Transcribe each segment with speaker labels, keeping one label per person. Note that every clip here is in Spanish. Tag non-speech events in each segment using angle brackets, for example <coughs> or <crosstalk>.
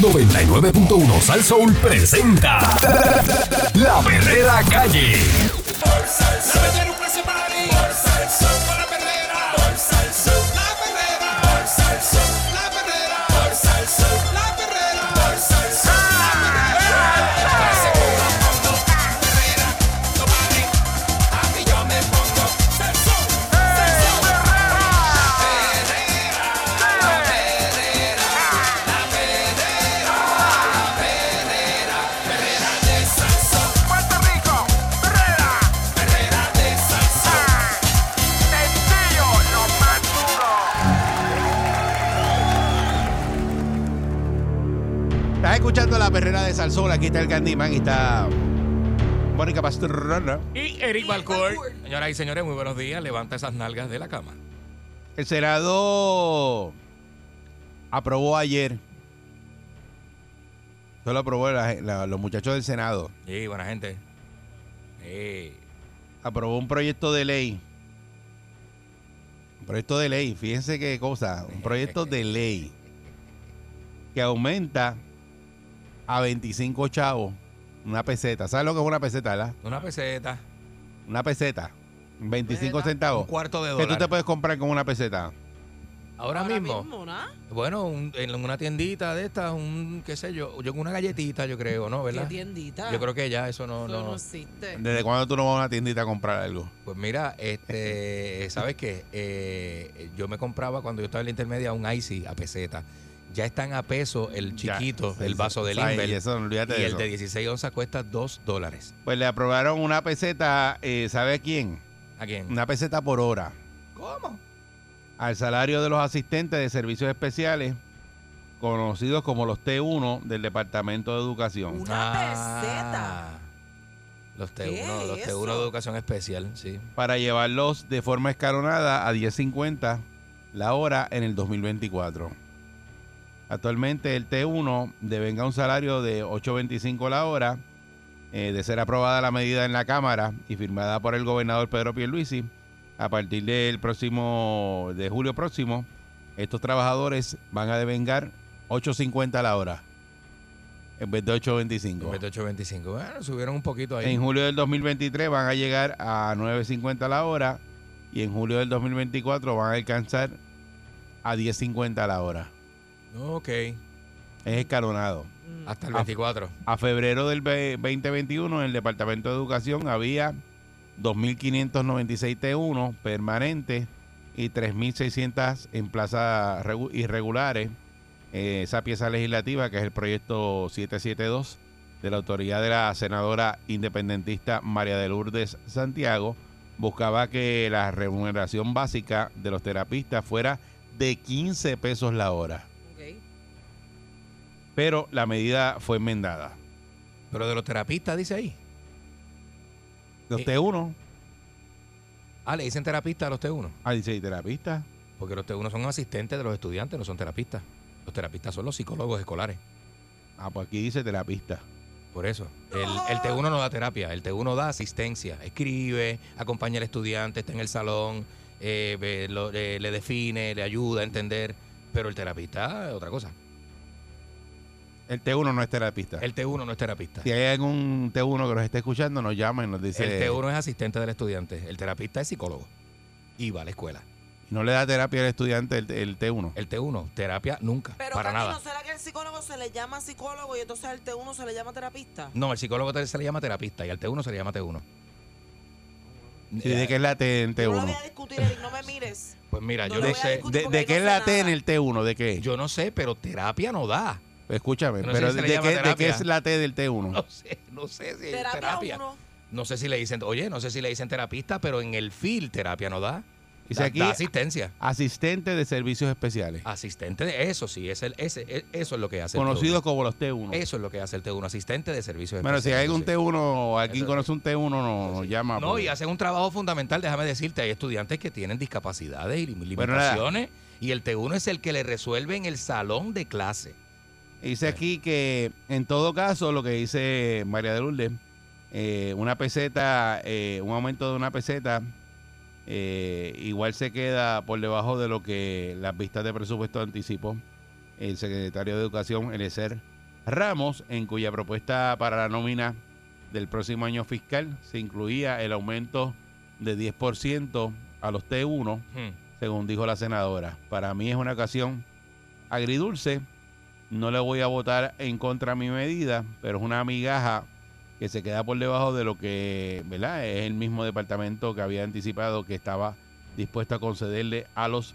Speaker 1: 99.1 Sal Soul presenta La Verdadera Calle.
Speaker 2: Puerto Rico, Herrera, Herrera de salsa. Sencillo, lo más duro.
Speaker 3: Estás escuchando la perrera de Salsola, aquí está el Candyman y está Mónica Pastrana.
Speaker 4: Y Eric Balcour. Señoras y señores, muy buenos días. Levanta esas nalgas de la cama.
Speaker 3: El Senado aprobó ayer. Solo aprobó la- la- los muchachos del Senado.
Speaker 4: Sí, buena gente. Sí.
Speaker 3: Aprobó un proyecto de ley. Un proyecto de ley, fíjense qué cosa. Un proyecto de ley que aumenta a 25 chavos una peseta. ¿Sabes lo que es una peseta, verdad?
Speaker 4: Una peseta.
Speaker 3: Una peseta. 25
Speaker 4: Un
Speaker 3: centavos.
Speaker 4: cuarto de
Speaker 3: Que
Speaker 4: dólar.
Speaker 3: tú te puedes comprar con una peseta.
Speaker 4: Ahora, mismo. Bueno, un- en una tiendita de estas, un, qué sé yo, yo con una galletita, yo creo, ¿no?
Speaker 5: ¿Qué
Speaker 4: ¿Verdad?
Speaker 5: tiendita?
Speaker 4: Yo creo que ya eso no,
Speaker 5: Eso no,
Speaker 4: no.
Speaker 5: existe.
Speaker 3: ¿Desde cuándo tú no vas a una tiendita a comprar algo?
Speaker 4: Pues mira, este,
Speaker 3: <laughs>
Speaker 4: ¿sabes qué? Eh, yo me compraba cuando yo estaba en la intermedia un icy a peseta. Ya están a peso el
Speaker 3: Ya.
Speaker 4: chiquito, el vaso de
Speaker 3: Ay,
Speaker 4: Limber.
Speaker 3: eso, olvídate
Speaker 4: Y
Speaker 3: de
Speaker 4: el
Speaker 3: eso.
Speaker 4: de 16 onzas cuesta 2 dólares.
Speaker 3: Pues le aprobaron una peseta, eh, ¿sabe a quién?
Speaker 4: ¿A quién?
Speaker 3: Una peseta por hora.
Speaker 4: ¿Cómo?
Speaker 3: Al salario de los asistentes de servicios especiales, conocidos como los T1 del Departamento de Educación.
Speaker 5: Una
Speaker 4: Ah, peseta. Los
Speaker 5: ¿Qué
Speaker 4: T1,
Speaker 5: es
Speaker 4: los T1
Speaker 5: eso?
Speaker 4: de educación especial, sí.
Speaker 3: Para llevarlos de forma escalonada a 10.50 la hora en el 2024. Actualmente el T1 devenga un salario de 8.25 la hora. eh, de ser aprobada la medida en la Cámara y firmada por el gobernador Pedro Pierluisi, a partir del próximo, de julio próximo, estos trabajadores van a devengar 8.50 la hora en vez de 8.25.
Speaker 4: 2825. Bueno, subieron un poquito ahí.
Speaker 3: En julio del 2023 van a llegar a 9.50 la hora y en julio del 2024 van a alcanzar a 10.50 la hora.
Speaker 4: Ok.
Speaker 3: Es escalonado.
Speaker 4: Hasta el
Speaker 3: Ah.
Speaker 4: 24.
Speaker 3: A febrero del ve- 2021 en el Departamento de Educación había 2.596 T1 permanentes y 3.600 en plazas regu- irregulares. Eh, esa pieza legislativa que es el proyecto 772 de la autoridad de la senadora independentista María de Lourdes Santiago buscaba que la remuneración básica de los terapistas fuera de 15 pesos la hora,
Speaker 5: Ok.
Speaker 3: pero la medida fue enmendada.
Speaker 4: Pero de los terapistas, dice ahí.
Speaker 3: Los
Speaker 4: Eh,
Speaker 3: T1
Speaker 4: Ah, le dicen terapista a los T1.
Speaker 3: Ah, dice, ¿y terapista?
Speaker 4: Porque los T1 son asistentes de los estudiantes, no son terapistas. Los terapistas son los psicólogos escolares.
Speaker 3: Ah, pues aquí dice terapista.
Speaker 4: Por eso. El, el T1 no da terapia, el T1 da asistencia. Escribe, acompaña al estudiante, está en el salón, eh, ve- lo- eh, le define, le ayuda a entender. Pero el terapista es otra cosa.
Speaker 3: El T1 no es terapista.
Speaker 4: El T1 no es terapista.
Speaker 3: si hay algún T1 que nos esté escuchando, nos llama y nos dice...
Speaker 4: El T1 es asistente del estudiante. El terapista es psicólogo. Y va a la escuela.
Speaker 3: No le da terapia al estudiante el, el T1.
Speaker 4: El T1, terapia nunca.
Speaker 5: Pero
Speaker 4: para
Speaker 5: Katy,
Speaker 4: nada.
Speaker 5: ¿no será que el psicólogo se le llama psicólogo y entonces al T1 se le llama terapista?
Speaker 4: No, el psicólogo te- se le llama terapista y al T1 se le llama T1.
Speaker 3: Sí, ¿De qué es la T en
Speaker 5: Yo no lo voy
Speaker 3: T1?
Speaker 5: a discutir, Eric, no me mires.
Speaker 4: Pues mira,
Speaker 5: No
Speaker 4: yo
Speaker 5: lo
Speaker 4: no
Speaker 5: voy a
Speaker 4: sé.
Speaker 5: discutir.
Speaker 3: ¿De,
Speaker 5: porque
Speaker 3: de
Speaker 5: ahí
Speaker 3: qué es
Speaker 5: no sé
Speaker 3: la T en
Speaker 5: nada.
Speaker 3: el T1? ¿De qué?
Speaker 4: Yo no sé, pero terapia no da.
Speaker 3: Escúchame,
Speaker 4: Yo no sé
Speaker 3: pero
Speaker 4: si se le
Speaker 3: ¿de,
Speaker 4: llama
Speaker 3: qué, de qué
Speaker 4: terapia.
Speaker 3: es la T del
Speaker 6: <laughs>
Speaker 3: T1?
Speaker 4: <laughs> No sé, no sé si es
Speaker 5: Terapia,
Speaker 4: terapia.
Speaker 5: uno.
Speaker 4: No sé si le dicen, oye, no sé si le dicen terapista, pero en el fil terapia no da.
Speaker 3: Dice
Speaker 4: Da-
Speaker 3: aquí,
Speaker 4: da asistencia.
Speaker 3: asistente de servicios especiales,
Speaker 4: Asistente de eso, sí, es el, ese, e- eso es lo que Ah, hace. el
Speaker 3: conocidos
Speaker 4: T1.
Speaker 3: como los T1.
Speaker 4: Eso es lo que hace el T1, asistente de servicios
Speaker 3: bueno, si hay
Speaker 4: especiales,
Speaker 3: algún
Speaker 4: sí.
Speaker 3: T1 o alguien
Speaker 4: Eso-
Speaker 3: conoce un T1, no- nos llama.
Speaker 4: No,
Speaker 3: porque-
Speaker 4: y hacen un trabajo fundamental, déjame decirte, hay estudiantes que tienen discapacidades y lim- limitaciones y el T1 es el que le resuelve en el salón de clase.
Speaker 3: Dice aquí que en todo caso lo que dice María de Lourdes, eh, una peseta, eh, un aumento de una peseta, eh, igual se queda por debajo de lo que las vistas de presupuesto anticipó. el secretario de Educación, Elecer Ramos, en cuya propuesta para la nómina del próximo año fiscal se incluía el aumento de 10% a los T1,
Speaker 4: Hmm.
Speaker 3: según dijo la senadora. Para mí es una ocasión agridulce. No le voy a votar en contra a mi medida, pero es una migaja que se queda por debajo de lo que ¿verdad? es el mismo departamento que había anticipado que estaba dispuesto a concederle a los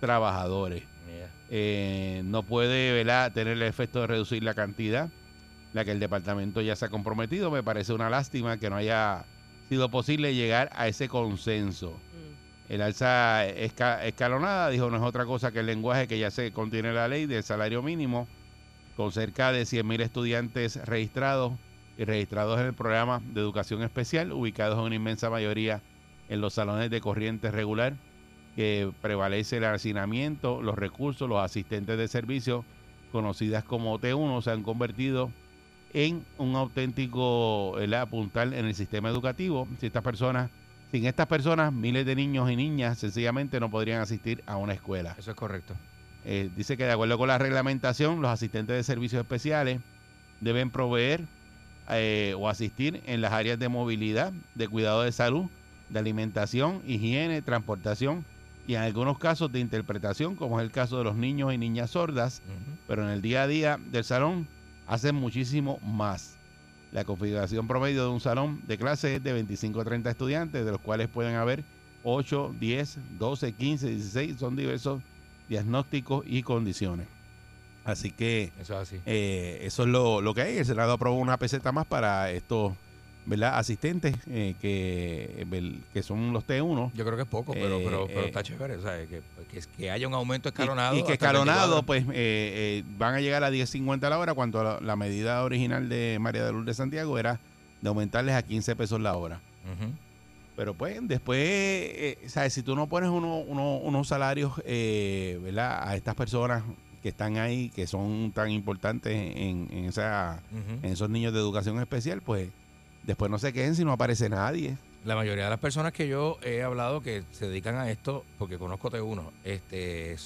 Speaker 3: trabajadores
Speaker 4: Yeah.
Speaker 3: eh, no puede ¿verdad? tener el efecto de reducir la cantidad, la que el departamento ya se ha comprometido. Me parece una lástima que no haya sido posible llegar a ese consenso. El alza esca- escalonada, dijo, no es otra cosa que el lenguaje que ya se contiene en la ley del salario mínimo, con cerca de 100.000 estudiantes registrados y registrados en el programa de educación especial, ubicados en una inmensa mayoría en los salones de corriente regular, que prevalece el hacinamiento, los recursos, los asistentes de servicio, conocidas como T1, se han convertido en un auténtico ¿verdad? puntal en el sistema educativo. Si estas personas, sin estas personas, miles de niños y niñas sencillamente no podrían asistir a una escuela.
Speaker 4: Eso es correcto.
Speaker 3: Eh, dice que de acuerdo con la reglamentación, los asistentes de servicios especiales deben proveer eh, o asistir en las áreas de movilidad, de cuidado de salud, de alimentación, higiene, transportación y en algunos casos de interpretación, como es el caso de los niños y niñas sordas,
Speaker 4: Ujú.
Speaker 3: pero en el día a día del salón hacen muchísimo más. La configuración promedio de un salón de clase es de 25 a 30 estudiantes, de los cuales pueden haber 8, 10, 12, 15, 16, son diversos diagnósticos y condiciones. Así que
Speaker 4: Eso es así.
Speaker 3: eh, eso es lo, lo que hay. El Senado aprobó una peseta más para estos ¿verdad? asistentes eh, que, vel- que son los T1.
Speaker 4: Yo creo que es poco, pero,
Speaker 3: Eh,
Speaker 4: pero, pero
Speaker 3: eh.
Speaker 4: está chévere. o sea, que, que, que haya un aumento
Speaker 3: Y-
Speaker 4: escalonado.
Speaker 3: Y, que
Speaker 4: hasta el
Speaker 3: escalonado,
Speaker 4: 24.
Speaker 3: pues eh, eh, van a llegar a 10.50 a la hora, cuando la, la medida original de María de Lourdes Santiago era de aumentarles a 15 pesos la hora.
Speaker 4: Ujú.
Speaker 3: Pero pues después, eh, ¿sabes? Si tú no pones uno- uno- unos salarios, eh, ¿verdad? A estas personas que están ahí, que son tan importantes en, en esa,
Speaker 4: Ujú.
Speaker 3: en esos niños de educación especial, pues después no se queden si no aparece nadie.
Speaker 4: La mayoría de las personas que yo he hablado que se dedican a esto, porque conozco de uno, este,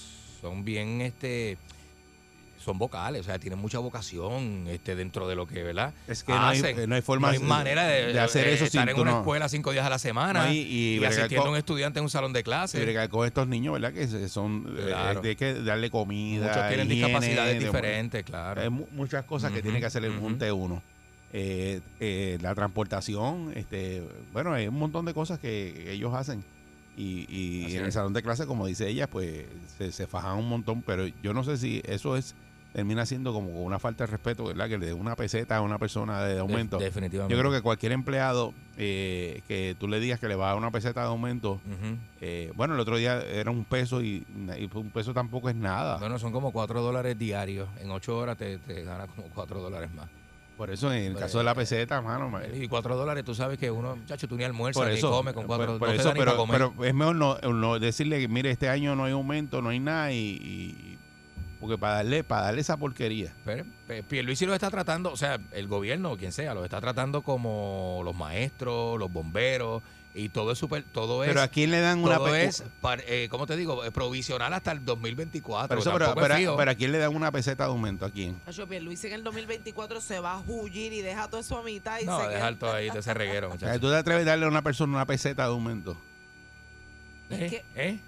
Speaker 4: son bien, este, son vocales, o sea, tienen mucha vocación, este, dentro de lo que, ¿verdad?
Speaker 3: Es que no hay,
Speaker 4: Hacen.
Speaker 3: eh, no hay forma
Speaker 4: no hay manera de,
Speaker 3: hacer
Speaker 4: eh,
Speaker 3: eso
Speaker 4: estar
Speaker 3: sin
Speaker 4: en
Speaker 3: tú
Speaker 4: una
Speaker 3: no-
Speaker 4: escuela cinco días a la semana
Speaker 3: no, y- y
Speaker 4: y,
Speaker 3: bregar
Speaker 4: asistiendo a
Speaker 3: con-
Speaker 4: un estudiante en un salón de
Speaker 3: Sí,
Speaker 4: clase.
Speaker 3: bregar con estos niños, ¿verdad? Que se- son. eh,
Speaker 4: Claro.
Speaker 3: hay que darle comida.
Speaker 4: Muchos tienen
Speaker 3: higiene,
Speaker 4: discapacidades
Speaker 3: de-
Speaker 4: diferentes, claro.
Speaker 3: hay mu- muchas cosas que
Speaker 4: Ujú,
Speaker 3: tiene que hacer el
Speaker 4: ujú.
Speaker 3: un T1. Eh, eh, la transportación, este, bueno, hay un montón de cosas que ellos hacen. Y, y
Speaker 4: Así
Speaker 3: en el
Speaker 4: es.
Speaker 3: salón de clase, como dice ella, pues se, se fajan un montón. Pero yo no sé si eso es termina siendo como una falta de respeto, ¿verdad? Que le dé una peseta a una persona de
Speaker 4: De-
Speaker 3: aumento.
Speaker 4: definitivamente.
Speaker 3: yo creo que cualquier empleado eh, que tú le digas que le va a dar una peseta de aumento,
Speaker 4: Ujú.
Speaker 3: eh, bueno, el otro día era un peso y, y un peso tampoco es nada.
Speaker 4: Bueno, son como cuatro dólares diarios. En ocho horas te, te ganas como cuatro dólares más.
Speaker 3: por eso, en el
Speaker 4: pues,
Speaker 3: caso de la peseta, mano, ma-
Speaker 4: Y cuatro dólares, tú sabes que uno, muchacho, tú ni almuerzas
Speaker 3: por
Speaker 4: ni
Speaker 3: eso,
Speaker 4: come con cuatro
Speaker 3: por-
Speaker 4: dólares.
Speaker 3: por
Speaker 4: no te
Speaker 3: eso,
Speaker 4: da ni
Speaker 3: pero,
Speaker 4: para comer.
Speaker 3: pero es mejor no, no decirle que, mire, este año no hay aumento, no hay nada, y, y- porque para darle, para darle esa porquería.
Speaker 4: Pero, Pe- Pierluisi los está tratando, o sea, el gobierno o quien sea, los está tratando como los maestros, los bomberos y todo es super, todo es,
Speaker 3: Pero a quién le dan una
Speaker 4: todo
Speaker 3: pe-
Speaker 4: es, par- eh, ¿cómo te digo? Eh, Provisional hasta el 2024.
Speaker 3: Por eso, pero,
Speaker 4: tampoco es
Speaker 3: pero-
Speaker 4: fijo.
Speaker 3: pero a quién le dan una peseta de aumento, a quién.
Speaker 5: Acho, Pierluisi en el 2024 se va a huir y deja todo eso a mitad y
Speaker 4: no,
Speaker 5: se
Speaker 4: dejar
Speaker 5: queda-
Speaker 4: todo ahí, de ese
Speaker 3: <laughs>
Speaker 4: reguero,
Speaker 3: O sea,
Speaker 4: muchachos.
Speaker 3: tú te atreves a darle a una persona una peseta de aumento.
Speaker 5: Es
Speaker 4: ¿Eh?
Speaker 5: que-
Speaker 4: ¿Eh?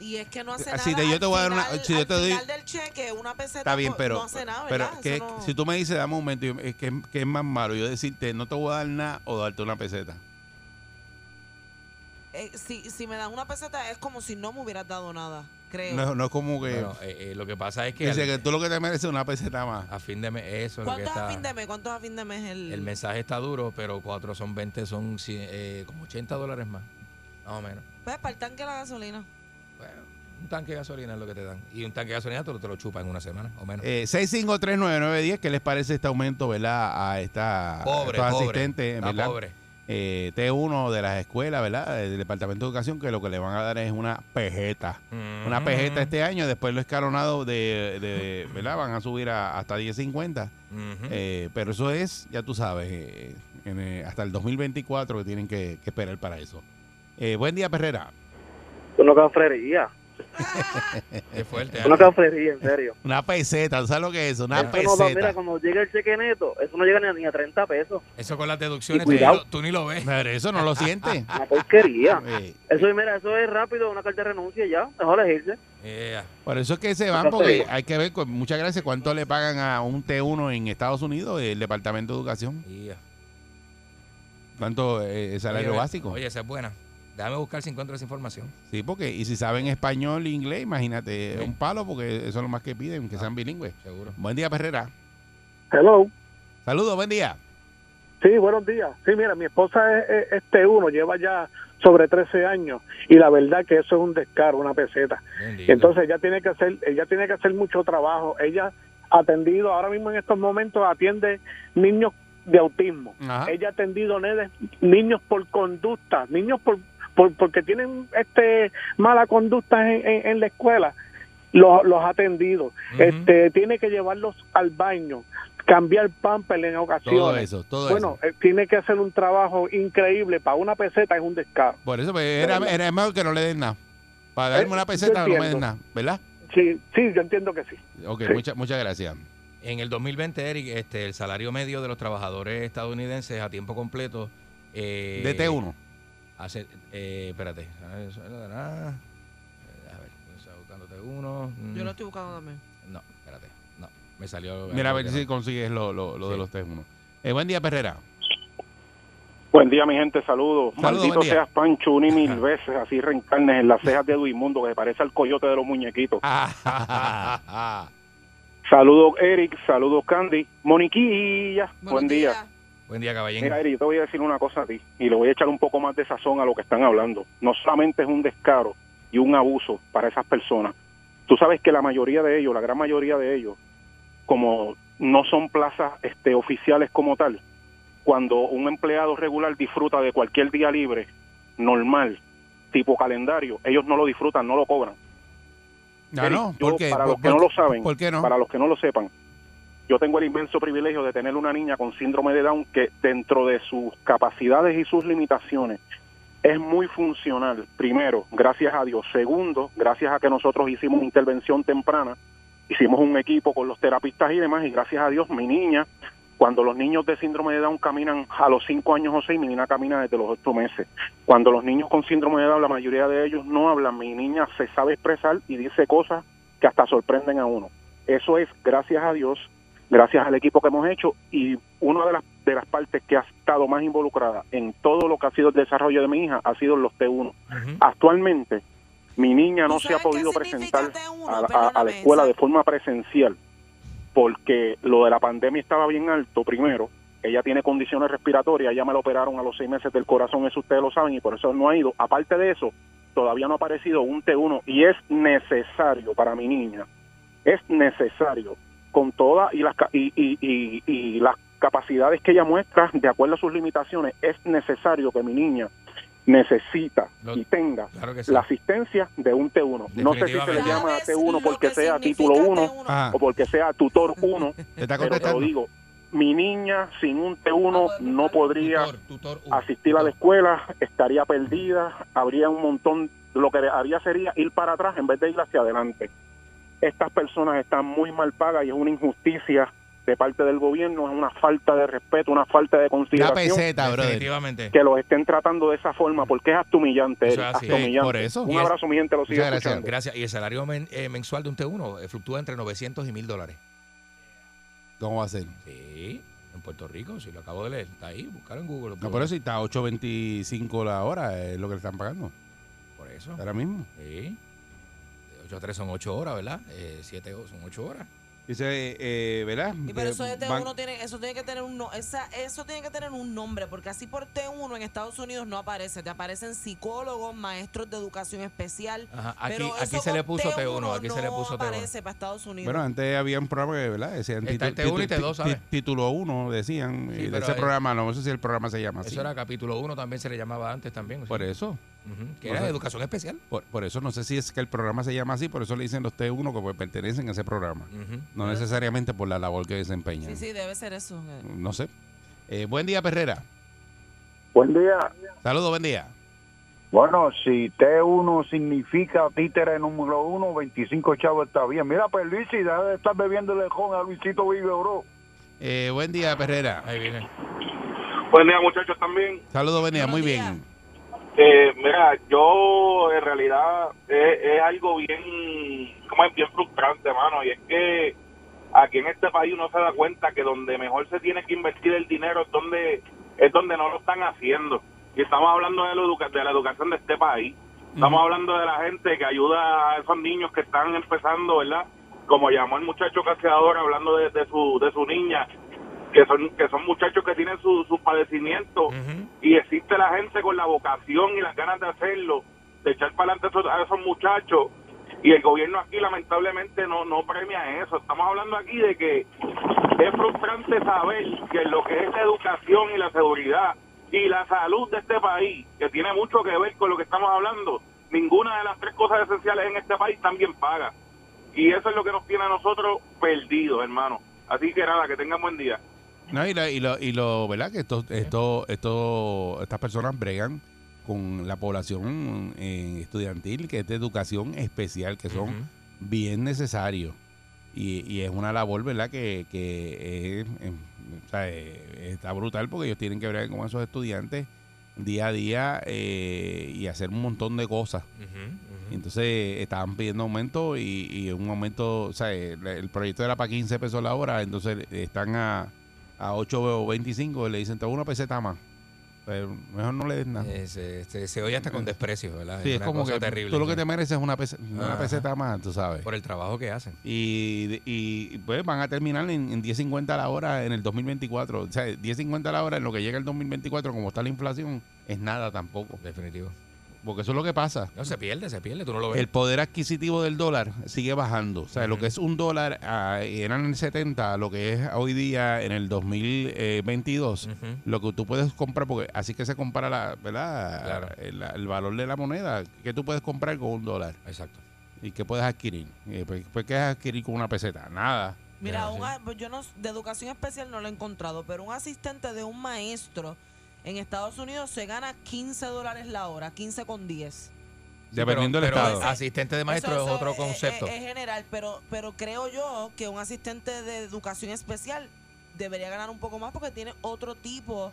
Speaker 5: Y es que no hace
Speaker 3: Ah,
Speaker 5: nada.
Speaker 3: si te- yo
Speaker 5: al
Speaker 3: te voy a dar una-
Speaker 5: final-
Speaker 3: si yo
Speaker 5: al
Speaker 3: te doy-
Speaker 5: final del cheque, una peseta
Speaker 3: Está bien,
Speaker 5: no-
Speaker 3: pero,
Speaker 5: no hace nada,
Speaker 3: pero
Speaker 5: ¿verdad? Eso
Speaker 3: que,
Speaker 5: no-
Speaker 3: si tú me dices, dame un momento, yo- es que, que es más malo yo decirte, no te voy a dar nada o darte una peseta.
Speaker 5: eh, si, si me dan una peseta es como si no me hubieras dado nada, creo.
Speaker 3: No, no es como que...
Speaker 4: Bueno, eh, eh, lo que pasa es que,
Speaker 3: Dice
Speaker 4: al-
Speaker 3: que tú lo que te mereces es una peseta más.
Speaker 4: a fin de mes, eso es lo que
Speaker 5: ¿Cuántos
Speaker 4: está.
Speaker 5: a fin de mes? ¿Cuántos a fin de mes el,
Speaker 4: El mensaje está duro, pero cuatro son 20, son cien- eh, como 80 dólares más, más o menos.
Speaker 5: Pues para el tanque la gasolina.
Speaker 4: Bueno, un tanque de gasolina es lo que te dan. Y un tanque de gasolina te lo, te lo chupa en una semana o menos.
Speaker 3: Eh, 6539910, ¿qué les parece este aumento, verdad? A esta
Speaker 4: pobre,
Speaker 3: a estos
Speaker 4: pobre.
Speaker 3: asistentes,
Speaker 4: Está
Speaker 3: ¿verdad?
Speaker 4: pobre.
Speaker 3: Eh, T1 de las escuelas, ¿verdad? Del Departamento de Educación, que lo que le van a dar es una pejeta. Una
Speaker 4: Ujú.
Speaker 3: pejeta este año, después lo escalonado de, de- ¿verdad? Van a subir a, hasta 1050.
Speaker 4: Ujú.
Speaker 3: Eh, pero eso es, ya tú sabes, eh, en, eh, hasta el 2024 que tienen que, que esperar para eso. Eh, buen día, Perrera.
Speaker 7: Eso no es cafrería.
Speaker 4: <laughs> Qué fuerte.
Speaker 7: Una
Speaker 4: Ana.
Speaker 7: cafrería, en serio.
Speaker 3: Una peseta, ¿tú sabes lo que es eso? Una
Speaker 7: Eso no va-
Speaker 3: peseta.
Speaker 7: mira, cuando llega el cheque neto, eso no llega ni a, ni a 30 pesos.
Speaker 4: Eso con las deducciones,
Speaker 7: Y
Speaker 4: tú ni,
Speaker 7: cuidado.
Speaker 4: lo, tú ni lo ves.
Speaker 3: Pero eso no lo siente.
Speaker 4: Ah,
Speaker 7: Una porquería.
Speaker 3: Eh,
Speaker 7: Eso, es- mira, eso es rápido, una carta de renuncia y ya. Mejor elegirse.
Speaker 2: <laughs>
Speaker 4: Yeah.
Speaker 3: Por eso es que se van, porque hay que ver, con- muchas gracias, cuánto le pagan a un T1 en Estados Unidos, el Departamento de Educación.
Speaker 4: Yeah.
Speaker 3: ¿Cuánto eh, salario
Speaker 4: Oye,
Speaker 3: básico?
Speaker 4: Oye, esa es buena. Déjame buscar si encuentro esa información.
Speaker 3: Sí, porque, y si saben español e inglés, imagínate,
Speaker 4: Sí.
Speaker 3: un palo, porque eso es lo más que piden, que sean bilingües.
Speaker 4: Ah, Seguro.
Speaker 3: Buen día, Perrera.
Speaker 7: Hello.
Speaker 3: Saludos, buen día.
Speaker 7: Sí, buenos días. Sí, mira, mi esposa es, es- este uno, lleva ya sobre 13 años y la verdad que eso es un descaro, una peseta.
Speaker 4: Bendito.
Speaker 7: Entonces ella tiene que hacer, ella tiene que hacer mucho trabajo. Ella ha atendido, ahora mismo en estos momentos atiende niños de autismo.
Speaker 3: Ajá.
Speaker 7: Ella ha atendido nenes- niños por conducta, niños por, por- porque tienen este mala conducta en, en- en la escuela. Los, los ha atendido.
Speaker 4: Ujú.
Speaker 7: este, tiene que llevarlos al baño, cambiar pamper en ocasiones.
Speaker 3: Todo eso, todo
Speaker 7: Bueno,
Speaker 3: eso.
Speaker 7: eh, tiene que hacer un trabajo increíble. Para una peseta es un descaro.
Speaker 3: Por eso pues, era,
Speaker 7: verdad.
Speaker 3: era mejor que no le den nada. Para
Speaker 7: Eh,
Speaker 3: darme una
Speaker 7: yo
Speaker 3: peseta, no me den
Speaker 7: entiendo.
Speaker 3: nada, ¿verdad?
Speaker 7: Sí, sí, yo entiendo que sí.
Speaker 3: Ok,
Speaker 7: Sí.
Speaker 3: muchas muchas gracias.
Speaker 4: En el 2020, Eric, este, el salario medio de los trabajadores estadounidenses a tiempo completo. eh,
Speaker 3: De T1.
Speaker 4: hace- eh, espérate. A ver, sueldo de nada. Eh, ah, A ver, está buscando T1. Mm,
Speaker 5: Yo lo estoy buscando también.
Speaker 4: No, espérate. No, me salió.
Speaker 3: Mira, a ver
Speaker 4: no.
Speaker 3: si consigues lo, lo, lo de
Speaker 4: Sí.
Speaker 3: los T1. Eh, buen día, Perrera.
Speaker 8: Buen día, mi gente, saludos.
Speaker 3: Saludos,
Speaker 8: Maldito
Speaker 3: buen día.
Speaker 8: seas Pancho, un y mil veces, así reencarnes en las cejas de Duimundo, que se parece al coyote de los muñequitos.
Speaker 3: Ah,
Speaker 8: Saludos, Eric, saludos, Candy. Moniquilla, buen
Speaker 5: Buenos
Speaker 8: día.
Speaker 5: días.
Speaker 4: Buen día, caballero.
Speaker 8: Mira, Eric, yo te voy a decir una cosa a ti, y le voy a echar un poco más de sazón a lo que están hablando. No solamente es un descaro y un abuso para esas personas. Tú sabes que la mayoría de ellos, la gran mayoría de ellos, como no son plazas este, oficiales como tal, cuando un empleado regular disfruta de cualquier día libre, normal, tipo calendario, ellos no lo disfrutan, no lo cobran.
Speaker 3: No,
Speaker 8: Eric,
Speaker 3: no,
Speaker 8: yo,
Speaker 3: ¿por qué?
Speaker 8: para
Speaker 3: ¿Por-
Speaker 8: los que no
Speaker 3: por-
Speaker 8: lo saben,
Speaker 3: ¿Por qué no?
Speaker 8: para los que no lo sepan, yo tengo el inmenso privilegio de tener una niña con síndrome de Down que dentro de sus capacidades y sus limitaciones es muy funcional. Primero, gracias a Dios. Segundo, gracias a que nosotros hicimos intervención temprana, hicimos un equipo con los terapistas y demás, y gracias a Dios mi niña, cuando los niños de síndrome de Down caminan a los 5 años o 6, mi niña camina desde los 8 meses. Cuando los niños con síndrome de Down, la mayoría de ellos no hablan, mi niña se sabe expresar y dice cosas que hasta sorprenden a uno. Eso es gracias a Dios, gracias al equipo que hemos hecho y una de las, de las partes que ha estado más involucrada en todo lo que ha sido el desarrollo de mi hija ha sido los T1.
Speaker 4: Ujú.
Speaker 8: Actualmente, mi niña no
Speaker 5: ¿Tú
Speaker 8: se ha
Speaker 5: sabes qué
Speaker 8: podido
Speaker 5: significa
Speaker 8: presentar
Speaker 5: T1?
Speaker 8: a, a- a la
Speaker 5: Perdóname,
Speaker 8: escuela de
Speaker 5: ¿sabes?
Speaker 8: forma presencial porque lo de la pandemia estaba bien alto primero. Ella tiene condiciones respiratorias, ella me la operaron a los seis meses del corazón, eso ustedes lo saben y por eso no ha ido. Aparte de eso, todavía no ha aparecido un T1 y es necesario para mi niña, es necesario con todas y las, ca- y, y- y- y las capacidades que ella muestra de acuerdo a sus limitaciones, es necesario que mi niña necesita
Speaker 4: Lo-
Speaker 8: y tenga
Speaker 4: Claro que sí.
Speaker 8: la asistencia de un T1. No sé si se le
Speaker 4: Definitivamente. Ah.
Speaker 8: llama
Speaker 5: ¿Sabes
Speaker 8: T1 porque
Speaker 5: lo que
Speaker 8: sea
Speaker 5: significa
Speaker 8: título 1
Speaker 5: T1?
Speaker 3: Ajá,
Speaker 8: o porque sea tutor 1,
Speaker 3: <laughs> te está
Speaker 8: pero te lo
Speaker 3: contestando.
Speaker 8: digo, mi niña sin un T1 no podría
Speaker 4: Ah, Tutor, tutor uno.
Speaker 8: asistir a la escuela, estaría perdida, habría un montón, lo que haría sería ir para atrás en vez de ir hacia adelante. Estas personas están muy mal pagas y es una injusticia de parte del gobierno, es una falta de respeto, una falta de
Speaker 3: Una
Speaker 8: consideración
Speaker 3: peseta, brother.
Speaker 4: Definitivamente.
Speaker 8: que los estén tratando de esa forma porque es hasta humillante,
Speaker 4: Eso
Speaker 8: Eric,
Speaker 4: es así.
Speaker 8: hasta
Speaker 4: Sí,
Speaker 8: humillante.
Speaker 3: por eso.
Speaker 8: Un abrazo, mi gente, lo sigo
Speaker 3: Muchas gracias.
Speaker 8: escuchando.
Speaker 4: Gracias. Y el salario men- eh, mensual de un T1 eh, fluctúa entre 900 y 1000 dólares.
Speaker 3: ¿Cómo va a ser?
Speaker 4: Sí, en Puerto Rico, si lo acabo de leer. Está ahí, buscar en Google.
Speaker 3: No, Ah, por eso está a 8.25 la hora, es lo que le están pagando
Speaker 4: Por eso.
Speaker 3: ahora mismo.
Speaker 4: Sí. 8 a 3 son 8 horas, ¿verdad? Eh, 7 son 8 horas.
Speaker 3: Dice, eh, ¿verdad?
Speaker 5: Y pero eso de
Speaker 3: Eh,
Speaker 5: T1
Speaker 3: van-
Speaker 5: tiene, eso tiene que tener un no- esa, eso tiene que tener un nombre, porque así por T1 en Estados Unidos no aparece, te aparecen psicólogos, maestros de educación especial.
Speaker 4: Ajá, Aquí,
Speaker 5: pero
Speaker 4: aquí
Speaker 5: eso
Speaker 4: se le
Speaker 5: con
Speaker 4: puso T1, aquí
Speaker 5: no
Speaker 4: se le puso T1.
Speaker 5: aparece para Estados Unidos.
Speaker 3: Bueno, antes había un programa que, ¿verdad? Decían
Speaker 4: Está el
Speaker 3: titu-
Speaker 4: T1 y
Speaker 3: titu-
Speaker 4: T2,
Speaker 3: ti-
Speaker 4: ¿sabes?
Speaker 3: Título 1, decían.
Speaker 4: Sí,
Speaker 3: y de
Speaker 4: pero
Speaker 3: ese
Speaker 4: ahí-
Speaker 3: programa, no, no sé si el programa se llama así.
Speaker 4: Eso era capítulo 1, también se le llamaba antes también. sí.
Speaker 3: Por eso.
Speaker 4: Ujú, Que
Speaker 3: No
Speaker 4: era
Speaker 3: sé.
Speaker 4: educación especial.
Speaker 3: Por, por eso no sé si es que el programa se llama así, por eso le dicen los T1 que pues, pertenecen a ese programa.
Speaker 4: Ujú.
Speaker 3: No necesariamente por la labor que desempeñan.
Speaker 5: sí, sí, debe ser eso.
Speaker 3: No sé. Eh, buen día, Perrera.
Speaker 7: Buen día.
Speaker 3: Saludos, buen día.
Speaker 9: Bueno, si T1 significa títere número uno, 25 chavos está bien. Mira, pues Luis, si deja de estar bebiendo lejón a Luisito Vive, bro.
Speaker 3: Eh, buen día, Perrera.
Speaker 4: Ahí viene.
Speaker 10: Buen día, muchachos, también.
Speaker 3: Saludos, buen día. Muy
Speaker 5: Buenos
Speaker 3: bien.
Speaker 10: Eh, mira, yo en realidad es, es algo bien, como es bien frustrante, mano, y es que aquí en este país uno se da cuenta que donde mejor se tiene que invertir el dinero es donde es donde no lo están haciendo. Y estamos hablando de, la educa- de la educación de este país. Estamos hablando de la gente que ayuda a esos niños que están empezando, ¿verdad? Como llamó el muchacho caseador hablando de, de su de su niña, que son que son muchachos que tienen su- sus padecimientos
Speaker 4: Ujú.
Speaker 10: y existe la gente con la vocación y las ganas de hacerlo, de echar para adelante a esos, a esos muchachos. Y el gobierno aquí lamentablemente no, no premia eso. Estamos hablando aquí de que es frustrante saber que lo que es la educación y la seguridad y la salud de este país, que tiene mucho que ver con lo que estamos hablando, ninguna de las tres cosas esenciales en este país también paga. Y eso es lo que nos tiene a nosotros perdidos, hermano. Así que nada, que tengan buen día.
Speaker 3: No, y, la- y lo, y lo- ¿verdad? Que esto, esto, esto, estas personas bregan con la población eh, estudiantil, que es de educación especial, que son
Speaker 4: Ujú.
Speaker 3: bien necesarios. Y, y es una labor, ¿verdad? Que, que es- em, o sea, eh, está brutal porque ellos tienen que bregar con esos estudiantes día a día eh, y hacer un montón de cosas.
Speaker 4: Ujú,
Speaker 3: Y
Speaker 4: ujú.
Speaker 3: Entonces estaban pidiendo aumento y, y un aumento, o sea, el, el proyecto era para 15 pesos la hora, entonces están a, a 8 o 25, le dicen, te doy una peseta más. Pero mejor no le des nada.
Speaker 4: Eh, se, se- se oye hasta con desprecio, ¿verdad?
Speaker 3: sí, es
Speaker 4: una
Speaker 3: como
Speaker 4: cosa
Speaker 3: que
Speaker 4: terrible.
Speaker 3: tú lo que
Speaker 4: ¿no?
Speaker 3: te mereces es una, pese- una
Speaker 4: Ajá.
Speaker 3: peseta más, tú sabes.
Speaker 4: Por el trabajo que hacen.
Speaker 3: Y, y pues van a terminar en, en 10.50 la hora en el 2024. O sea, 10.50 la hora en lo que llega el 2024, como está la inflación, es nada tampoco.
Speaker 4: Definitivo.
Speaker 3: Porque eso es lo que pasa.
Speaker 4: No, se pierde, se pierde. Tú no lo ves.
Speaker 3: El poder adquisitivo del dólar sigue bajando. O sea, lo que es un dólar ah, era en el 70, lo que es hoy día en el 2022,
Speaker 4: Ujú.
Speaker 3: lo que tú puedes comprar, porque así que se compara la, ¿verdad?
Speaker 4: Claro.
Speaker 3: El, el valor de la moneda, que tú puedes comprar con un dólar
Speaker 4: Exacto.
Speaker 3: y que puedes adquirir. Eh, pues, pues, ¿Qué es adquirir con una peseta? Nada.
Speaker 5: Mira,
Speaker 4: Ya,
Speaker 5: un
Speaker 4: sí.
Speaker 5: a- pues yo no, de educación especial no lo he encontrado, pero un asistente de un maestro en Estados Unidos se gana 15 dólares la hora, 15 con 10.
Speaker 4: Sí,
Speaker 3: Dependiendo del
Speaker 4: pero- pero
Speaker 3: estado.
Speaker 4: Asistente de maestro
Speaker 5: Eso-
Speaker 4: es
Speaker 5: eso
Speaker 4: otro concepto.
Speaker 5: Es, eh, es general, pero, pero creo yo que un asistente de educación especial debería ganar un poco más porque tiene otro tipo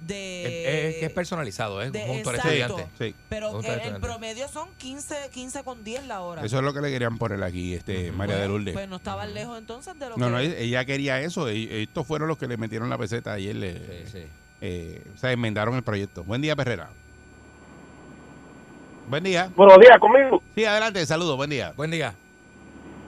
Speaker 5: de...
Speaker 4: Es- es que es personalizado, es
Speaker 5: eh, de-
Speaker 4: junto al
Speaker 5: exacto.
Speaker 4: estudiante.
Speaker 3: Sí.
Speaker 5: pero
Speaker 4: junto al
Speaker 5: el, el
Speaker 4: estudiante.
Speaker 5: promedio son 15, 15 con 10 la hora.
Speaker 3: Eso es lo que le querían poner aquí, este
Speaker 4: Ujú.
Speaker 3: María de Lourdes.
Speaker 5: Pues no estaba lejos entonces de lo
Speaker 3: no,
Speaker 5: que...
Speaker 3: no, ella quería eso. y- y Estos fueron los que le metieron la peseta ayer. Le,
Speaker 4: Sí, sí.
Speaker 3: eh, o sea, enmendaron el proyecto. Buen día, Perrera. Buen día.
Speaker 11: Buenos días, conmigo.
Speaker 3: Sí, adelante, saludos, buen día.
Speaker 4: Buen día.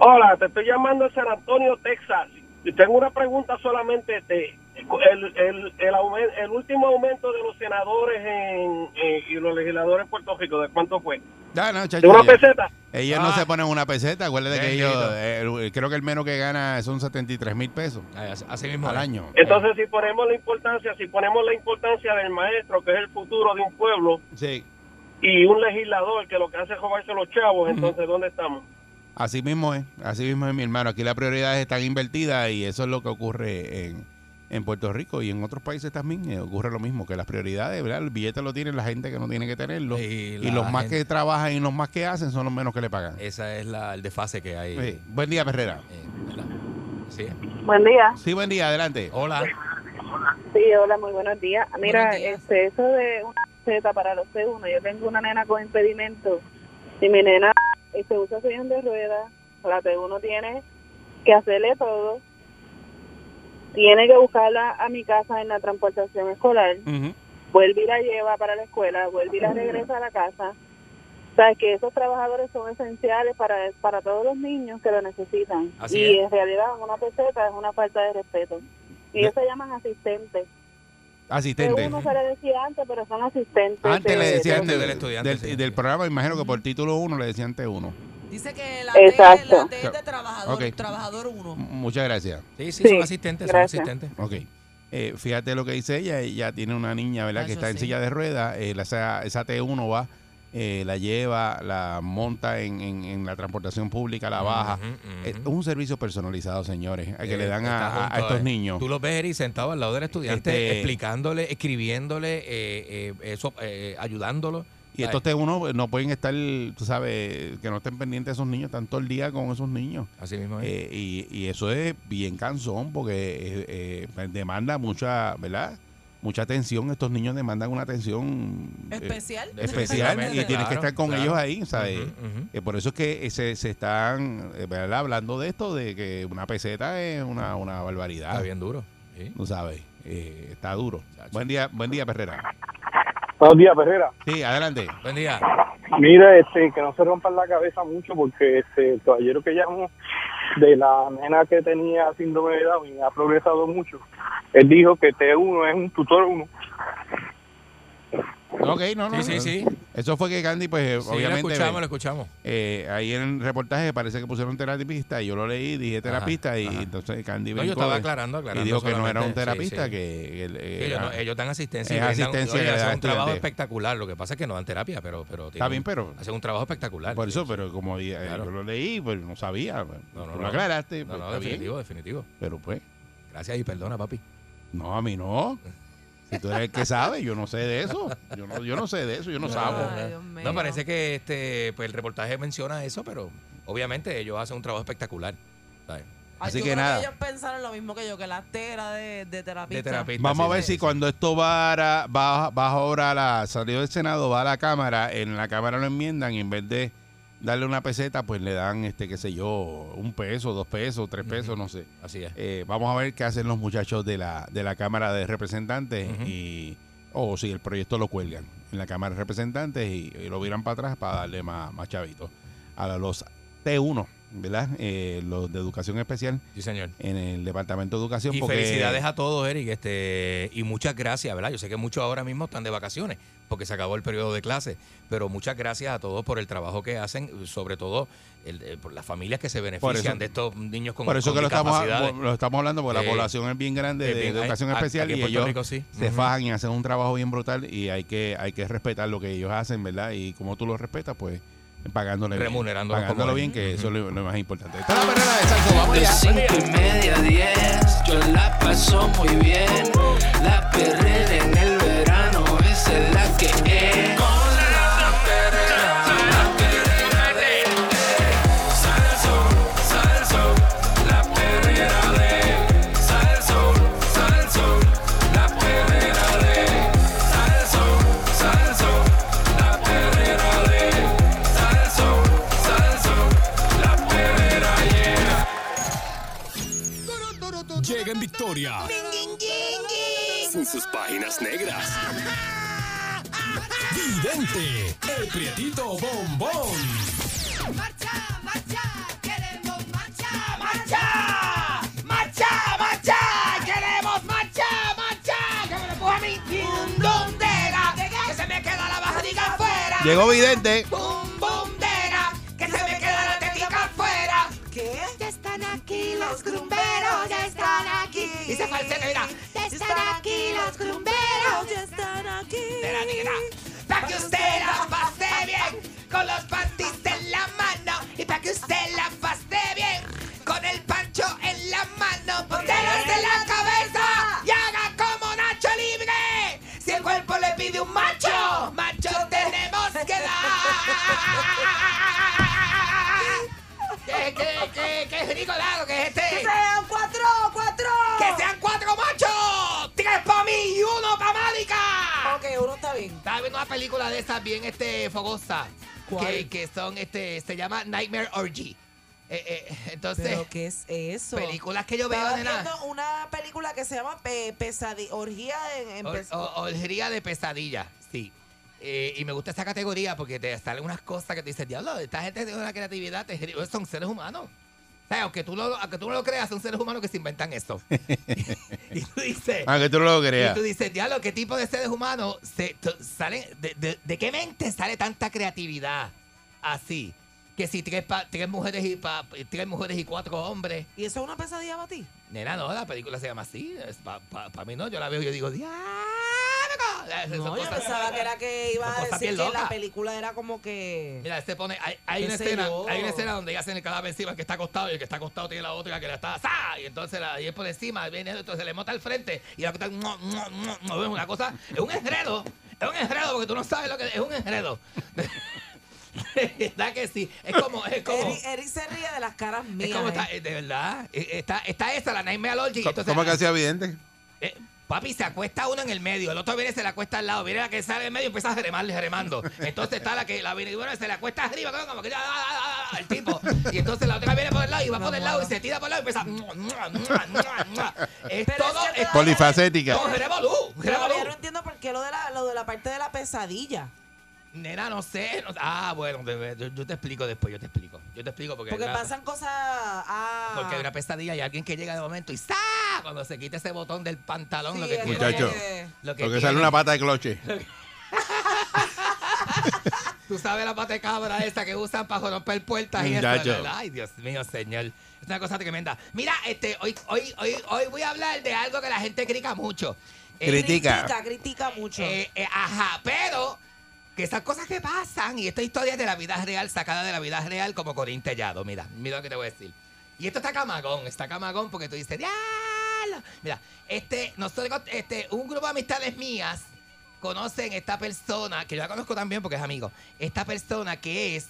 Speaker 11: Hola, te estoy llamando de San Antonio, Texas. Y Tengo una pregunta solamente. De, el, el, el, aumen- el último aumento de los senadores en- en- y los legisladores en Puerto Rico, ¿de cuánto fue?
Speaker 3: Ya, no, chacho,
Speaker 11: ¿De una
Speaker 3: ya.
Speaker 11: peseta?
Speaker 3: Ellos no
Speaker 4: Ah.
Speaker 3: se ponen una peseta, acuérdate que
Speaker 4: Bendito.
Speaker 3: ellos, eh, el- creo que el menos que gana son 73 mil pesos
Speaker 4: Así así mismo.
Speaker 3: al
Speaker 4: es.
Speaker 3: año.
Speaker 11: Entonces, si ponemos la importancia, si ponemos la importancia del maestro, que es el futuro de un pueblo,
Speaker 3: Sí.
Speaker 11: y un legislador que lo que hace es robarse los chavos, entonces, ¿dónde estamos?
Speaker 3: Así mismo es, así mismo es mi hermano. Aquí las prioridades están invertidas y eso es lo que ocurre en, en Puerto Rico y en otros países también eh, ocurre lo mismo, que las prioridades, ¿verdad? El billete lo tiene la gente que no tiene que tenerlo
Speaker 4: Y
Speaker 3: y,
Speaker 4: la
Speaker 3: los más
Speaker 4: gente-
Speaker 3: que trabajan y los más que hacen son los menos que le pagan.
Speaker 4: Esa es la, el desfase que hay.
Speaker 3: Sí. Buen día, Perrera.
Speaker 4: eh, ¿verdad? Sí.
Speaker 12: Buen día.
Speaker 3: Sí, buen día, adelante.
Speaker 4: Hola.
Speaker 12: Sí, hola, muy buenos días. Mira,
Speaker 5: Buenos días.
Speaker 12: este, eso de una Z para los C1, yo tengo una nena con impedimento y mi nena se usa sillón de ruedas, la T1 tiene que hacerle todo, tiene que buscarla a mi casa en la transportación escolar,
Speaker 3: Ujú.
Speaker 12: vuelve y la lleva para la escuela, vuelve y la regresa a la casa. O sea, que esos trabajadores son esenciales para, para todos los niños que lo necesitan.
Speaker 4: Así
Speaker 12: y
Speaker 4: es.
Speaker 12: en realidad una peseta es una falta de respeto. Y
Speaker 3: De-
Speaker 12: ellos se llaman asistentes. Que
Speaker 3: Asistente.
Speaker 12: uno se le decía antes, pero son asistentes.
Speaker 3: Antes le
Speaker 12: de-
Speaker 3: decían
Speaker 12: de-
Speaker 4: del
Speaker 3: del,
Speaker 4: estudiante,
Speaker 3: del-
Speaker 4: sí,
Speaker 3: del
Speaker 4: sí.
Speaker 3: programa, imagino que por título 1 le decían T1.
Speaker 5: Dice que la T,
Speaker 12: Exacto.
Speaker 5: la T es de trabajador,
Speaker 3: Ok.
Speaker 5: trabajador 1.
Speaker 3: M- Muchas gracias.
Speaker 4: Sí, sí,
Speaker 12: Sí,
Speaker 4: son asistentes,
Speaker 12: gracias.
Speaker 4: son asistentes.
Speaker 3: Ok. Eh, fíjate lo que dice ella. Ella tiene una niña, ¿verdad?
Speaker 5: Ah,
Speaker 3: que
Speaker 5: eso
Speaker 3: está en
Speaker 5: sí.
Speaker 3: silla de ruedas. eh, la- esa, esa T1 va, eh, la lleva, la monta en, en- en la transportación pública, la baja.
Speaker 4: Ujú, ujú.
Speaker 3: Eh, Es un servicio personalizado, señores, a que
Speaker 4: Eh,
Speaker 3: le dan
Speaker 4: está
Speaker 3: a, a- a
Speaker 4: junto
Speaker 3: estos
Speaker 4: él.
Speaker 3: niños.
Speaker 4: Tú los ves Eri, sentado al lado del estudiante,
Speaker 3: Este-
Speaker 4: explicándole, escribiéndole, eh, eh, eso, eh, ayudándolo.
Speaker 3: Y estos T1 no pueden estar, tú sabes, que no estén pendientes de esos niños, están todo el día con esos niños.
Speaker 4: Así mismo es.
Speaker 3: Eh, y, y eso es bien cansón porque eh, eh, demanda mucha, ¿verdad? Mucha atención. Estos niños demandan una atención eh, especial
Speaker 5: Especial.
Speaker 3: y
Speaker 4: Definitivamente,
Speaker 3: tienes que
Speaker 4: claro,
Speaker 3: estar con
Speaker 4: claro.
Speaker 3: ellos ahí, ¿sabes?
Speaker 4: Ujú, ujú.
Speaker 3: Eh, por eso es que eh, se, se están eh, ¿verdad? hablando de esto, de que una peseta es una, una barbaridad.
Speaker 4: Está bien duro. sí.
Speaker 3: Tú sabes, eh, está duro. Buen día, buen día, Perrera.
Speaker 13: Buenos días, Perrera.
Speaker 3: Sí, adelante.
Speaker 4: Buen día.
Speaker 13: Mira, este, que no se rompan la cabeza mucho porque este, el caballero que llamó de la nena que tenía síndrome de Down y ha progresado mucho, él dijo que T1 es un tutor 1.
Speaker 3: Ah, Ok, no, no.
Speaker 4: Sí, sí, sí.
Speaker 3: Eso fue que Candy, pues, eh,
Speaker 4: Sí,
Speaker 3: obviamente.
Speaker 4: lo escuchamos, lo escuchamos.
Speaker 3: Eh, ahí en el reportaje parece que pusieron terapista y yo lo leí, dije terapista y
Speaker 4: ajá.
Speaker 3: entonces Candy
Speaker 4: No, yo
Speaker 3: brincó
Speaker 4: estaba
Speaker 3: de-
Speaker 4: aclarando, aclarando.
Speaker 3: y dijo que no era un
Speaker 4: solamente. Sí,
Speaker 3: terapista,
Speaker 4: sí.
Speaker 3: que, que el- eh,
Speaker 4: ellos, no-
Speaker 3: ah,
Speaker 4: ellos dan asistencia. y
Speaker 3: es
Speaker 4: brindan-
Speaker 3: asistencia
Speaker 4: oye,
Speaker 3: que da
Speaker 4: hacen un trabajo
Speaker 3: estudiante.
Speaker 4: espectacular. Lo que pasa es que no dan terapia, pero. pero
Speaker 3: está
Speaker 4: tienen-
Speaker 3: bien, pero
Speaker 4: Hacen un trabajo espectacular.
Speaker 3: por
Speaker 4: sí,
Speaker 3: eso,
Speaker 4: sí.
Speaker 3: pero como di- eh,
Speaker 4: Claro.
Speaker 3: yo lo leí, pues no sabía, pues,
Speaker 4: No, no,
Speaker 3: tú
Speaker 4: no.
Speaker 3: lo aclaraste,
Speaker 4: No,
Speaker 3: pues,
Speaker 4: no,
Speaker 3: está bien,
Speaker 4: definitivo, definitivo.
Speaker 3: pero pues,
Speaker 4: Gracias y perdona, papi.
Speaker 3: no, a mí no. Si tú eres el que sabe, yo no sé de eso, yo no, yo no sé de eso, yo no sabo.
Speaker 5: Ay, Dios mío.
Speaker 4: No, parece que este, pues, el reportaje menciona eso, pero obviamente ellos hacen un trabajo espectacular. ¿sabes?
Speaker 5: Ay,
Speaker 3: Así
Speaker 5: yo
Speaker 3: que
Speaker 5: creo
Speaker 3: nada.
Speaker 5: ellos pensaron lo mismo que yo, que la tera de, de terapista.
Speaker 4: De terapista.
Speaker 3: Vamos
Speaker 4: sí,
Speaker 3: a ver
Speaker 4: sí,
Speaker 3: si
Speaker 4: sí.
Speaker 3: cuando esto va, a la- va, va ahora a la salió del Senado, va a la Cámara, en la Cámara lo enmiendan y en vez de darle una peseta, pues le dan, este qué sé yo, un peso, dos pesos, tres pesos, no sé.
Speaker 4: Así es.
Speaker 3: Eh, vamos a ver qué hacen los muchachos de la, de la Cámara de Representantes
Speaker 4: Ujú.
Speaker 3: y o si el proyecto lo cuelgan en la Cámara de Representantes y, y lo viran para atrás para darle más, más chavito a los T1, ¿verdad? Eh, los de educación especial
Speaker 4: Sí, señor.
Speaker 3: en el Departamento de Educación.
Speaker 4: Y
Speaker 3: porque-
Speaker 4: felicidades a todos, Eric, este, y muchas gracias, ¿verdad? Yo sé que muchos ahora mismo están de vacaciones porque se acabó el periodo de clase, pero muchas gracias a todos por el trabajo que hacen, sobre todo el- eh, por las familias que se benefician
Speaker 3: eso-
Speaker 4: de estos niños con,
Speaker 3: Por eso
Speaker 4: con
Speaker 3: que lo estamos,
Speaker 4: discapacidades.
Speaker 3: lo estamos hablando, porque
Speaker 4: Sí.
Speaker 3: la población es bien grande
Speaker 4: Es
Speaker 3: de
Speaker 4: bien-
Speaker 3: educación
Speaker 4: a-
Speaker 3: especial
Speaker 4: aquí en
Speaker 3: y
Speaker 4: Puerto
Speaker 3: ellos
Speaker 4: Rico, sí.
Speaker 3: se
Speaker 4: Ujú.
Speaker 3: fajan y hacen un trabajo bien brutal y hay que hay que respetar lo que ellos hacen, ¿verdad? Y como tú lo respetas, pues pagándole bien.
Speaker 4: Remunerándolos
Speaker 3: pagándolo
Speaker 4: como
Speaker 3: bien,
Speaker 4: es.
Speaker 3: que
Speaker 4: Ujú.
Speaker 3: eso es lo, lo más importante. Esta es la perrera de Salso, vamos
Speaker 14: De
Speaker 3: allá.
Speaker 14: cinco y media a diez, yo la paso muy bien. La perrera en el verano, esa es la que es. Con la perrera, la perrera de Sale el sol, sale el sol, la perrera de Sale el sol, sale el sol, la perrera de Sale el sol, sale el sol, la perrera de Sale el sol, sale el sol, la perrera yeah.
Speaker 1: Llega en victoria. Sin sus páginas negras. Vidente, el prietito bombón.
Speaker 3: Llegó Vidente.
Speaker 5: ¿Qué?
Speaker 6: Ya están aquí los grumberos, ya están aquí.
Speaker 5: Y se falsete, mira.
Speaker 6: Ya están aquí los grumberos, ya
Speaker 5: están aquí.
Speaker 6: Para que usted la pase bien, con los panties en la mano. Y para que usted la pase bien, con el pancho en la mano. Póntelos en la cabeza y haga como Nacho Libre. Si el cuerpo le pide un macho, macho tenemos que
Speaker 5: <laughs>
Speaker 6: dar. ¿Qué, qué, qué, qué ricolado que es este?
Speaker 5: ¡Que sean cuatro, cuatro!
Speaker 6: ¡Que sean cuatro machos! ¡Tres para mí y uno para Mádica!
Speaker 5: Ok, uno está bien.
Speaker 6: ¡Ah! Estaba viendo una película de esas bien este, fogosa.
Speaker 5: ¿Cuál?
Speaker 6: Que, que son, este, se llama Nightmare Orgy. Eh, eh, entonces,
Speaker 5: ¿Pero qué es eso?
Speaker 6: películas que yo veo,
Speaker 5: Estaba
Speaker 6: nena.
Speaker 5: viendo una película que se llama Pe- Pesadi- Orgía en, en
Speaker 6: Or-
Speaker 5: pes-
Speaker 6: o- orgía de pesadilla, sí. Eh, y me gusta esa categoría porque te salen unas cosas que te dices, diablo, esta gente tiene una creatividad, te- son seres humanos. O sea, aunque tú, lo, aunque tú no lo creas, son seres humanos que se inventan esto. y tú dices,
Speaker 3: Aunque Ah, tú no lo
Speaker 6: Y
Speaker 3: creas.
Speaker 6: tú dices, diablo, ¿qué tipo de seres humanos se, t- salen, de, de- de qué mente sale tanta creatividad así? Que si tres, pa- tres mujeres y pa- tres mujeres y cuatro hombres.
Speaker 5: ¿Y eso es una pesadilla para ti?
Speaker 6: Nena, Ah, no, la película se llama así. Para mí no, yo la veo y yo digo, diablo, loca. Esas
Speaker 5: No, yo
Speaker 6: cosas-
Speaker 5: pensaba que era que iba
Speaker 6: Son
Speaker 5: a
Speaker 6: cosas
Speaker 5: decir
Speaker 6: bien
Speaker 5: que la
Speaker 6: locas.
Speaker 5: película era como que.
Speaker 6: Mira, este pone. Hay, hay
Speaker 5: Qué
Speaker 6: una
Speaker 5: sé
Speaker 6: escena,
Speaker 5: yo.
Speaker 6: hay una escena donde ella hacen el cadáver encima el que está acostado y el que está acostado tiene la otra que la está. ¡za! Y entonces la y es por encima, viene entonces se le mota al frente y la cosa. ¡mua, mua, mua, mua! Es una cosa. Es un enredo. Es un enredo porque tú no sabes lo que es un enredo. <laughs> ¿Verdad que sí? Es como. Es como
Speaker 5: Eric, Eric se ríe de las caras mías.
Speaker 6: es como
Speaker 5: ¿eh?
Speaker 6: está, eh, de verdad, eh, está, está esa, la Nightmare Lodge. Entonces,
Speaker 3: ¿Cómo que hacía vidente?
Speaker 6: eh, papi, se acuesta uno en el medio, el otro viene y se le acuesta al lado, viene la que sale en el medio y empieza a remarle, remando. Entonces está la que la viene y bueno, se le acuesta arriba, como- como que ah, ah, ah, el tipo. Y entonces la otra viene por el lado y va por el lado y se tira por el lado y empieza. mua, mua, mua, mua, mua. Es todo. es-
Speaker 3: Polifacética.
Speaker 6: todo revolú,
Speaker 5: Todavía
Speaker 6: revolú.
Speaker 5: no entiendo por qué lo de la, lo de la parte de la pesadilla.
Speaker 6: Nena, no sé. no- ah, bueno, bebé, yo, yo te explico después, yo te explico. Yo te explico porque.
Speaker 5: Porque
Speaker 6: la-
Speaker 5: pasan cosas. Ah,
Speaker 6: Pues Porque hay una pesadilla y alguien que llega de momento y ¡sa! Cuando se quita ese botón del pantalón,
Speaker 5: Sí,
Speaker 6: lo que
Speaker 5: es
Speaker 6: tiene-
Speaker 3: Muchacho,
Speaker 6: lo que
Speaker 3: Porque
Speaker 6: tiene-
Speaker 3: sale una pata de
Speaker 6: <laughs>
Speaker 3: cloche.
Speaker 6: Tú sabes la pata de cabra esa que usan para romper puertas y eso,
Speaker 3: Muchacho.
Speaker 6: ¿verdad? Ay, Dios mío, señor. Es una cosa tremenda. Mira, este, hoy, hoy, hoy, hoy voy a hablar de algo que la gente critica mucho. Eh,
Speaker 5: critica, critica mucho.
Speaker 6: eh, eh, ajá, pero que esas cosas que pasan y esta historia es de la vida real, sacada de la vida real como Corín Tellado. Mira, mira lo que te voy a decir. Y esto está camagón, está camagón porque tú dices, ¡Diablo! Mira, este, nosotros, este, un grupo de amistades mías conocen esta persona, que yo la conozco también porque es amigo, esta persona que es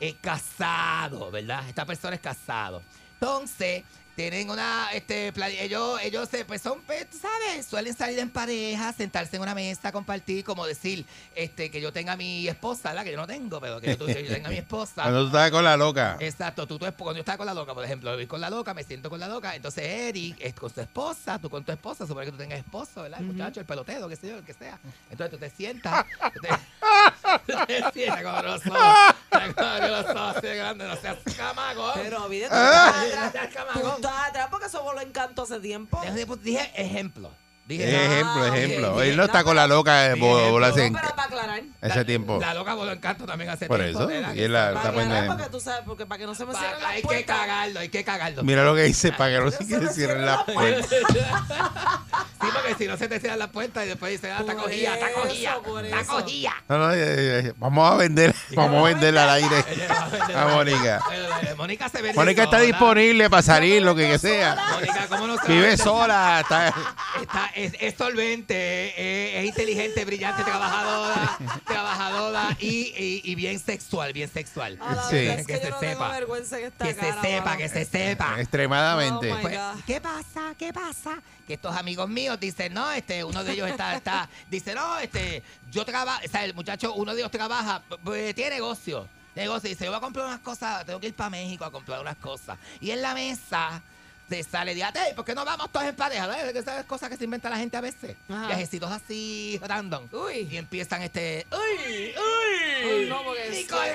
Speaker 6: eh, casado, ¿verdad? Esta persona es casado. Entonces, tienen una, este, pla- ellos, ellos se, pues son, pues, tú sabes, suelen salir en pareja, sentarse en una mesa, compartir, como decir, este, que yo tenga a mi esposa, ¿verdad? Que yo no tengo, pero que yo, tu- que yo tenga a mi
Speaker 3: <laughs>
Speaker 6: esposa. Eh,
Speaker 3: Cuando tú estabas con la loca.
Speaker 6: Exacto, tú, tú, cuando yo estaba con la loca, por ejemplo, yo voy con la loca, me siento con la loca, entonces Eric es con su esposa, tú con tu esposa, supone que tú tengas esposo, ¿verdad? El muchacho, el pelotero, qué sé yo, el que sea. Entonces tú te
Speaker 3: <laughs>
Speaker 6: sientas, tú te, <laughs> tú te sientas con los ojos, con los ojos así de grande, no seas camagón.
Speaker 5: Pero, olvídate,
Speaker 6: Ah. <laughs>
Speaker 5: tú estás atrás. Tú
Speaker 6: Camagón.
Speaker 5: estás atrás porque eso lo encantó hace tiempo.
Speaker 6: Dije, dije ejemplo. Dije,
Speaker 3: Ejemplo,
Speaker 6: Ah,
Speaker 3: ejemplo.
Speaker 6: bien,
Speaker 3: Él
Speaker 6: bien.
Speaker 3: no está con la loca eh,
Speaker 6: Bien,
Speaker 3: bo-
Speaker 6: bien.
Speaker 3: bolas
Speaker 5: No,
Speaker 3: en-
Speaker 5: pero para aclarar.
Speaker 3: ese tiempo.
Speaker 6: La loca voló encanto también hace
Speaker 3: Por
Speaker 6: tiempo.
Speaker 3: eso,
Speaker 6: ¿verdad?
Speaker 3: y él la-
Speaker 5: Para
Speaker 3: está poniendo
Speaker 5: aclarar
Speaker 3: en-
Speaker 5: porque tú sabes, porque para que no se me
Speaker 6: Pa-
Speaker 5: cierren las
Speaker 6: hay que
Speaker 5: puertas.
Speaker 6: cagarlo, hay que cagarlo.
Speaker 3: Mira lo que dice, para que no se que cierren <laughs> la puerta.
Speaker 6: Sí, porque si no se te cierran las puertas y después dices, ah, está
Speaker 5: Por
Speaker 6: cogida, está
Speaker 5: eso,
Speaker 6: cogida,
Speaker 5: por
Speaker 6: está
Speaker 5: eso.
Speaker 6: cogida.
Speaker 3: No, no, eh, eh, eh, vamos a
Speaker 6: <laughs>
Speaker 3: vender, vamos a venderla al aire <laughs> a Mónica.
Speaker 6: Eh, Mónica se ve.
Speaker 3: Mónica está disponible para salir, lo que, que sea.
Speaker 6: Mónica, ¿cómo no se
Speaker 3: Vive
Speaker 6: vende?
Speaker 3: sola. Está...
Speaker 6: Está- es, es solvente, eh, es, inteligente,
Speaker 3: <laughs>
Speaker 6: brillante, trabajadora, trabajadora y, y- y bien sexual, bien sexual.
Speaker 5: A la
Speaker 3: Sí.
Speaker 5: verdad es que,
Speaker 6: Que
Speaker 5: yo
Speaker 6: se
Speaker 5: no tengo
Speaker 6: sepa.
Speaker 5: vergüenza en
Speaker 6: <laughs>
Speaker 5: esta
Speaker 6: Que se
Speaker 5: cara,
Speaker 6: sepa,
Speaker 5: mano.
Speaker 6: que se sepa.
Speaker 3: Extremadamente.
Speaker 5: Oh, my
Speaker 6: Pues,
Speaker 5: God.
Speaker 6: ¿Qué pasa? ¿Qué pasa? Que estos amigos míos dicen, no, este, uno de ellos está, está, <laughs> dice, no, este, yo trabajo, o sea, el muchacho, uno de ellos trabaja, pues, tiene negocio, negocio, dice, yo voy a comprar unas cosas, tengo que ir para México a comprar unas cosas. Y en la mesa se sale, dice, hey, ¿por qué no vamos todos en pareja? ¿Ves? Que Esas cosas que se inventa la gente a veces.
Speaker 5: Ajá.
Speaker 6: Viajecitos así, random.
Speaker 5: Uy.
Speaker 6: Y empiezan este, uy, uy,
Speaker 5: Uy, no, porque es- <laughs>
Speaker 6: Nicolás,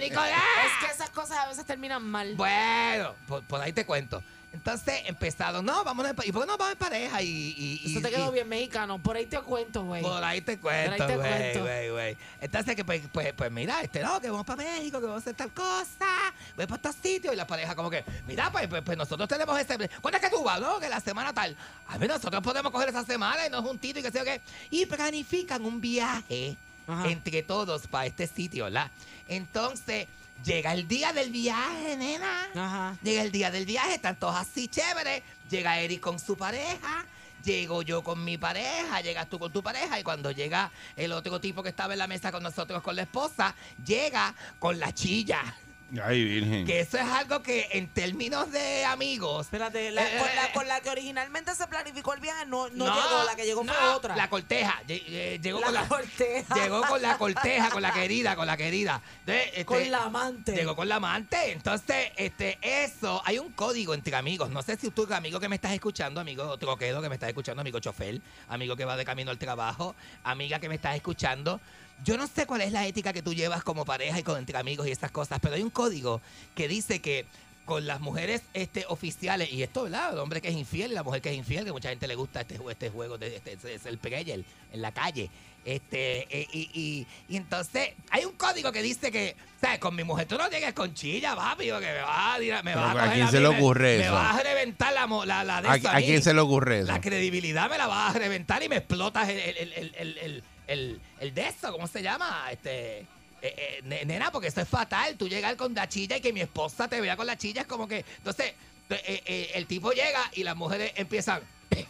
Speaker 6: Nicolás.
Speaker 5: Es que esas cosas a veces terminan mal.
Speaker 6: Bueno, por, por ahí te cuento. Entonces empezaron, no, vamos en, pa- ¿y por qué no vamos en pareja? Y, y- y-
Speaker 5: Eso te quedó
Speaker 6: y-
Speaker 5: bien mexicano. Por ahí te cuento, güey.
Speaker 6: Por ahí te
Speaker 5: Por
Speaker 6: cuento,
Speaker 5: ahí te
Speaker 6: güey,
Speaker 5: cuento.
Speaker 6: güey, güey. Entonces, que, pues, pues, pues, mira, este, no, que vamos para México, que vamos a hacer tal cosa, voy para estos sitios. Y la pareja como que, mira, pues, pues, pues nosotros tenemos ese... ¿Cuándo es que tú vas, no? Que la semana tal. A ver, nosotros podemos coger esa semana y nos juntito y que sé yo qué. Y planifican un viaje
Speaker 5: Ajá.
Speaker 6: entre todos para este sitio, ¿verdad? Entonces, llega el día del viaje, nena.
Speaker 5: Ajá.
Speaker 6: Llega el día del viaje, están todos así chévere. Llega Eric con su pareja. Llego yo con mi pareja, llegas tú con tu pareja y cuando llega el otro tipo que estaba en la mesa con nosotros con la esposa, llega con la chilla.
Speaker 3: Ay, virgen.
Speaker 6: Que eso es algo que en términos de amigos...
Speaker 5: Espérate, la,
Speaker 6: Eh,
Speaker 5: con,
Speaker 6: eh,
Speaker 5: la, con la que originalmente se planificó el viaje no, no,
Speaker 6: no,
Speaker 5: llegó, la que llegó fue
Speaker 6: no,
Speaker 5: otra.
Speaker 6: La corteja. Lle- eh, Llegó
Speaker 5: La
Speaker 6: con la
Speaker 5: corteja.
Speaker 6: Llegó con la corteja, con la querida, con la querida. Entonces, este,
Speaker 5: Con la amante.
Speaker 6: Llegó con la amante. Entonces, este, eso, hay un código entre amigos. No sé si tú, amigo que me estás escuchando, amigo troquedo que me estás escuchando, amigo chofer, amigo que va de camino al trabajo, amiga que me estás escuchando. Yo no sé cuál es la ética que tú llevas como pareja y con entre amigos y esas cosas, pero hay un código que dice que con las mujeres este, oficiales, y esto, ¿verdad? El hombre que es infiel, la mujer que es infiel, que mucha gente le gusta este, ju- este juego, de, este, es el pregel en la calle. Este, eh, y, y- y entonces hay un código que dice que, ¿sabes? Con mi mujer tú no llegues con chilla, papi, porque me va a, tirar- me
Speaker 3: Pero
Speaker 6: va a
Speaker 3: ¿a
Speaker 6: coger
Speaker 3: quién
Speaker 6: mí,
Speaker 3: se le
Speaker 6: me-
Speaker 3: ocurre
Speaker 6: me
Speaker 3: eso?
Speaker 6: va a reventar la, mo- la, la de
Speaker 3: ¿A,
Speaker 6: esa
Speaker 3: a
Speaker 6: mí.
Speaker 3: quién se le ocurre eso?
Speaker 6: La credibilidad me la vas a reventar y me explotas el, el, el, el, el, el- el- el de eso, ¿cómo se llama? Este, eh, eh, ne- nena, porque eso es fatal. Tú llegar con la chilla y que mi esposa te vea con la chilla es como que. Entonces, eh, eh, eh, el tipo llega y las mujeres empiezan. <coughs>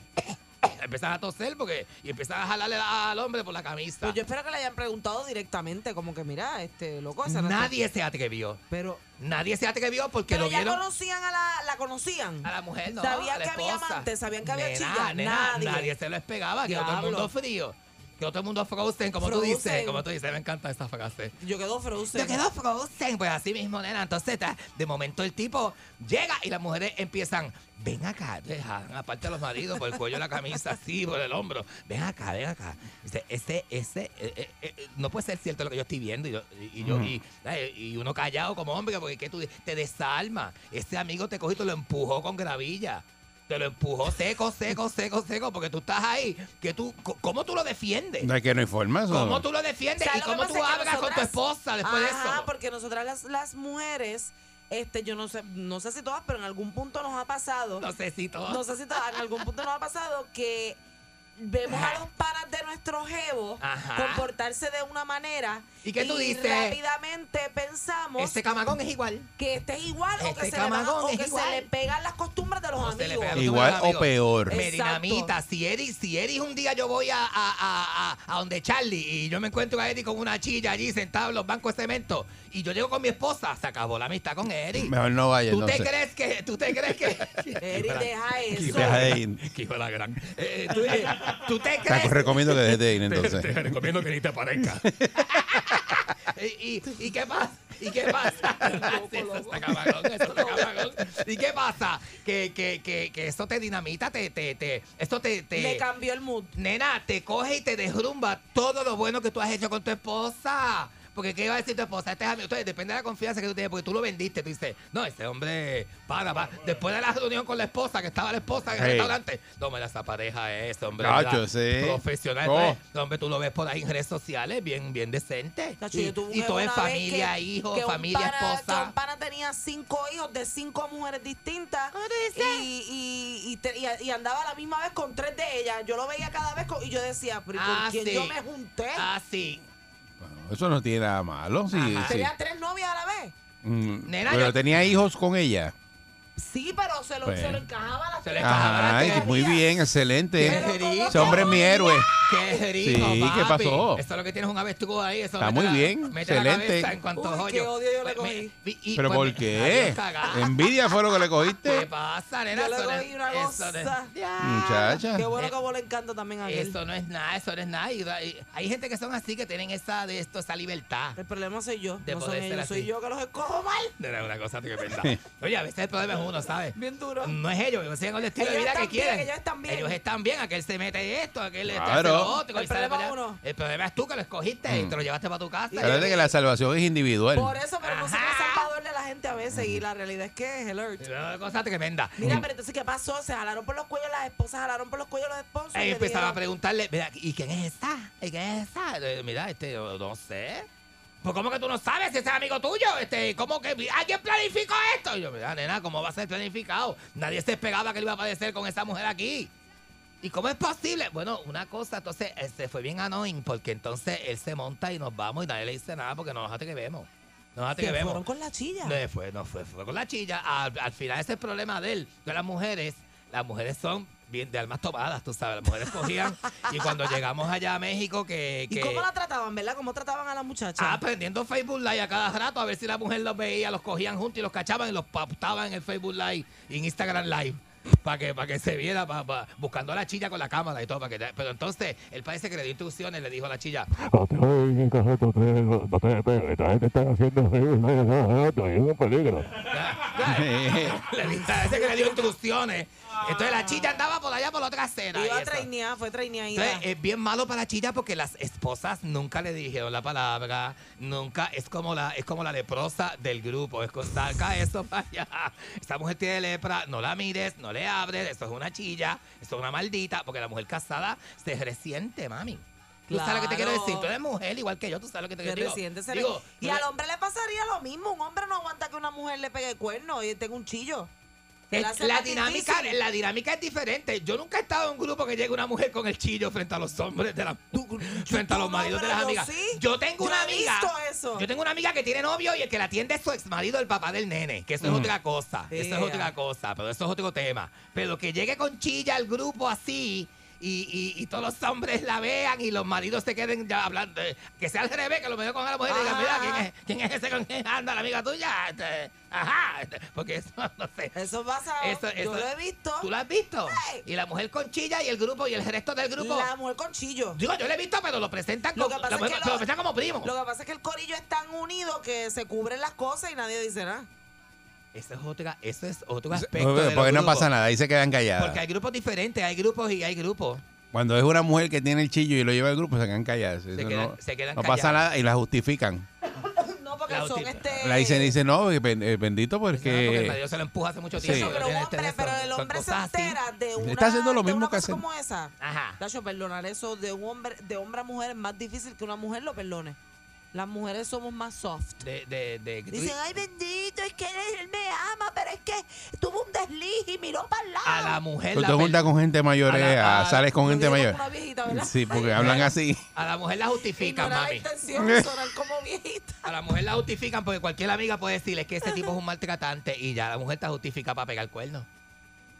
Speaker 6: empiezan a toser porque y empiezan a jalarle la- al hombre por la camisa.
Speaker 5: Pues yo espero que le hayan preguntado directamente, como que mira, este loco. esa no está-
Speaker 6: Nadie se atrevió.
Speaker 5: Pero
Speaker 6: nadie se atrevió porque
Speaker 5: Pero
Speaker 6: lo
Speaker 5: ya
Speaker 6: vieron.
Speaker 5: conocían a la, la conocían. A
Speaker 6: la mujer, no,
Speaker 5: Sabían
Speaker 6: a la
Speaker 5: que había
Speaker 6: esposa.
Speaker 5: amantes, sabían que había
Speaker 6: Nena,
Speaker 5: chillas.
Speaker 6: nena,
Speaker 5: nadie.
Speaker 6: nadie. se les pegaba, que todo el
Speaker 5: Diablo.
Speaker 6: mundo frío. Que todo el mundo frozen, como tú dices.
Speaker 5: Frozen.
Speaker 6: Como tú dices, me encanta esa frase.
Speaker 5: Yo quedo frozen.
Speaker 6: Yo quedo frozen. Pues así mismo, nena. Entonces, ta- de momento el tipo llega y las mujeres empiezan, ven acá, deja, Ah, aparte a los maridos, por el cuello de la camisa, así, por el hombro. Ven acá, ven acá. Dice, ese, ese, eh, eh, eh, no puede ser cierto lo que yo estoy viendo. Y yo, y, y yo-
Speaker 3: Ujú.
Speaker 6: y- ay, y uno callado como hombre, porque ¿qué tú, di- te desarma. Ese amigo te cogió y te lo empujó con gravilla. Te lo empujó seco, seco, seco, seco, porque tú estás ahí. Que tú, co- ¿Cómo tú lo defiendes?
Speaker 3: No es que no hay forma eso.
Speaker 6: ¿Cómo tú lo defiendes?
Speaker 5: ¿Sabes
Speaker 6: ¿Y
Speaker 5: lo
Speaker 6: cómo
Speaker 5: que
Speaker 6: tú
Speaker 5: pasa? Es que
Speaker 6: hablas con tu
Speaker 5: nosotras-
Speaker 6: esposa después de
Speaker 5: Ajá,
Speaker 6: eso?
Speaker 5: porque nosotras las, las mujeres, este, yo no sé, no sé si todas, pero en algún punto nos ha pasado.
Speaker 6: No sé si todas.
Speaker 5: No sé si todas, en algún punto nos ha pasado que vemos a los panas de nuestros jevos
Speaker 6: Ajá.
Speaker 5: comportarse de una manera
Speaker 6: ¿Y qué tú dices?
Speaker 5: rápidamente pensamos
Speaker 6: Este camagón es igual.
Speaker 5: que este es igual o
Speaker 6: Este
Speaker 5: que, se le, van-
Speaker 6: camagón
Speaker 5: o
Speaker 6: es
Speaker 5: que se
Speaker 6: igual.
Speaker 5: le pegan las costumbres de los
Speaker 6: se le
Speaker 5: amigos
Speaker 6: pega a los
Speaker 3: Igual
Speaker 6: amigos.
Speaker 3: o peor.
Speaker 6: Me
Speaker 5: Exacto.
Speaker 6: dinamita. Si Eddie, si Eddie un día yo voy a, a, a- a- a donde Charlie y yo me encuentro a Eddie con una chilla allí sentado en los bancos de cemento y yo llego con mi esposa, se acabó la amistad con Eddie.
Speaker 3: Mejor no vaya,
Speaker 6: ¿Tú te
Speaker 3: entonces.
Speaker 6: crees que, tú te crees
Speaker 5: <laughs>
Speaker 6: que?
Speaker 5: Eric, deja eso.
Speaker 3: Deja de ir.
Speaker 6: Que hijo de la gran. Eh, ¿tú, eh, tú
Speaker 3: Te
Speaker 6: te crees?
Speaker 3: recomiendo que dejes de ir <laughs> entonces.
Speaker 6: <laughs> Te recomiendo que ni te aparezca. Eh, ¿Y, y, y qué pasa? ¿Y qué
Speaker 5: <laughs>
Speaker 6: pasa? <laughs> Eso está cabrón, eso está cabrón. ¿Y qué pasa? Que, que, que, que esto te dinamita, te, te, te, esto te, te...
Speaker 5: Me cambió el mood.
Speaker 6: Nena, te coge y te derrumba todo lo bueno que tú has hecho con tu esposa. Porque qué iba a decir tu esposa, este es amigo. Entonces, depende de la confianza que tú tienes, porque tú lo vendiste. Tú dices, no, ese hombre, para, para. Después de la reunión con la esposa, que estaba la esposa en el
Speaker 3: Hey.
Speaker 6: restaurante. No, me esa pareja es, este hombre.
Speaker 3: Cacho,
Speaker 6: ¿verdad?
Speaker 3: ese es.
Speaker 6: Profesional.
Speaker 3: Oh.
Speaker 6: Entonces, hombre, tú lo ves por ahí en redes sociales, bien, bien decente.
Speaker 5: Tacho,
Speaker 6: Y,
Speaker 5: yo tuve un
Speaker 6: y
Speaker 5: jevo
Speaker 6: todo es
Speaker 5: una vez
Speaker 6: familia,
Speaker 5: que-
Speaker 6: hijo,
Speaker 5: que un
Speaker 6: familia,
Speaker 5: pana- Que
Speaker 6: esposa.
Speaker 5: un pana tenía cinco hijos de cinco mujeres distintas. Y, y, y, te- y- y andaba a la misma vez con tres de ellas. Yo lo veía cada vez con- y yo decía, pero ¿y ¿con
Speaker 6: Ah,
Speaker 5: quién
Speaker 6: sí.
Speaker 5: yo me junté?
Speaker 6: Ah, sí.
Speaker 3: Eso no tiene nada malo. Sí,
Speaker 6: Ajá.
Speaker 3: sí.
Speaker 5: Tenía tres novias a la vez.
Speaker 3: Mm,
Speaker 6: Nena,
Speaker 3: pero
Speaker 6: yo-
Speaker 3: tenía hijos con ella.
Speaker 5: Sí, pero se lo,
Speaker 3: Pues.
Speaker 5: se lo encajaba a las
Speaker 6: Se le
Speaker 5: tres.
Speaker 6: encajaba
Speaker 3: Ajá,
Speaker 6: la
Speaker 3: y muy bien, excelente.
Speaker 6: Pero ¿cómo
Speaker 3: Ese hombre es mi héroe.
Speaker 6: Qué rico,
Speaker 3: Sí,
Speaker 6: papi.
Speaker 3: ¿qué pasó?
Speaker 6: Eso es lo que tienes un avestruz ahí. Eso
Speaker 3: Está
Speaker 6: mete
Speaker 3: muy
Speaker 6: la-
Speaker 3: bien,
Speaker 6: mete
Speaker 3: excelente.
Speaker 6: La cabeza en cuanto
Speaker 5: Uy,
Speaker 6: joyo.
Speaker 5: qué odio yo le
Speaker 6: Pues,
Speaker 5: cogí.
Speaker 6: me- y-
Speaker 3: ¿Pero
Speaker 6: pues,
Speaker 3: por
Speaker 6: me-
Speaker 3: qué?
Speaker 6: adiós, cagada.
Speaker 3: ¿Envidia fue lo que le
Speaker 6: ¿Qué
Speaker 3: cogiste?
Speaker 6: pasa, nena?
Speaker 5: Yo le
Speaker 6: Eso no
Speaker 5: doy
Speaker 6: es-
Speaker 5: una
Speaker 6: eso no es- Eh,
Speaker 5: goza.
Speaker 3: Muchacha.
Speaker 5: Qué bueno que a vos le encanta también a él.
Speaker 6: Eso no es nada, eso no es nada. Y- y- Hay gente que son así, que tienen esa de esto, esa libertad.
Speaker 5: El problema soy yo,
Speaker 6: Ah. De
Speaker 5: no son
Speaker 6: poder ser
Speaker 5: ellos. Soy
Speaker 6: así.
Speaker 5: yo que los escojo mal.
Speaker 6: Era una cosa tremenda. Oye, a veces el problema es uno, ¿sabes?
Speaker 5: Bien duro.
Speaker 6: No es ellos, ellos siguen con el estilo
Speaker 5: Ellos
Speaker 6: de vida
Speaker 5: están
Speaker 6: que quieren.
Speaker 5: bien, ellos están bien.
Speaker 6: Ellos están bien, aquel se mete esto, aquel este
Speaker 3: Claro. Mm.
Speaker 6: hace lo otro.
Speaker 5: El
Speaker 6: y sale
Speaker 5: problema
Speaker 6: para
Speaker 5: es
Speaker 6: allá.
Speaker 5: uno.
Speaker 6: El problema es tú que lo escogiste y te lo llevaste para tu casa.
Speaker 3: Acuérdate que la salvación es individual.
Speaker 5: Por eso, pero no se
Speaker 6: Ah.
Speaker 5: puede salvador de la gente a veces. Y la realidad es que es el alert.
Speaker 6: Era Una cosa tremenda.
Speaker 5: Mira, pero entonces, ¿qué pasó? Se jalaron por los cuellos las esposas, jalaron por los cuellos los esposos.
Speaker 6: Ahí
Speaker 5: y le
Speaker 6: empezaba a
Speaker 5: dijeron,
Speaker 6: preguntarle, mira, ¿y quién es esta? ¿Y quién es esta? Eh, Mira, este, yo no sé. Pues ¿cómo que tú no sabes si ese es amigo tuyo? Este, ¿cómo que alguien planificó esto? Y yo, mira, nena, ¿cómo va a ser planificado? Nadie se esperaba que él iba a padecer con esa mujer aquí. ¿Y cómo es posible? Bueno, una cosa, entonces, eh, se fue bien annoying porque entonces él se monta y nos vamos y nadie le dice nada porque no nos hace que vemos. No nos hace que
Speaker 5: Se
Speaker 6: vemos.
Speaker 5: fueron con la chilla.
Speaker 6: No fue, no fue, fue con la chilla. Al, al final ese es el problema de él. De las mujeres, las mujeres son bien de almas tomadas, tú sabes. Las mujeres cogían y cuando llegamos allá a México que...
Speaker 5: ¿Y
Speaker 6: que-
Speaker 5: cómo la trataban, verdad? ¿Cómo trataban a la muchacha?
Speaker 6: Ah, prendiendo Facebook Live a cada rato a ver si la mujer los veía, los cogían juntos y los cachaban y los pautaban en el Facebook Live y en Instagram Live. Para que, para que se viera, pa- pa- buscando a la chilla con la cámara y todo. Para que, pero entonces, el parece que le dio instrucciones, le dijo a la chilla,
Speaker 15: No te voy en el cajete, no te- no te pegues, esta gente está haciendo ruido, no, no, no, no, estoy en peligro.
Speaker 6: <laughs> le dijo- parece que le dio instrucciones Entonces la chilla andaba por allá por la otra cena.
Speaker 5: Iba
Speaker 6: y eso.
Speaker 5: traineada, fue traineadita.
Speaker 6: Entonces, eh, es bien malo para la chilla porque las esposas nunca le dijeron la palabra, nunca, es como la, es como la leprosa del grupo, es con- saca eso para allá. Esta mujer tiene lepra, no la mires, no le abres, esto es una chilla, esto es una maldita, porque la mujer casada se resiente, mami. Tú sabes lo que te quiero
Speaker 5: Claro.
Speaker 6: decir, tú eres mujer igual que yo, tú sabes lo que te
Speaker 5: Que
Speaker 6: quiero decir.
Speaker 5: reciente se le- y al hombre le pasaría lo mismo. Un hombre no aguanta que una mujer le pegue el cuerno y tenga un chillo. Se le
Speaker 6: Es-
Speaker 5: hace
Speaker 6: la
Speaker 5: más
Speaker 6: dinámica,
Speaker 5: difícil.
Speaker 6: la dinámica es diferente. Yo nunca he estado en un grupo que llegue una mujer con el chillo frente a los hombres de la, <laughs> frente a los maridos de
Speaker 5: pero
Speaker 6: las
Speaker 5: yo
Speaker 6: amigas.
Speaker 5: sí.
Speaker 6: Yo tengo
Speaker 5: Yo
Speaker 6: una
Speaker 5: he
Speaker 6: amiga.
Speaker 5: visto eso.
Speaker 6: Yo tengo una amiga que tiene novio y el que la atiende es su ex marido, el papá del nene. Que eso es
Speaker 4: Mm.
Speaker 6: otra cosa. Eso
Speaker 4: Ea.
Speaker 6: es otra cosa. Pero eso es otro tema. Pero que llegue con chilla al grupo así. Y, y- y todos los hombres la vean y los maridos se queden ya hablando. eh, Que sea al revés, que los maridos con la mujer y digan, mira, ¿quién
Speaker 5: Ah.
Speaker 6: es, quién es ese con quien anda la amiga tuya? Este, ajá. este, Porque eso, no sé.
Speaker 5: Eso pasa.
Speaker 6: Eso-
Speaker 5: Yo
Speaker 6: eso-
Speaker 5: lo <laughs> he visto.
Speaker 6: ¿Tú lo has visto? Y la mujer con chilla y el grupo y el resto del grupo.
Speaker 5: La mujer con chillo.
Speaker 6: Digo, yo lo he visto, pero lo presentan como,
Speaker 5: que pasa
Speaker 6: la
Speaker 5: es
Speaker 6: mujer-
Speaker 5: que
Speaker 6: se lo presentan como primo.
Speaker 5: Lo que pasa es que el corillo es tan unido que se cubren las cosas y nadie dice nada.
Speaker 6: Eso es otra, eso es otro aspecto. de
Speaker 3: Porque,
Speaker 6: los
Speaker 3: porque no
Speaker 6: grupos.
Speaker 3: pasa nada, ahí se quedan calladas.
Speaker 6: Porque hay grupos diferentes, hay grupos y hay grupos.
Speaker 3: Cuando es una mujer que tiene el chillo y lo lleva al grupo, se quedan calladas. Eso
Speaker 6: quedan-
Speaker 3: no,
Speaker 6: se quedan
Speaker 3: no pasa
Speaker 6: calladas.
Speaker 3: nada y la justifican.
Speaker 5: No, porque
Speaker 6: La
Speaker 5: son
Speaker 6: última.
Speaker 5: este.
Speaker 3: La dicen, dicen, no, eh, ben- eh, bendito
Speaker 6: Porque el marido
Speaker 3: porque... eh,
Speaker 6: se lo empuja hace mucho
Speaker 3: Sí.
Speaker 6: tiempo.
Speaker 3: Eso, pero
Speaker 6: Tiene
Speaker 5: un
Speaker 6: este-
Speaker 5: hombre,
Speaker 6: eso,
Speaker 5: pero el
Speaker 6: son
Speaker 5: hombre se
Speaker 6: cosas así.
Speaker 5: entera de una,
Speaker 3: Está haciendo lo
Speaker 5: de
Speaker 3: mismo
Speaker 5: una
Speaker 3: que
Speaker 5: cosa
Speaker 3: hace-
Speaker 5: como esa.
Speaker 6: Ajá.
Speaker 5: Dacho, perdonar eso de un hombre, de hombre a mujer es más difícil que una mujer lo perdone. Las mujeres somos más soft.
Speaker 6: De, de, de, que tú-
Speaker 5: Dicen, ay bendito, es que él me ama, pero es que tuvo un desliz y miró para el lado.
Speaker 6: a la mujer
Speaker 3: Tú
Speaker 6: la
Speaker 3: te juntas con gente mayor,
Speaker 6: a la-
Speaker 3: eh,
Speaker 6: a-
Speaker 3: sales con
Speaker 6: lo
Speaker 3: gente
Speaker 6: digo
Speaker 3: mayor.
Speaker 5: como una viejita, ¿verdad?
Speaker 3: Sí, porque hablan así.
Speaker 6: A la mujer la justifican,
Speaker 5: Ignorar la
Speaker 6: mami.
Speaker 5: intención de sonar
Speaker 6: <laughs>
Speaker 5: como viejita.
Speaker 6: A la mujer la justifican porque cualquier amiga puede decirle que
Speaker 5: <laughs>
Speaker 6: ese tipo es un maltratante y ya la mujer te justifica para pegar cuernos.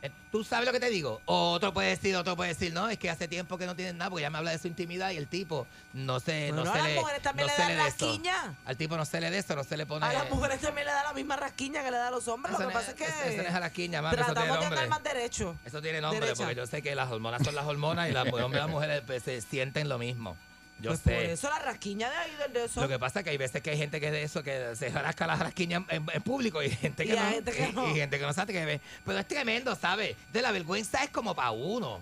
Speaker 6: Eh, ¿Tú sabes lo que te digo? O otro puede decir, otro puede decir, no, es que hace tiempo que no tienen nada porque ya me habla de su intimidad y el tipo no se,
Speaker 5: Bueno,
Speaker 6: no
Speaker 5: Eh, a
Speaker 6: se
Speaker 5: las
Speaker 6: le,
Speaker 5: mujeres también
Speaker 6: no
Speaker 5: le
Speaker 6: se
Speaker 5: dan
Speaker 6: le
Speaker 5: la
Speaker 6: de eso.
Speaker 5: esquiña.
Speaker 6: Al tipo no se le de eso, no se le pone...
Speaker 5: A las mujeres también le da la misma rasquiña que le da a los hombres.
Speaker 6: Eso
Speaker 5: lo que
Speaker 6: Eh. no
Speaker 5: pasa es que
Speaker 6: eso- eso no es a la quiña, mami, eso tiene
Speaker 5: tratamos de
Speaker 6: nombre.
Speaker 5: andar más derecho.
Speaker 6: Eso tiene nombre
Speaker 5: Derecha.
Speaker 6: porque yo sé que las hormonas son las hormonas y las
Speaker 5: <laughs>
Speaker 6: hombres y las mujeres pues, se sienten lo mismo. Yo sé.
Speaker 5: Pues Por eso la rasquiña de ahí, del de eso.
Speaker 6: Lo que pasa es que hay veces que hay gente que de eso que se rasca las rasquiñas en, en público y gente que
Speaker 5: Y
Speaker 6: no.
Speaker 5: hay gente que
Speaker 6: y-
Speaker 5: no.
Speaker 6: y gente que no se atreve. Pero es tremendo, ¿sabes? De la vergüenza es como para uno.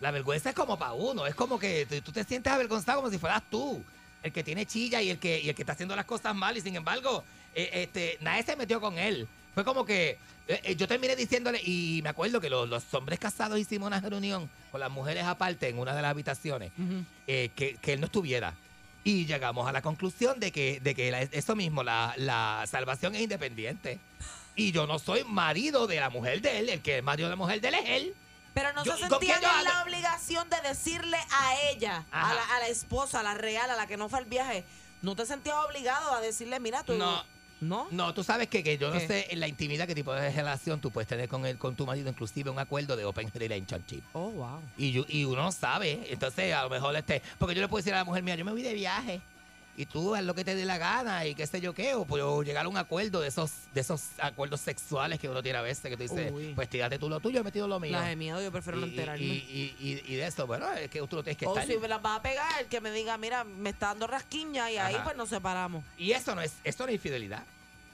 Speaker 6: La vergüenza es como para uno. Es como que tú, tú te sientes avergonzado como si fueras tú. El que tiene chilla y el que, y el que está haciendo las cosas mal y sin embargo, eh, este, nadie se metió con él. Fue como que eh, eh, yo terminé diciéndole, y me acuerdo que los, los hombres casados hicimos una reunión con las mujeres aparte en una de las habitaciones eh, que, que él no estuviera. Y llegamos a la conclusión de que, de que la- eso mismo, la, la salvación es independiente. Y yo no soy marido de la mujer de él, el que es marido de la mujer de él es él.
Speaker 5: Pero no
Speaker 6: Yo-
Speaker 5: se
Speaker 6: ¿con
Speaker 5: sentían
Speaker 6: quién yo
Speaker 5: en la
Speaker 6: ando?
Speaker 5: obligación de decirle a ella, a
Speaker 6: Ajá.
Speaker 5: la, a la esposa, a la real, a la que no fue al viaje. No te sentías obligado a decirle, mira, tú.
Speaker 6: No.
Speaker 5: ¿No?
Speaker 6: No, tú sabes que, que yo no
Speaker 5: ¿Qué?
Speaker 6: sé en la intimidad qué tipo de relación tú puedes tener con él, con tu marido, inclusive un acuerdo de open relationship.
Speaker 5: Oh, wow.
Speaker 6: Y, yo- y uno no sabe, entonces a lo mejor este, porque yo le puedo decir a la mujer mía, yo me voy de viaje y tú haz lo que te dé la gana y qué sé yo qué, o puedo llegar a un acuerdo de esos de esos acuerdos sexuales que uno tiene a veces, que tú dices,
Speaker 5: Uy.
Speaker 6: pues tírate tú lo tuyo, yo me tiro lo mío.
Speaker 5: Las de miedo, yo prefiero no
Speaker 6: Y- y-
Speaker 5: enterarme.
Speaker 6: Y, y- y de eso, bueno, es que tú no tienes que
Speaker 5: o
Speaker 6: estar.
Speaker 5: si me las vas a pegar, que me diga, mira, me está dando rasquiña y ahí
Speaker 6: Ajá.
Speaker 5: pues nos separamos.
Speaker 6: Y eso no es, eso no es infidelidad.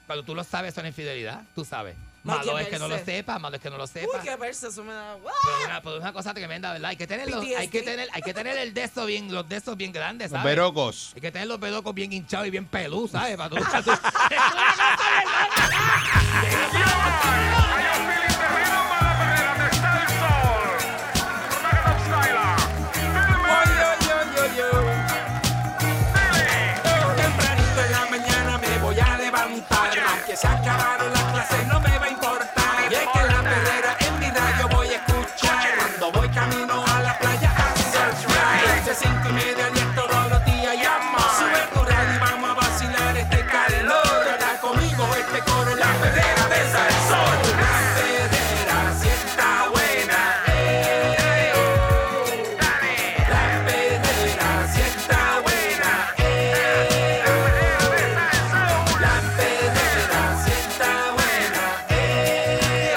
Speaker 6: Cuando tú lo sabes, eso no es infidelidad, tú sabes.
Speaker 5: No hay
Speaker 6: Malo
Speaker 5: que
Speaker 6: es que no lo
Speaker 5: verse.
Speaker 6: sepa, malo es que no lo
Speaker 5: Uy,
Speaker 6: sepa.
Speaker 5: qué verso, eso me da. ¡Ah! ¡guau!
Speaker 6: Pero una, pero una cosa tremenda, ¿verdad? Hay que tenerlo, hay que
Speaker 5: PTSD.
Speaker 6: tener, hay que tener el de eso bien, los de esos bien grandes, ¿sabes?
Speaker 3: Verocos.
Speaker 6: Hay que tener los pedocos bien hinchados y bien pelú, ¿sabes? Para tú nunca tú-
Speaker 16: Tempranito en la mañana me voy a levantar. Aunque se acabaron las clases, no me va a importar. Y es que la perrera en mi radio voy a escuchar. Cuando voy camino a la playa, hacia el surf. Desde cinco y media, diez todos los días y amor. Sube tu radio y vamos a vacilar este calor. Está conmigo este coro, la perrera de Salsón. La perrera sí está buena. Eh, eh, oh. La perrera sí está buena. La pedera si está buena, eh,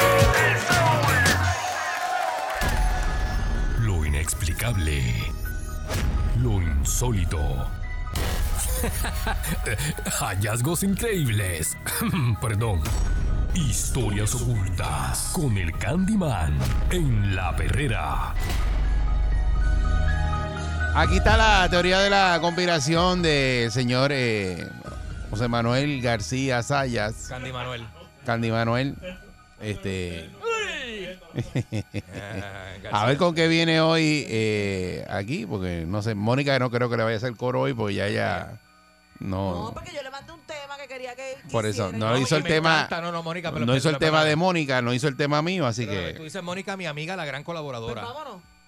Speaker 1: Lo inexplicable. Lo
Speaker 6: <laughs>
Speaker 1: insólito. Hallazgos increíbles. <laughs> Perdón. Historias ocultas con el Candyman en la perrera.
Speaker 3: Aquí está la teoría de la conspiración del señor eh, José Manuel García Sayas.
Speaker 4: Candy Manuel.
Speaker 3: Candy Manuel. Este.
Speaker 4: García.
Speaker 3: a ver con qué viene hoy eh, aquí, porque no sé, Mónica no creo que le vaya a hacer coro hoy, porque ya ya no. Por eso, no
Speaker 4: No,
Speaker 3: hizo
Speaker 4: y
Speaker 3: el
Speaker 4: me
Speaker 3: tema.
Speaker 4: encanta, no, no, Mónica, pero
Speaker 3: no hizo el
Speaker 4: pero-
Speaker 3: tema
Speaker 4: pero-
Speaker 3: de Mónica, no hizo el tema mío, así
Speaker 4: Pero lo que
Speaker 3: que.
Speaker 4: tú dices, Mónica, mi amiga, la gran colaboradora.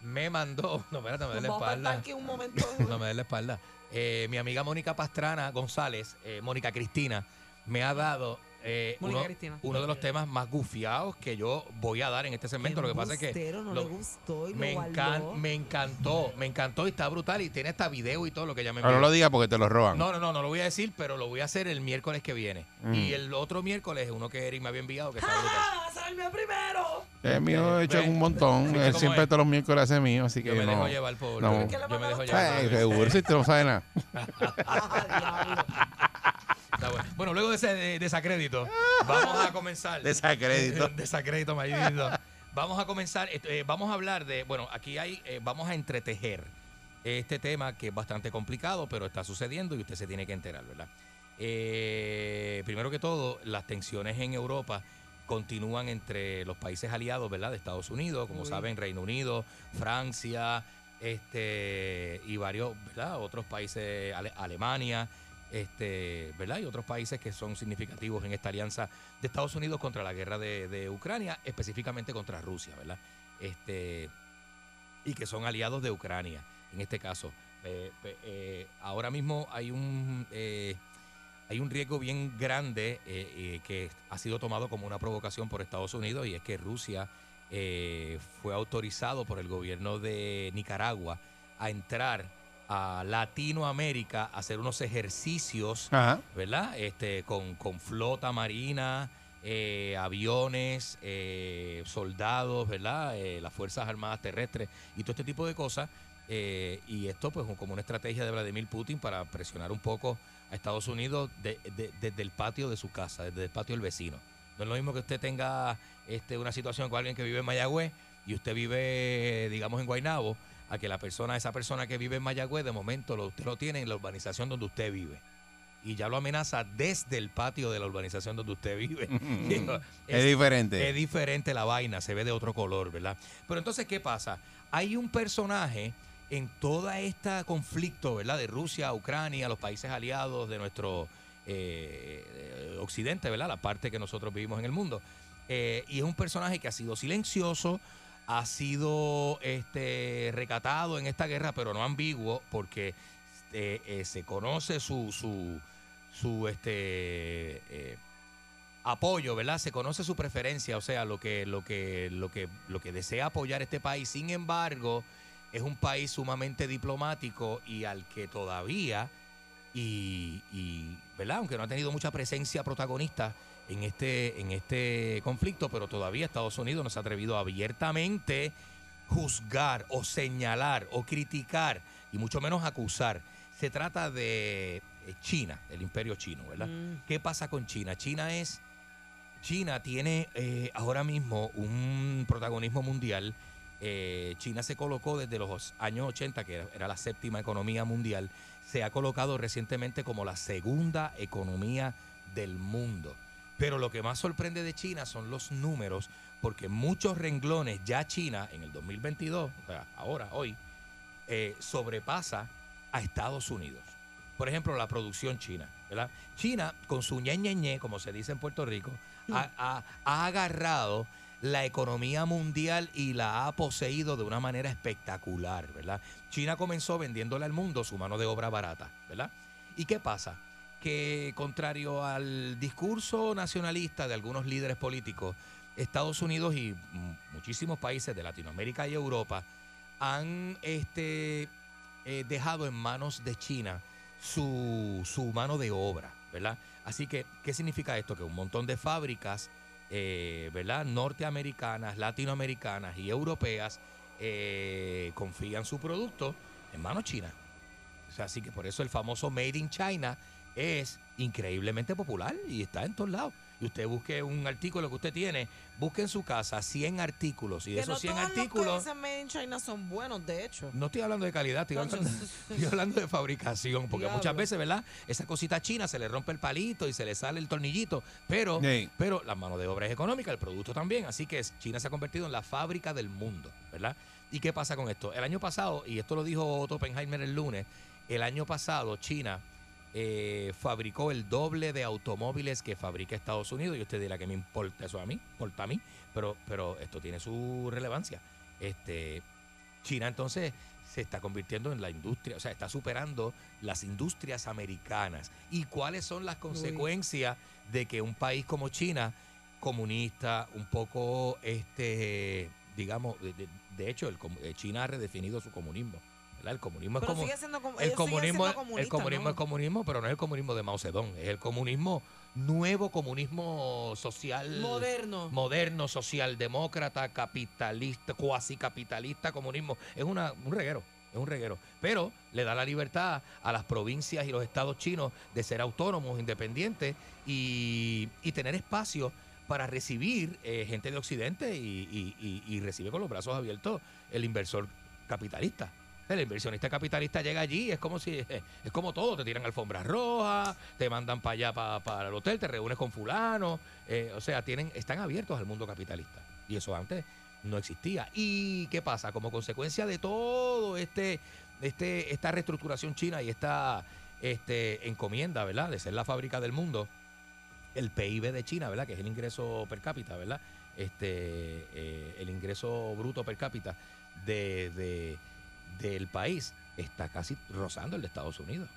Speaker 4: Me mandó. <laughs> No, espérate, me da la
Speaker 5: Vamos para el
Speaker 4: espalda.
Speaker 5: parque
Speaker 6: <laughs>
Speaker 5: un momento.
Speaker 4: no me da la espalda. Eh, mi amiga Mónica Pastrana González, eh, Mónica Cristina, me ha dado eh,
Speaker 5: Mónica
Speaker 4: uno,
Speaker 5: Cristina.
Speaker 4: uno de los temas más gufiados que yo voy a dar en este segmento. Lo que pasa es que
Speaker 5: Embustero, no
Speaker 4: lo-
Speaker 5: le gustó y lo
Speaker 4: me,
Speaker 5: guardó.
Speaker 4: encan- me encantó, me encantó y está brutal y tiene hasta video y todo lo que ya me
Speaker 3: Pero no
Speaker 4: envió.
Speaker 3: lo digas porque te lo roban.
Speaker 4: No, no, no, no lo voy a decir, pero lo voy a hacer el miércoles que viene.
Speaker 3: Mm.
Speaker 4: Y el otro miércoles, uno que Eric me había enviado, que
Speaker 5: Ah,
Speaker 4: está brutal.
Speaker 3: El mío he hecho
Speaker 4: Pues,
Speaker 3: un montón. Él siempre todos los miércoles hace mío, así que
Speaker 4: Yo me
Speaker 3: no.
Speaker 4: dejo llevar por-
Speaker 3: no.
Speaker 4: yo me dejo
Speaker 3: Ay,
Speaker 4: llevar por-
Speaker 3: seguro, si tú no sabes
Speaker 4: <laughs>
Speaker 3: nada.
Speaker 4: Está bueno. Bueno, luego de ese de- desacrédito, vamos a comenzar.
Speaker 3: Desacrédito.
Speaker 4: <laughs> desacrédito, Mayito. Vamos a comenzar. esto, eh, vamos a hablar de. Bueno, aquí hay. eh, vamos a entretejer este tema que es bastante complicado, pero está sucediendo y usted se tiene que enterar, ¿verdad? Eh, primero que todo, las tensiones en Europa continúan entre los países aliados, ¿verdad? De Estados Unidos, como
Speaker 3: Muy.
Speaker 4: saben, Reino Unido, Francia, este y varios, ¿verdad? Otros países, Ale- Alemania, este, ¿verdad? Y otros países que son significativos en esta alianza de Estados Unidos contra la guerra de, de Ucrania, específicamente contra Rusia, ¿verdad? Este y que son aliados de Ucrania, en este caso. Eh, pe- eh, ahora mismo hay un eh, hay un riesgo bien grande eh, eh, que ha sido tomado como una provocación por Estados Unidos y es que Rusia eh, fue autorizado por el gobierno de Nicaragua a entrar a Latinoamérica a hacer unos ejercicios,
Speaker 3: Ajá.
Speaker 4: ¿verdad? Este, con, con flota marina, eh, aviones, eh, soldados, ¿verdad? Eh, las Fuerzas Armadas Terrestres y todo este tipo de cosas. Eh, y esto, pues, como una estrategia de Vladimir Putin para presionar un poco a Estados Unidos de- de- desde el patio de su casa, desde el patio del vecino. No es lo mismo que usted tenga este, una situación con alguien que vive en Mayagüez y usted vive, digamos, en Guaynabo, a que la persona, esa persona que vive en Mayagüez, de momento lo, usted lo tiene en la urbanización donde usted vive. Y ya lo amenaza desde el patio de la urbanización donde usted vive. <laughs> Digo,
Speaker 3: Es diferente.
Speaker 4: Es diferente la vaina, se ve de otro color, ¿verdad? Pero entonces, ¿qué pasa? Hay un personaje en toda esta conflicto, ¿verdad? De Rusia, Ucrania, los países aliados de nuestro eh, eh, occidente, ¿verdad? La parte que nosotros vivimos en el mundo. Eh, y es un personaje que ha sido silencioso, ha sido este, recatado en esta guerra, pero no ambiguo, porque eh, eh, se conoce su, su, su este, eh, apoyo, ¿verdad? Se conoce su preferencia, o sea, lo que, lo que, lo que, lo que desea apoyar este país. Sin embargo, es un país sumamente diplomático y al que todavía, y, y, ¿verdad? Aunque no ha tenido mucha presencia protagonista en este, en este conflicto, pero todavía Estados Unidos no se ha atrevido abiertamente juzgar o señalar o criticar y mucho menos acusar. Se trata de eh, China, el imperio chino, ¿verdad?
Speaker 17: Mm.
Speaker 4: ¿Qué pasa con China? China es... China tiene eh, ahora mismo un protagonismo mundial. Eh, China se colocó desde los años 80, que era, era la séptima economía mundial, se ha colocado recientemente como la segunda economía del mundo. Pero lo que más sorprende de China son los números, porque muchos renglones ya China en el 2022, o sea, ahora, hoy, eh, sobrepasa a Estados Unidos. Por ejemplo, la producción china, ¿verdad? China, con su ñe, ñe, ñe, como se dice en Puerto Rico, ha, ha- ha agarrado la economía mundial y la ha poseído de una manera espectacular, ¿verdad? China comenzó vendiéndole al mundo su mano de obra barata, ¿verdad? ¿Y qué pasa? Que contrario al discurso nacionalista de algunos líderes políticos, Estados Unidos y mm, muchísimos países de Latinoamérica y Europa han este, eh, dejado en manos de China su, su mano de obra, ¿verdad? Así que, ¿qué significa esto? Que un montón de fábricas, eh, ¿verdad? Norteamericanas, latinoamericanas y europeas eh, confían su producto en manos chinas. O sea, así que por eso el famoso Made in China es increíblemente popular y está en todos lados. y usted busque un artículo que usted tiene, busque en su casa 100 artículos y de
Speaker 5: Que no
Speaker 4: esos 100
Speaker 5: todos los que
Speaker 4: artículos...
Speaker 5: dicen Made in China son buenos, de hecho.
Speaker 4: No estoy hablando de calidad, estoy hablando, estoy hablando de fabricación, porque
Speaker 5: Diablo.
Speaker 4: muchas veces, ¿verdad? Esa cosita china se le rompe el palito y se le sale el tornillito, pero, pero la mano de obra es económica, el producto también, así que es- China se ha convertido en la fábrica del mundo, ¿verdad? ¿Y qué pasa con esto? El año pasado, y esto lo dijo Otto Oppenheimer el lunes, el año pasado China eh, fabricó el doble de automóviles que fabrica Estados Unidos, y usted dirá que me importa eso a mí, importa a mí, pero, pero esto tiene su relevancia. Este, China entonces se está convirtiendo en la industria, o sea, está superando las industrias americanas. ¿Y cuáles son las consecuencias de que un país como China, comunista, un poco, este, digamos, de, de- de hecho, el, com- eh, China ha redefinido su comunismo. ¿verdad? El comunismo
Speaker 5: Pero
Speaker 4: es como
Speaker 5: sigue siendo com-
Speaker 4: el
Speaker 5: ellos siguen
Speaker 4: comunismo,
Speaker 5: siendo
Speaker 4: es- el
Speaker 5: comunistas,
Speaker 4: comunismo
Speaker 5: ¿no?
Speaker 4: es comunismo, pero no es el comunismo de Mao Zedong, es el comunismo nuevo comunismo social
Speaker 5: Moderno.
Speaker 4: moderno, socialdemócrata, capitalista, cuasi capitalista, comunismo. Es una, un reguero, es un reguero. Pero le da la libertad a las provincias y los estados chinos de ser autónomos, independientes y, y tener espacio para recibir eh, gente de Occidente y, y- y- y recibe con los brazos abiertos el inversor capitalista. El inversionista capitalista llega allí, es como si <laughs> es como todo, te tiran alfombras rojas, te mandan para allá para el hotel, te reúnes con fulano, eh, o sea, tienen están abiertos al mundo capitalista y eso antes no existía. ¿Y qué pasa? Como consecuencia de todo este este esta reestructuración china y esta este encomienda, ¿verdad? De ser la fábrica del mundo, el PIB de China, ¿verdad? Que es el ingreso per cápita, ¿verdad? Este, eh, el ingreso bruto per cápita de, de- del país está casi rozando el de Estados Unidos.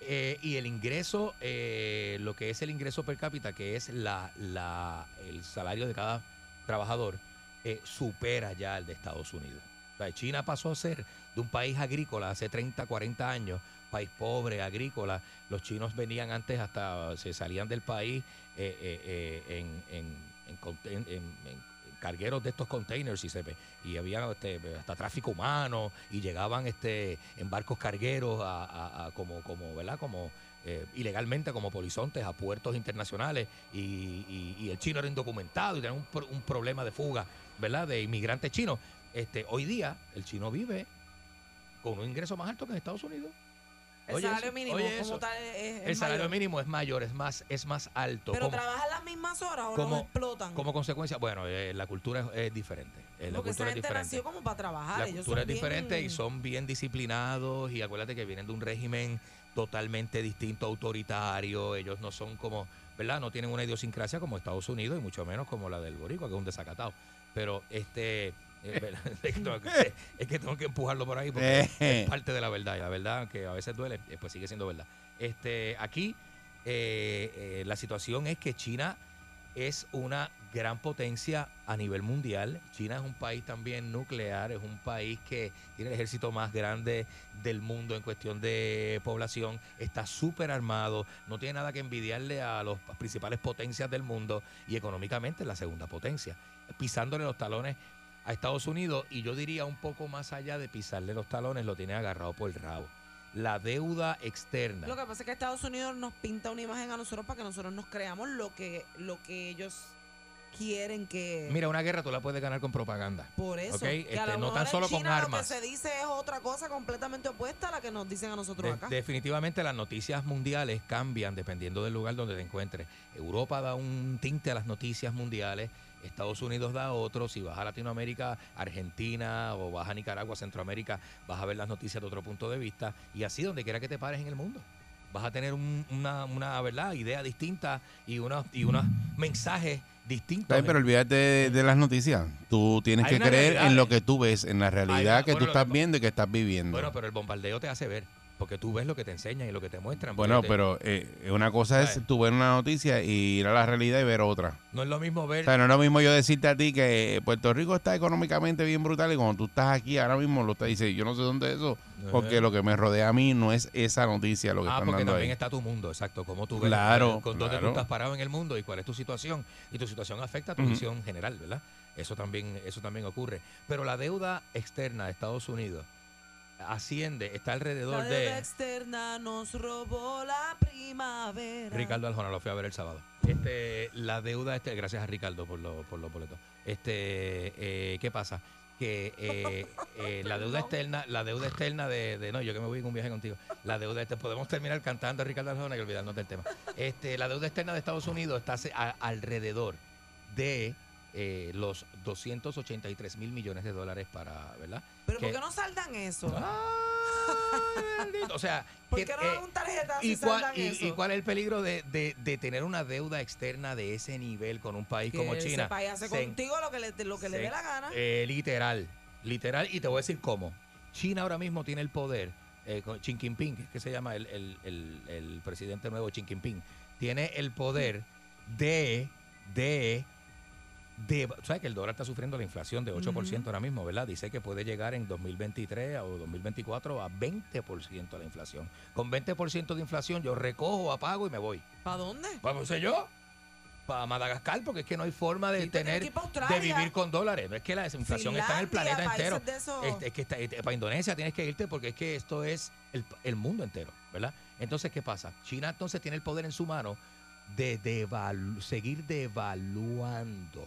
Speaker 4: Eh, y el ingreso, eh, lo que es el ingreso per cápita, que es la, la- el salario de cada trabajador, eh, supera ya el de Estados Unidos. O sea, China pasó a ser de un país agrícola hace 30, 40 años, país pobre, agrícola. Los chinos venían antes hasta, se salían del país eh, eh, eh, en, en- en conten- en- en- cargueros de estos containers y se ve- y había este, hasta tráfico humano y llegaban este en barcos cargueros a, a- a como como verdad como eh, ilegalmente como polizontes a puertos internacionales y, y- y el chino era indocumentado y tenía un, pro- un problema de fuga verdad de inmigrantes chinos este hoy día el chino vive con un ingreso más alto que en Estados Unidos
Speaker 5: El
Speaker 4: Oye
Speaker 5: salario
Speaker 4: eso,
Speaker 5: mínimo
Speaker 4: oye
Speaker 5: como
Speaker 4: eso.
Speaker 5: tal es- es
Speaker 4: el salario
Speaker 5: mayor.
Speaker 4: mínimo es mayor es más es más alto
Speaker 5: Pero
Speaker 4: como-
Speaker 5: trabajan las mismas horas o
Speaker 4: como-
Speaker 5: los explotan.
Speaker 4: como consecuencia, bueno, eh, la cultura es, es diferente. Eh, la
Speaker 5: Porque esa
Speaker 4: cultura es
Speaker 5: gente
Speaker 4: diferente.
Speaker 5: nació como para trabajar.
Speaker 4: La
Speaker 5: ellos
Speaker 4: cultura es
Speaker 5: son bien-
Speaker 4: diferente y son bien disciplinados y acuérdate que vienen de un régimen totalmente distinto, autoritario. Ellos no son como, ¿verdad? No tienen una idiosincrasia como Estados Unidos y mucho menos como la del boricua, que es un desacatado. Pero este... eh, <laughs> ¿verdad? es, que tengo que, es que tengo que empujarlo por ahí porque es parte de la verdad. Y la verdad que a veces duele, eh, pues sigue siendo verdad. Este, aquí eh, eh, la situación es que China es una gran potencia a nivel mundial. China es un país también nuclear, es un país que tiene el ejército más grande del mundo en cuestión de población, está súper armado, no tiene nada que envidiarle a las principales potencias del mundo y económicamente es la segunda potencia, pisándole los talones a Estados Unidos y yo diría un poco más allá de pisarle los talones, lo tiene agarrado por el rabo. La deuda externa.
Speaker 5: Lo que pasa es que Estados Unidos nos pinta una imagen a nosotros para que nosotros nos creamos lo que, lo que ellos quieren que.
Speaker 4: Mira, una guerra tú la puedes ganar con propaganda.
Speaker 5: Por eso,
Speaker 4: ¿ok?
Speaker 5: que a
Speaker 4: Este, no
Speaker 5: lo mejor
Speaker 4: tan
Speaker 5: en
Speaker 4: solo con
Speaker 5: China
Speaker 4: armas.
Speaker 5: Lo que se dice es otra cosa completamente opuesta a la que nos dicen a nosotros
Speaker 4: De-
Speaker 5: acá.
Speaker 4: definitivamente las noticias mundiales cambian dependiendo del lugar donde te encuentres. Europa da un tinte a las noticias mundiales, Estados Unidos da otro, si vas a Latinoamérica, Argentina o vas a Nicaragua, Centroamérica, vas a ver las noticias de otro punto de vista y así donde quiera que te pares en el mundo. Vas a tener un- una, una, ¿verdad? idea distinta y unos y unos mensajes distintos.
Speaker 3: Está bien, pero olvídate de, de las noticias. Tú tienes
Speaker 4: Hay
Speaker 3: que
Speaker 4: una
Speaker 3: creer
Speaker 4: realidad.
Speaker 3: en lo que tú ves, en la realidad
Speaker 4: una-
Speaker 3: que
Speaker 4: bueno,
Speaker 3: tú
Speaker 4: lo
Speaker 3: estás
Speaker 4: que-
Speaker 3: viendo y que estás viviendo.
Speaker 4: Bueno, pero el bombardeo te hace ver, porque tú ves lo que te enseñan y lo que te muestran.
Speaker 3: Bueno,
Speaker 4: porque te-
Speaker 3: pero eh, una cosa es tú ver una noticia y ir a la realidad y ver otra.
Speaker 4: No es lo mismo ver...
Speaker 3: O sea, no es lo mismo yo decirte a ti que eh, Puerto Rico está económicamente bien brutal y cuando tú estás aquí ahora mismo lo estás diciendo, yo no sé dónde es eso, porque lo que me rodea a mí no es esa noticia, lo que
Speaker 4: Ah,
Speaker 3: están
Speaker 4: porque
Speaker 3: dando
Speaker 4: también
Speaker 3: ahí.
Speaker 4: está tu mundo, exacto. Cómo tú ves,
Speaker 3: Claro,
Speaker 4: eh, con dónde
Speaker 3: claro.
Speaker 4: tú estás parado en el mundo y cuál es tu situación. Y tu situación afecta a tu
Speaker 3: Ujú.
Speaker 4: visión general, ¿verdad? Eso también, eso también ocurre. Pero la deuda externa de Estados Unidos asciende, está alrededor
Speaker 5: La deuda
Speaker 4: de...
Speaker 5: externa nos robó la primavera.
Speaker 4: Ricardo Aljona lo fui a ver el sábado. Este, la deuda, este, gracias a Ricardo por, lo- por los boletos. Este, eh, ¿qué pasa? Que eh, eh, la
Speaker 5: <laughs>
Speaker 4: deuda externa, la deuda externa de, de- no, yo que me voy en un viaje contigo. La deuda este, podemos terminar cantando a Ricardo Aljona y olvidarnos del tema. Este, la deuda externa de Estados Unidos está se- a- alrededor de eh, los 283 mil millones de dólares para, ¿verdad?
Speaker 5: Pero ¿por
Speaker 4: Que-
Speaker 5: qué no saldan eso?
Speaker 4: Ah, o
Speaker 5: <laughs>
Speaker 4: sea,
Speaker 5: ¿Por
Speaker 4: que,
Speaker 5: qué no
Speaker 4: eh,
Speaker 5: dan un tarjetazo y,
Speaker 4: ¿Y cuál,
Speaker 5: saldan
Speaker 4: y-
Speaker 5: eso?
Speaker 4: y cuál es el peligro de, de- de tener una deuda externa de ese nivel con un país como
Speaker 5: Que
Speaker 4: China?
Speaker 5: Ese país hace
Speaker 4: Se-
Speaker 5: contigo lo que le, lo que le
Speaker 4: se-
Speaker 5: dé la gana.
Speaker 4: eh, literal, literal. Y te voy a decir cómo. China ahora mismo tiene el poder, eh, con Xi Jinping, que es que se llama el, el- el- el presidente nuevo Xi Jinping, tiene el poder de, de, de... ¿Sabes que el dólar está sufriendo la inflación de 8% ahora mismo, verdad? Dice que puede llegar en 2023 o 2024 a 20% la inflación. Con 20% de inflación yo recojo, apago y me voy.
Speaker 5: ¿Para dónde?
Speaker 4: Pues no sé yo. Para Madagascar, porque es que no hay forma de tener,
Speaker 5: que ir pa'
Speaker 4: de
Speaker 5: Australia.
Speaker 4: vivir con dólares. No es que la desinflación está en el
Speaker 5: Finlandia,
Speaker 4: planeta entero. Este,
Speaker 5: países de esos.
Speaker 4: Es, es que está, para Indonesia tienes que irte porque es que esto es el, el mundo entero, ¿verdad? Entonces, ¿qué pasa? China entonces tiene el poder en su mano de devalu- seguir devaluando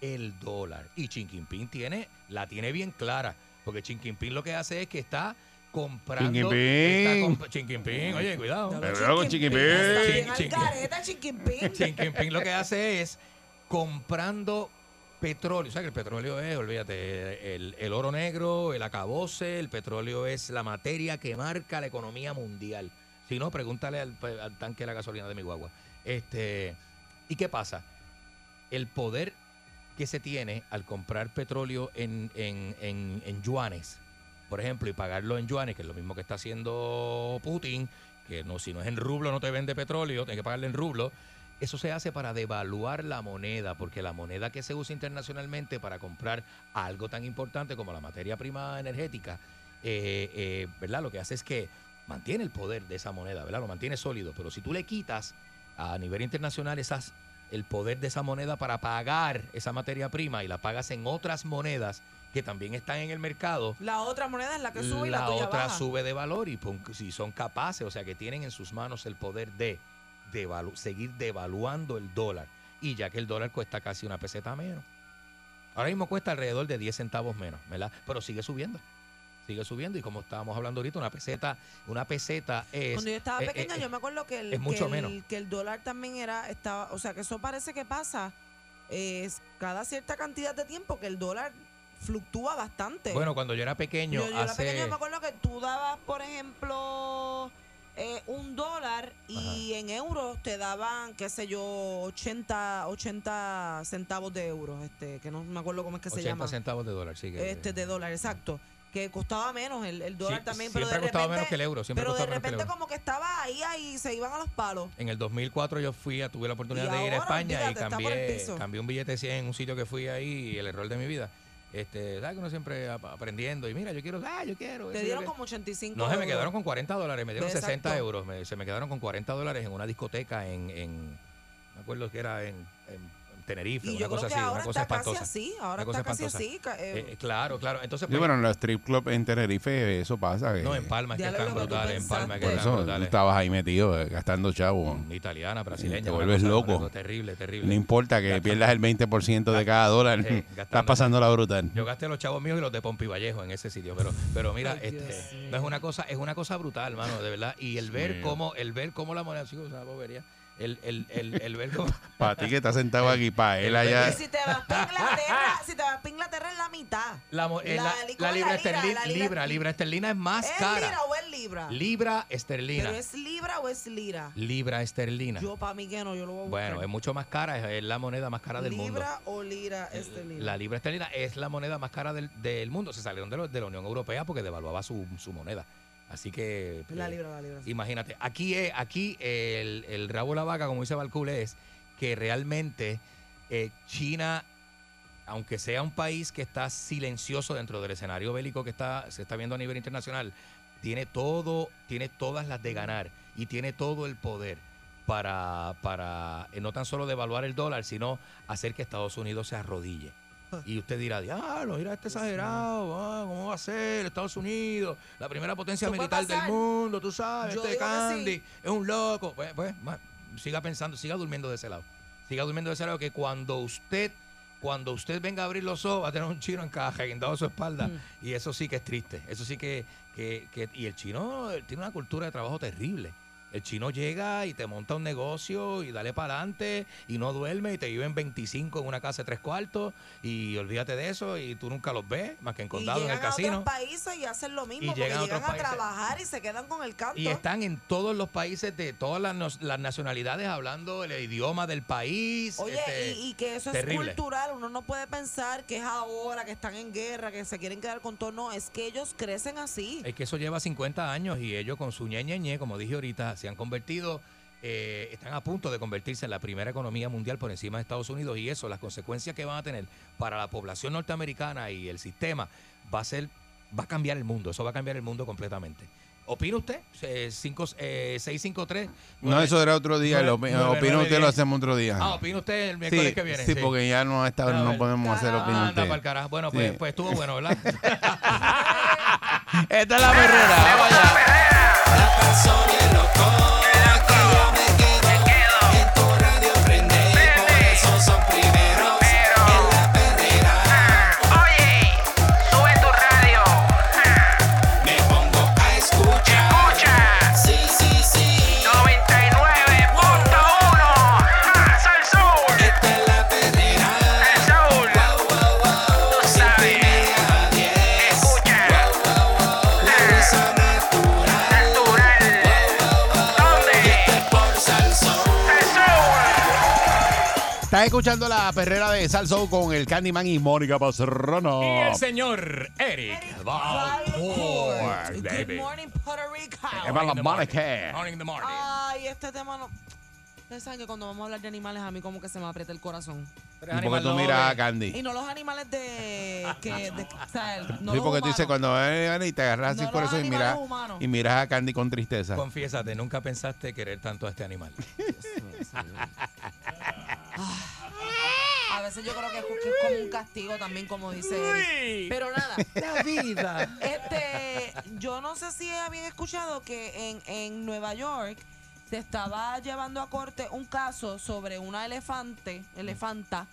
Speaker 4: el dólar. Y Xi Jinping tiene, la tiene bien clara, porque Xi Jinping lo que hace es que está comprando...
Speaker 3: Xi Jinping.
Speaker 4: está comp- Xi Jinping, oye, cuidado.
Speaker 3: Pero cuidado con Xi Jinping.
Speaker 4: Xi-
Speaker 5: Bien
Speaker 4: Xi-
Speaker 5: al gareta, chiquimpín.
Speaker 4: Xi Jinping lo que hace es comprando petróleo. O sea que el petróleo es, olvídate, el, el oro negro, el acabose, el petróleo es la materia que marca la economía mundial. Si no, pregúntale al, pues, al tanque de la gasolina de mi guagua. Este, ¿Y qué pasa? El poder que se tiene al comprar petróleo en, en, en, en yuanes, por ejemplo, y pagarlo en yuanes, que es lo mismo que está haciendo Putin, que no, si no es en rublo no te vende petróleo, tienes que pagarle en rublo. Eso se hace para devaluar la moneda, porque la moneda que se usa internacionalmente para comprar algo tan importante como la materia prima energética, eh, eh, ¿verdad? Lo que hace es que mantiene el poder de esa moneda, ¿verdad? Lo mantiene sólido. Pero si tú le quitas a nivel internacional esas, el poder de esa moneda para pagar esa materia prima y la pagas en otras monedas que también están en el mercado,
Speaker 5: La otra moneda es la que sube y la, tuya
Speaker 4: otra
Speaker 5: baja.
Speaker 4: sube de valor y pon- si son capaces, o sea que tienen en sus manos el poder de devalu- seguir devaluando el dólar. Y ya que el dólar cuesta casi una peseta menos. Ahora mismo cuesta alrededor de 10 centavos menos, ¿verdad? Pero sigue subiendo. Sigue subiendo y como estábamos hablando ahorita, una peseta, una peseta es...
Speaker 5: Cuando yo estaba
Speaker 4: eh, eh,
Speaker 5: pequeña,
Speaker 4: eh,
Speaker 5: yo me acuerdo que el,
Speaker 4: es mucho
Speaker 5: que, el-
Speaker 4: menos.
Speaker 5: que el dólar también era, estaba, o sea, que eso parece que pasa eh, es cada cierta cantidad de tiempo que el dólar fluctúa bastante.
Speaker 4: Bueno, cuando yo era pequeño,
Speaker 5: yo, yo era
Speaker 4: hace...
Speaker 5: pequeña, yo me acuerdo que tú dabas, por ejemplo, eh, un dólar y en euros te daban, qué sé yo, 80, 80 centavos de euros, este, que no me acuerdo cómo es que se
Speaker 4: 80
Speaker 5: llama.
Speaker 4: centavos de dólar, sí. que-
Speaker 5: Este, de dólar, exacto. Que costaba menos el, el dólar
Speaker 4: Sí,
Speaker 5: también, pero
Speaker 4: siempre
Speaker 5: de
Speaker 4: ha costado
Speaker 5: repente,
Speaker 4: menos que el euro, siempre ha
Speaker 5: pero de
Speaker 4: costado menos que el
Speaker 5: repente
Speaker 4: euro.
Speaker 5: como que estaba ahí, ahí se iban a los palos.
Speaker 4: En el 2004 yo fui, a, tuve la oportunidad
Speaker 5: Y
Speaker 4: de ir a
Speaker 5: ahora,
Speaker 4: España
Speaker 5: olvídate,
Speaker 4: y
Speaker 5: está por el
Speaker 4: cambié,
Speaker 5: piso.
Speaker 4: cambié un billete 100 en un sitio que fui ahí y el error de mi vida. Este, ¿sabes que uno siempre ap- aprendiendo? Y mira, yo quiero, ah, yo quiero.
Speaker 5: Te
Speaker 4: eso,
Speaker 5: dieron
Speaker 4: yo
Speaker 5: como 85
Speaker 4: no, se me
Speaker 5: euros.
Speaker 4: quedaron con 40 dólares, me dieron
Speaker 5: Exacto.
Speaker 4: 60 euros. me- se me quedaron con 40 dólares en una discoteca en. en no me acuerdo que era en, en- en Tenerife,
Speaker 5: Y
Speaker 4: una
Speaker 5: yo
Speaker 4: cosa
Speaker 5: creo que
Speaker 4: así,
Speaker 5: ahora
Speaker 4: una cosa
Speaker 5: está casi
Speaker 4: espantosa.
Speaker 5: así, ahora
Speaker 4: Una cosa
Speaker 5: está casi
Speaker 4: espantosa.
Speaker 5: así, ca- eh.
Speaker 4: Eh, claro, claro. Entonces,
Speaker 3: Sí,
Speaker 4: pues,
Speaker 3: bueno, en los strip club en Tenerife eso pasa. que-
Speaker 4: no, en Palma es que
Speaker 3: Ya lo
Speaker 4: están
Speaker 3: que tú
Speaker 4: brutales, en Palma es que
Speaker 3: por
Speaker 4: están
Speaker 3: eso tú
Speaker 4: brutales.
Speaker 3: estabas ahí metido, eh, gastando chavo.
Speaker 4: Italiana, brasileña.
Speaker 3: Te
Speaker 4: una
Speaker 3: vuelves
Speaker 4: cosa- una
Speaker 3: loco.
Speaker 4: cosa Terrible, terrible.
Speaker 3: No importa que pierdas el 20% de cada
Speaker 4: <laughs>
Speaker 3: dólar.
Speaker 4: Eh,
Speaker 3: <laughs> Estás pasando la brutal.
Speaker 4: Yo gasté los chavos míos y los de Pompi Vallejo en ese sitio, pero, pero mira,
Speaker 3: Ay, Dios
Speaker 4: este, no es una cosa, es una cosa brutal, mano, de verdad. Y el
Speaker 3: Dios
Speaker 4: ver
Speaker 3: mío.
Speaker 4: cómo, el ver cómo la moneda, sí, es una bobería. El, el, el, el ver cómo. <laughs>
Speaker 3: Para ti que estás sentado aquí, para él
Speaker 5: Y
Speaker 3: allá.
Speaker 5: si te vas para
Speaker 4: <laughs>
Speaker 5: Inglaterra, si te vas para Inglaterra es la mitad.
Speaker 4: La, mo- eh, la-
Speaker 5: La-
Speaker 4: la
Speaker 5: la
Speaker 4: libra
Speaker 5: lira,
Speaker 4: esterlina,
Speaker 5: la lira-
Speaker 4: libra, libra esterlina es más
Speaker 5: ¿Es
Speaker 4: cara.
Speaker 5: lira o es libra?
Speaker 4: Libra esterlina.
Speaker 5: ¿Pero es libra o es lira?
Speaker 4: Libra esterlina.
Speaker 5: Yo para mí que no, yo lo voy a buscar.
Speaker 4: Bueno, es mucho más cara, es, es la moneda más cara del mundo.
Speaker 5: ¿Libra o lira esterlina?
Speaker 4: La libra esterlina es la moneda más cara del, del mundo. Se salieron de, lo- de la Unión Europea porque devaluaba su, su moneda. Así que.
Speaker 5: <laughs> La
Speaker 4: eh,
Speaker 5: libra, la libra.
Speaker 4: Imagínate, aquí, es- aquí el, el rabo de la vaca, como dice Balcule, es que realmente eh, China, aunque sea un país que está silencioso dentro del escenario bélico que está, se está viendo a nivel internacional, tiene todo, tiene todas las de ganar y tiene todo el poder para, para eh, no tan solo devaluar el dólar, sino hacer que Estados Unidos se arrodille.
Speaker 6: Ah.
Speaker 4: Y usted dirá, diablo, mira este exagerado, ah, ¿cómo va a ser? Estados Unidos, la primera potencia
Speaker 6: Eso puede
Speaker 4: militar del
Speaker 6: pasar.
Speaker 4: mundo, tú sabes,
Speaker 6: Yo
Speaker 4: este
Speaker 6: digo que
Speaker 4: Candy
Speaker 6: sí.
Speaker 4: es un loco. Pues, pues, ma- siga pensando, siga durmiendo de ese lado. Siga durmiendo de ese lado que cuando usted, cuando usted venga a abrir los ojos, va a tener un chino en caja, guindado a su espalda.
Speaker 6: Mm.
Speaker 4: Y eso sí que es triste. Eso sí que, que, que- y el chino eh, tiene una cultura de trabajo terrible. El chino llega y te monta un negocio y dale para adelante y no duerme y te viven 25 en una casa de tres cuartos y olvídate de eso y tú nunca los ves más que en
Speaker 5: Y
Speaker 4: condado,
Speaker 5: llegan
Speaker 4: en el
Speaker 5: a
Speaker 4: casino.
Speaker 5: otros países y hacen lo mismo,
Speaker 4: Y
Speaker 5: porque
Speaker 4: llegan a
Speaker 5: llegan,
Speaker 4: otros
Speaker 5: a,
Speaker 4: países.
Speaker 5: trabajar y se quedan con el canto.
Speaker 4: Y están en todos los países de todas las, nos- las nacionalidades hablando el idioma del país.
Speaker 5: Oye,
Speaker 4: este,
Speaker 5: y, y que eso
Speaker 4: terrible.
Speaker 5: es cultural, uno no puede pensar que es ahora, que están en guerra, que se quieren quedar con todo, no, es que ellos crecen así.
Speaker 4: Es que eso lleva 50 años y ellos con su ñe, ñe, ñe, como dije ahorita, se han convertido, eh, están a punto de convertirse en la primera economía mundial por encima de Estados Unidos y eso, las consecuencias que van a tener para la población norteamericana y el sistema va a ser, va a cambiar el mundo, eso va a cambiar el mundo completamente. ¿Opina usted? Eh, cinco, eh, 653.
Speaker 3: No, eso era otro día.
Speaker 4: Nueve-
Speaker 3: lo opi- opina
Speaker 4: nueve- nueve,
Speaker 3: usted, lo
Speaker 4: diez.
Speaker 3: hacemos otro día.
Speaker 4: Ah, opina usted el miércoles
Speaker 3: Sí,
Speaker 4: que viene. Ah,
Speaker 3: Sí, porque ya no, a esta hora no podemos hacer opinión.
Speaker 4: Anda
Speaker 3: usted.
Speaker 4: para el carajo. Bueno,
Speaker 3: Sí.
Speaker 4: pues, pues estuvo
Speaker 3: <laughs>
Speaker 4: bueno,
Speaker 14: <laughs>
Speaker 4: ¿verdad?
Speaker 14: Esta es la perrera, <laughs> vamos allá. La canción bien loco, aquí yo me quedo. En tu radio prende, por eso son primeros. En la perrera. Oye, sube tu radio. Me pongo a escuchar. Escucha. Sí, sí, sí. 99.1. Sal Soul. Esta es la perrera. El Soul. Wow, wow, wow. Tú sabes. Escucha. La cosa natural. ¿Dónde? por Salsón.
Speaker 3: Estás escuchando la perrera de Salso con el Candyman y Mónica Pastrano.
Speaker 4: Y el señor Eric Valcourt,
Speaker 3: Valcourt.
Speaker 4: baby.
Speaker 5: Good morning, Puerto Rico.
Speaker 3: Eva la Mónica.
Speaker 4: Morning in the morning.
Speaker 5: Ay, este tema no... Ustedes saben que cuando vamos a hablar de animales, a mí como que se me aprieta el corazón.
Speaker 3: Y porque tú miras a Candy.
Speaker 5: Y no los animales de... Que, de- o sea, el- no
Speaker 3: sí,
Speaker 5: los
Speaker 3: porque tú dices
Speaker 5: humanos.
Speaker 3: cuando ven y te agarras así
Speaker 5: No
Speaker 3: por
Speaker 5: los
Speaker 3: eso y
Speaker 5: animales
Speaker 3: miras,
Speaker 5: humanos.
Speaker 3: y miras a Candy con tristeza.
Speaker 4: Confiésate, nunca pensaste querer tanto a este
Speaker 14: <laughs>
Speaker 4: animal.
Speaker 5: A veces yo creo que es, que es como un castigo también, como dice Eric. Pero nada.
Speaker 4: La vida.
Speaker 5: Este, yo no sé si habían escuchado que en, en Nueva York se estaba llevando a corte un caso sobre una elefante, elefanta,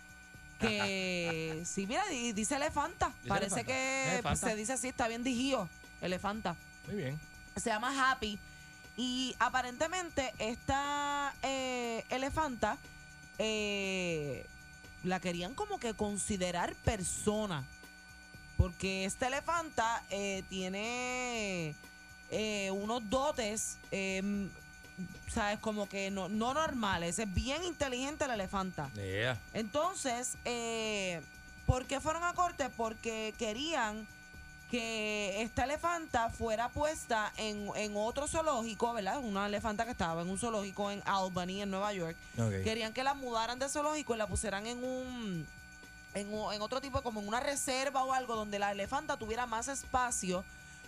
Speaker 5: que sí, mira, di- dice elefanta. Parece
Speaker 6: elefanta.
Speaker 5: que
Speaker 6: Elefanta.
Speaker 5: se dice así, está bien digido. Elefanta.
Speaker 4: Muy bien.
Speaker 5: Se llama Happy. Y aparentemente esta eh, elefanta eh, la querían como que considerar persona. Porque esta elefanta eh, tiene eh, unos dotes, eh, ¿sabes? Como que no, no normales. Es bien inteligente la elefanta.
Speaker 4: Yeah.
Speaker 5: Entonces, eh, ¿por qué fueron a corte? Porque querían que esta elefanta fuera puesta en, en otro zoológico, ¿verdad? Una elefanta que estaba en un zoológico en Albany, en Nueva York.
Speaker 6: Ok.
Speaker 5: Querían que la mudaran de zoológico y la pusieran en un... En, u- en otro tipo, como en una reserva o algo, donde la elefanta tuviera más espacio,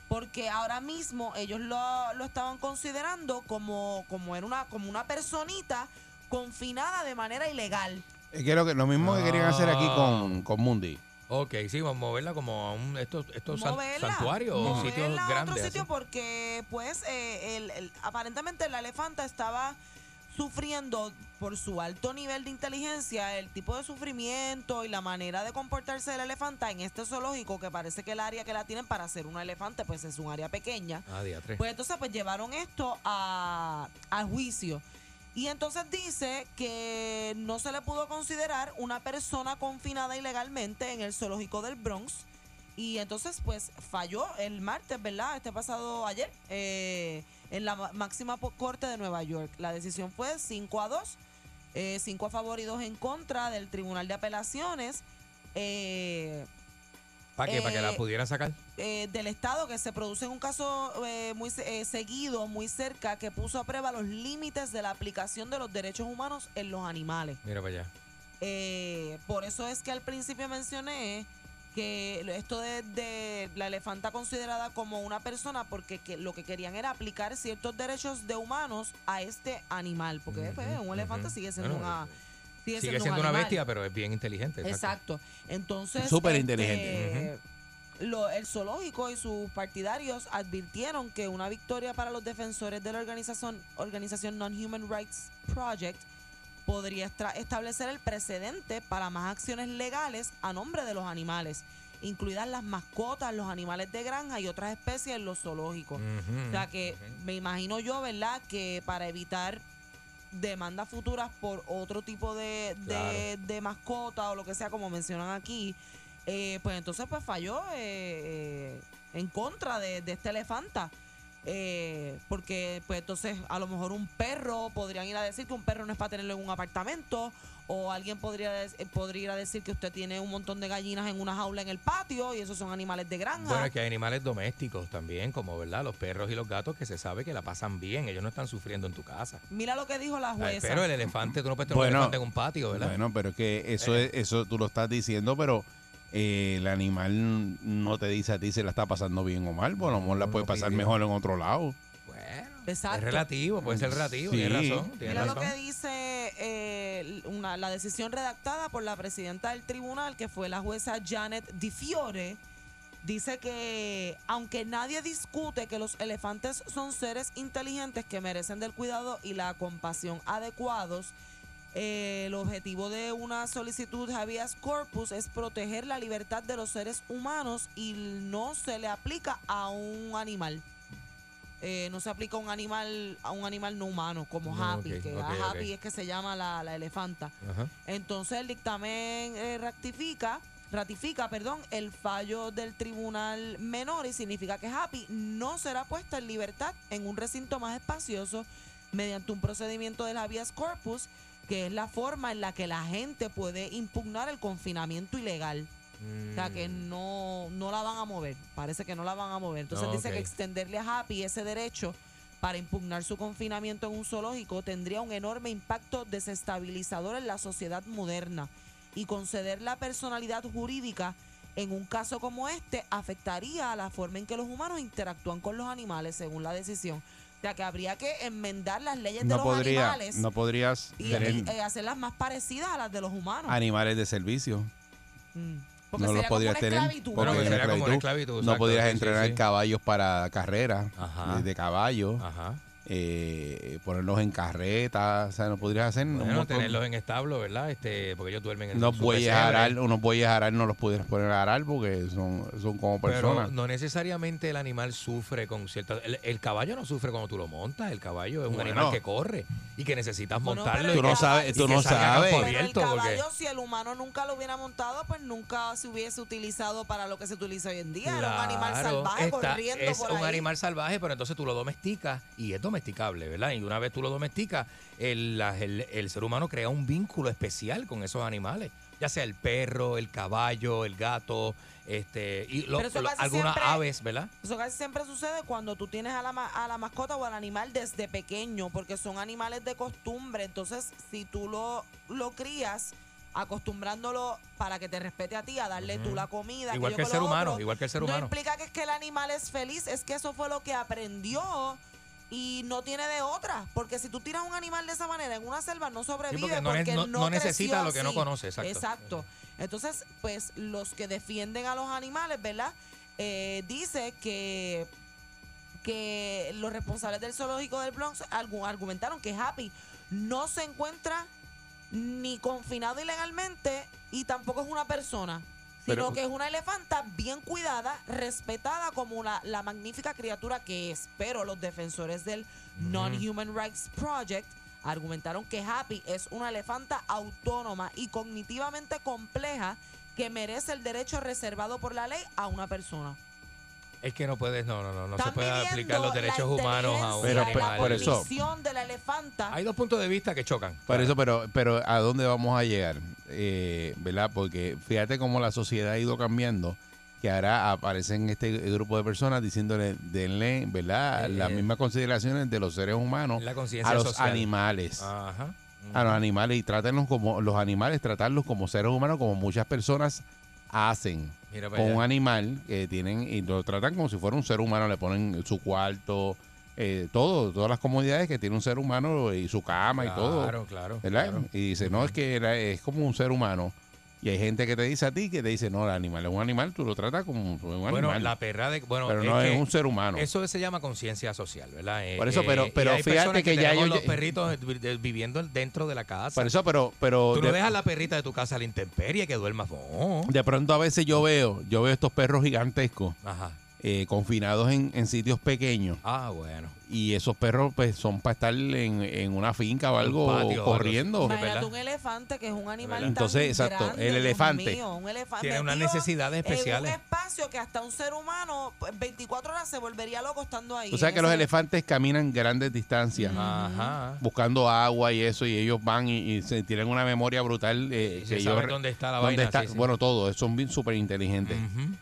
Speaker 5: porque ahora mismo ellos lo, lo estaban considerando como, como, era una, como una personita confinada de manera ilegal.
Speaker 3: Es que lo, que- lo mismo que querían hacer
Speaker 4: Ah.
Speaker 3: aquí con, con Mundi.
Speaker 4: Ok, sí, vamos a moverla como a un, estos, estos san-
Speaker 5: Moverla,
Speaker 4: santuarios o
Speaker 5: moverla
Speaker 4: sitios
Speaker 5: a
Speaker 4: grandes.
Speaker 5: otro
Speaker 4: así.
Speaker 5: sitio porque pues eh, el- el- aparentemente la elefanta estaba sufriendo por su alto nivel de inteligencia el tipo de sufrimiento y la manera de comportarse de la elefanta en este zoológico que parece que el área que la tienen para ser una elefante pues es un área pequeña
Speaker 4: Ah, diatre.
Speaker 5: pues entonces pues llevaron esto a, a juicio. Y entonces dice que no se le pudo considerar una persona confinada ilegalmente en el zoológico del Bronx. Y entonces pues falló el martes, ¿verdad? Este pasado ayer, eh, en la ma- máxima po- corte de Nueva York. La decisión fue 5 a 2, 5 a favor y 2 en contra del Tribunal de Apelaciones. Eh,
Speaker 4: ¿Para qué? ¿Para que la
Speaker 5: eh,
Speaker 4: pudieran sacar?
Speaker 5: eh, del Estado que se produce en un caso eh, muy se- eh, seguido, muy cerca, que puso a prueba los límites de la aplicación de los derechos humanos en los animales.
Speaker 4: Mira para allá.
Speaker 5: Eh, por eso es que al principio mencioné que esto de, de la elefanta considerada como una persona, porque que- lo que querían era aplicar ciertos derechos de humanos a este animal, porque pues, un elefante sigue siendo
Speaker 4: Bueno,
Speaker 5: una, sigue,
Speaker 4: Sigue siendo
Speaker 5: un
Speaker 4: una
Speaker 5: animal.
Speaker 4: bestia, pero es bien inteligente.
Speaker 5: Exacto. Entonces.
Speaker 4: Súper
Speaker 5: este,
Speaker 4: inteligente.
Speaker 5: lo- el zoológico y sus partidarios advirtieron que una victoria para los defensores de la organización, organización Non-Human Rights Project podría estra- establecer el precedente para más acciones legales a nombre de los animales, incluidas las mascotas, los animales de granja y otras especies en los zoológicos.
Speaker 17: Ujú.
Speaker 5: O sea que me imagino yo, ¿verdad?, que para evitar demandas futuras por otro tipo de, de-
Speaker 4: Claro.
Speaker 5: eh, de mascota o lo que sea, como mencionan aquí, eh, pues entonces pues falló eh, eh, en contra de, de este elefanta. Eh, porque pues entonces a lo mejor un perro podrían ir a decir que un perro no es para tenerlo en un apartamento o alguien podría, des- eh, podría ir a decir que usted tiene un montón de gallinas en una jaula en el patio y esos son animales de granja.
Speaker 4: Bueno, es que hay animales domésticos también, como verdad, los perros y los gatos que se sabe que la pasan bien, ellos no están sufriendo en tu casa.
Speaker 5: Mira lo que dijo la
Speaker 4: Ay,
Speaker 5: jueza.
Speaker 4: Pero el elefante, tú no puedes tener un
Speaker 3: Bueno.
Speaker 4: elefante en un patio, ¿verdad? Eh.
Speaker 3: Bueno, pero es que eso, es, eso tú lo estás diciendo, pero eh, el animal no te dice a ti si la está pasando bien o mal, por lo mejor la puede pasar mejor en otro lado.
Speaker 5: Exacto.
Speaker 4: Es relativo, puede ser relativo, tienes
Speaker 3: Sí.
Speaker 4: razón. tienes
Speaker 5: Mira
Speaker 4: razón.
Speaker 5: lo que dice eh, una- la decisión redactada por la presidenta del tribunal, que fue la jueza Janet Di Fiore. Dice que aunque nadie discute que los elefantes son seres inteligentes que merecen del cuidado y la compasión adecuados, eh, el objetivo de una solicitud habeas corpus es proteger la libertad de los seres humanos y no se le aplica a un animal. Eh, no se aplica a un animal a un animal no humano como
Speaker 17: No,
Speaker 5: Happy,
Speaker 17: ok,
Speaker 5: que
Speaker 17: ok,
Speaker 5: a Happy
Speaker 17: ok.
Speaker 5: es que se llama la, la elefanta.
Speaker 17: Ajá.
Speaker 5: Entonces el dictamen eh, ratifica, ratifica, perdón, el fallo del tribunal menor y significa que Happy no será puesta en libertad en un recinto más espacioso mediante un procedimiento del habeas corpus, que es la forma en la que la gente puede impugnar el confinamiento ilegal. O sea que
Speaker 3: Mm.
Speaker 5: no, no la van a mover, parece que no la van a mover. Entonces
Speaker 17: No,
Speaker 5: dice
Speaker 17: ok.
Speaker 5: que extenderle a Happy ese derecho para impugnar su confinamiento en un zoológico tendría un enorme impacto desestabilizador en la sociedad moderna y conceder la personalidad jurídica en un caso como este afectaría a la forma en que los humanos interactúan con los animales según la decisión. O sea que habría que enmendar las leyes de
Speaker 3: No,
Speaker 5: los
Speaker 3: podría,
Speaker 5: animales
Speaker 3: no podrías
Speaker 5: y,
Speaker 3: tener
Speaker 5: y, eh, hacerlas más parecidas a las de los humanos. Mm.
Speaker 3: animales de servicio.
Speaker 5: Porque
Speaker 3: no
Speaker 5: sería
Speaker 3: los
Speaker 5: como
Speaker 3: podrías
Speaker 5: una
Speaker 3: tener.
Speaker 5: esclavitud.
Speaker 3: porque
Speaker 4: Bueno,
Speaker 3: era
Speaker 4: sería como una esclavitud,
Speaker 3: no
Speaker 4: exacto,
Speaker 3: podrías
Speaker 4: sí, sí,
Speaker 3: entrenar
Speaker 4: sí.
Speaker 3: caballos para carreras
Speaker 4: Ajá.
Speaker 3: de, de caballos. eh, ponerlos en carretas. O sea, no podrías hacer un
Speaker 4: Bueno,
Speaker 3: montón-
Speaker 4: tenerlos en establo, ¿verdad? Este, porque ellos duermen en
Speaker 3: unos
Speaker 4: sus
Speaker 3: bueyes
Speaker 4: pesebres.
Speaker 3: arar, unos bueyes arar no los pudieras poner a arar porque son, son como
Speaker 4: Pero
Speaker 3: personas.
Speaker 4: no necesariamente el animal sufre con cierta... El, el caballo no sufre cuando tú lo montas. El caballo es un
Speaker 3: Bueno.
Speaker 4: animal que corre y que necesitas montarlo.
Speaker 3: pero
Speaker 4: y
Speaker 3: Tú no
Speaker 4: que-
Speaker 3: sabes-
Speaker 4: y
Speaker 3: tú
Speaker 4: que
Speaker 3: no
Speaker 4: salga a campo
Speaker 3: sabes. Pero el
Speaker 5: Pero el
Speaker 4: abierto, porque-
Speaker 5: caballo, si el humano nunca lo hubiera montado, pues nunca se hubiese utilizado para lo que se utiliza hoy en día. Era un animal
Speaker 4: Claro,
Speaker 5: salvaje
Speaker 4: está-
Speaker 5: corriendo
Speaker 4: es
Speaker 5: por
Speaker 4: un
Speaker 5: ahí.
Speaker 4: animal salvaje, pero entonces tú lo domesticas y es domesticable, ¿verdad? Y una vez tú lo domesticas, el, la- el- el ser humano crea un vínculo especial con esos animales, ya sea el perro, el caballo, el gato, este, y lo-
Speaker 5: Pero eso
Speaker 4: lo-
Speaker 5: casi
Speaker 4: algunas
Speaker 5: siempre-
Speaker 4: aves, ¿verdad?
Speaker 5: Eso casi siempre sucede cuando tú tienes a la, ma- a la mascota o al animal desde pequeño, porque son animales de costumbre. Entonces, si tú lo, lo crías acostumbrándolo para que te respete a ti, a darle
Speaker 4: Ujú.
Speaker 5: tú la comida.
Speaker 4: Igual
Speaker 5: yo
Speaker 4: que el
Speaker 5: con
Speaker 4: ser
Speaker 5: lo
Speaker 4: humano,
Speaker 5: otro,
Speaker 4: igual que el ser
Speaker 5: no
Speaker 4: humano.
Speaker 5: implica que es que el animal es feliz, es que eso fue lo que aprendió y no tiene de otra. Porque si tú tiras un animal de esa manera en una selva, no sobrevive.
Speaker 4: porque no ne- no- no
Speaker 5: creció
Speaker 4: necesita lo que no
Speaker 5: así.
Speaker 4: conoce, exacto.
Speaker 5: Exacto. Entonces, pues los que defienden a los animales, ¿verdad? Eh, dice que que los responsables del zoológico del Bronx argu- argumentaron que Happy no se encuentra ni confinado ilegalmente y tampoco es una persona, sino
Speaker 17: Pero-
Speaker 5: que es una elefanta bien cuidada, respetada como la, la magnífica criatura que es. Pero los defensores del Non-Human Rights Project argumentaron que Happy es una elefanta autónoma y cognitivamente compleja que merece el derecho reservado por la ley a una persona.
Speaker 4: Es que no puedes, no, no, no, no se
Speaker 5: Están
Speaker 4: puede aplicar los derechos humanos a un
Speaker 3: Pero,
Speaker 4: animal.
Speaker 3: por eso,
Speaker 5: visión de la elefanta.
Speaker 4: Hay dos puntos de vista que chocan.
Speaker 3: Por eso, pero, pero ¿a dónde vamos a llegar? Eh, ¿Verdad? Porque fíjate cómo la sociedad ha ido cambiando, que ahora aparecen este grupo de personas diciéndole, denle, ¿verdad? Las mismas consideraciones de los seres humanos
Speaker 4: Eh, La conciencia
Speaker 3: a los
Speaker 4: social. Ah.
Speaker 3: animales.
Speaker 4: Ajá.
Speaker 3: A los animales y trátenlos como los animales, tratarlos como seres humanos, como muchas personas hacen
Speaker 4: Mira para
Speaker 3: con
Speaker 4: allá.
Speaker 3: un animal que tienen y lo tratan como si fuera un ser humano, le ponen su cuarto, eh, todo, todas las comodidades que tiene un ser humano y su cama y todo.
Speaker 4: Claro, claro,
Speaker 3: ¿verdad?
Speaker 4: claro.
Speaker 3: Y dice, no, es que era- es como un ser humano. Y hay gente que te dice a ti que te dice, no, el animal es un animal, tú lo tratas como un un animal.
Speaker 4: Bueno, la perra de. Bueno,
Speaker 3: pero no
Speaker 4: que
Speaker 3: es un ser humano.
Speaker 4: Eso se llama conciencia social, ¿verdad? Eh,
Speaker 3: Por eso,
Speaker 4: eh,
Speaker 3: pero-
Speaker 4: y
Speaker 3: pero
Speaker 4: hay
Speaker 3: fíjate
Speaker 4: personas
Speaker 3: que ya
Speaker 4: tenemos
Speaker 3: ellos-
Speaker 4: los perritos eh, vi- de- viviendo dentro de la casa.
Speaker 3: Por eso, pero, pero
Speaker 4: Tú no
Speaker 3: de-
Speaker 4: dejas la perrita de tu casa a la intemperie que duerma. No.
Speaker 3: De pronto a veces yo veo, yo veo estos perros gigantescos,
Speaker 4: Ajá.
Speaker 3: eh, confinados en, en sitios pequeños.
Speaker 4: Ah, bueno.
Speaker 3: Y esos perros pues son para estar en, en una finca o
Speaker 4: Un
Speaker 3: algo
Speaker 4: patio o algo
Speaker 3: corriendo.
Speaker 4: así.
Speaker 5: Imagínate un elefante que es un animal
Speaker 3: verdad. Entonces,
Speaker 5: tan
Speaker 3: exacto,
Speaker 5: grande,
Speaker 3: el
Speaker 5: Dios
Speaker 3: elefante
Speaker 5: mío, un elefante
Speaker 4: Tiene unas
Speaker 5: metido
Speaker 4: necesidades especiales.
Speaker 5: En un espacio que hasta un ser humano pues, 24 horas se volvería loco estando ahí.
Speaker 3: O sea que
Speaker 5: en
Speaker 3: los
Speaker 5: ese-
Speaker 3: elefantes caminan grandes distancias
Speaker 4: Ajá.
Speaker 3: buscando agua y eso y ellos van y, y se tienen una memoria brutal eh,
Speaker 4: Y se
Speaker 3: que
Speaker 4: sabe
Speaker 3: yo-
Speaker 4: dónde está la
Speaker 3: dónde
Speaker 4: vaina,
Speaker 3: está-
Speaker 4: sí, sí.
Speaker 3: bueno todo son bien súper inteligentes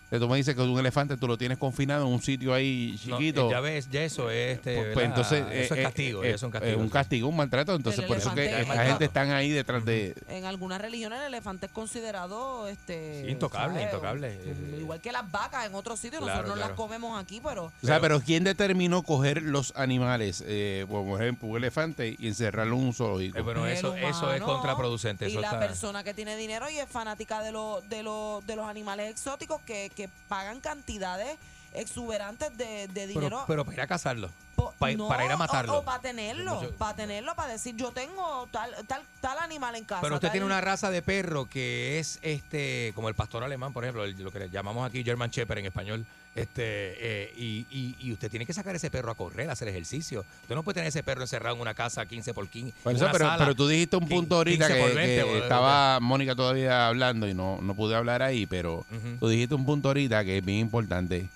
Speaker 3: tú me dices que un elefante tú lo tienes confinado en un sitio ahí
Speaker 4: No,
Speaker 3: chiquito
Speaker 4: eh, ya ves, ya eso es. Este,
Speaker 3: Pues,
Speaker 4: ¿verdad?
Speaker 3: pues, entonces
Speaker 4: eso es
Speaker 3: eh,
Speaker 4: castigo.
Speaker 3: eh,
Speaker 4: ya son
Speaker 3: eh,
Speaker 4: castigos,
Speaker 3: un
Speaker 4: sí.
Speaker 3: castigo un maltrato entonces
Speaker 5: El
Speaker 3: por eso que
Speaker 5: elefante es
Speaker 3: la
Speaker 5: maltrato.
Speaker 3: gente están ahí detrás de
Speaker 5: En algunas religiones el elefante es considerado este
Speaker 3: Sí, intocable,
Speaker 5: ¿sabes?
Speaker 3: intocable.
Speaker 5: Mm, Igual que las vacas en otros sitios,
Speaker 3: Claro,
Speaker 5: nosotros no
Speaker 3: claro.
Speaker 5: las comemos aquí, pero
Speaker 3: o sea, pero ¿quién determinó coger los animales, eh, por ejemplo, un elefante y encerrarlo en un zoológico?
Speaker 4: Eh, bueno, eso, eso es contraproducente.
Speaker 5: y
Speaker 4: Eso
Speaker 5: la
Speaker 4: está-
Speaker 5: persona que tiene dinero y es fanática de los de los de los animales exóticos que, que pagan cantidades exuberantes de, de
Speaker 4: pero,
Speaker 5: dinero
Speaker 4: pero para ir a cazarlo.
Speaker 5: Po-
Speaker 4: pa-
Speaker 5: no,
Speaker 4: para ir a
Speaker 5: o-
Speaker 4: matarlo.
Speaker 5: O, para tenerlo,
Speaker 4: Yo-
Speaker 5: para tenerlo, para decir, yo tengo tal tal tal animal en casa.
Speaker 4: Pero usted
Speaker 5: tal-
Speaker 4: tiene una raza de perro que es este como el pastor alemán, por ejemplo, el- lo que le llamamos aquí German Shepherd en español. Este eh, y, y- y usted tiene que sacar ese perro a correr, a hacer ejercicio. Usted no puede tener ese perro encerrado en una casa 15 por 15.
Speaker 3: Por Pues eso,
Speaker 4: una
Speaker 3: pero,
Speaker 4: sala
Speaker 3: pero tú dijiste un
Speaker 4: 15
Speaker 3: punto ahorita que,
Speaker 4: 15 por
Speaker 3: que
Speaker 4: 20, boludo.
Speaker 3: estaba Mónica todavía hablando y no, no pude hablar ahí, pero tú dijiste un punto ahorita que es bien importante,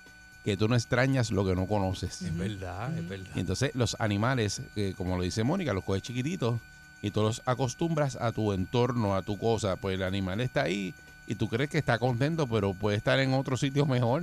Speaker 3: que tú no extrañas lo que no conoces.
Speaker 4: Es verdad, es verdad.
Speaker 3: Y entonces los animales, eh, como lo dice Mónica, los coges chiquititos y tú los acostumbras a tu entorno, a tu cosa. Pues el animal está ahí y tú crees que está contento, pero puede estar en otro sitio mejor.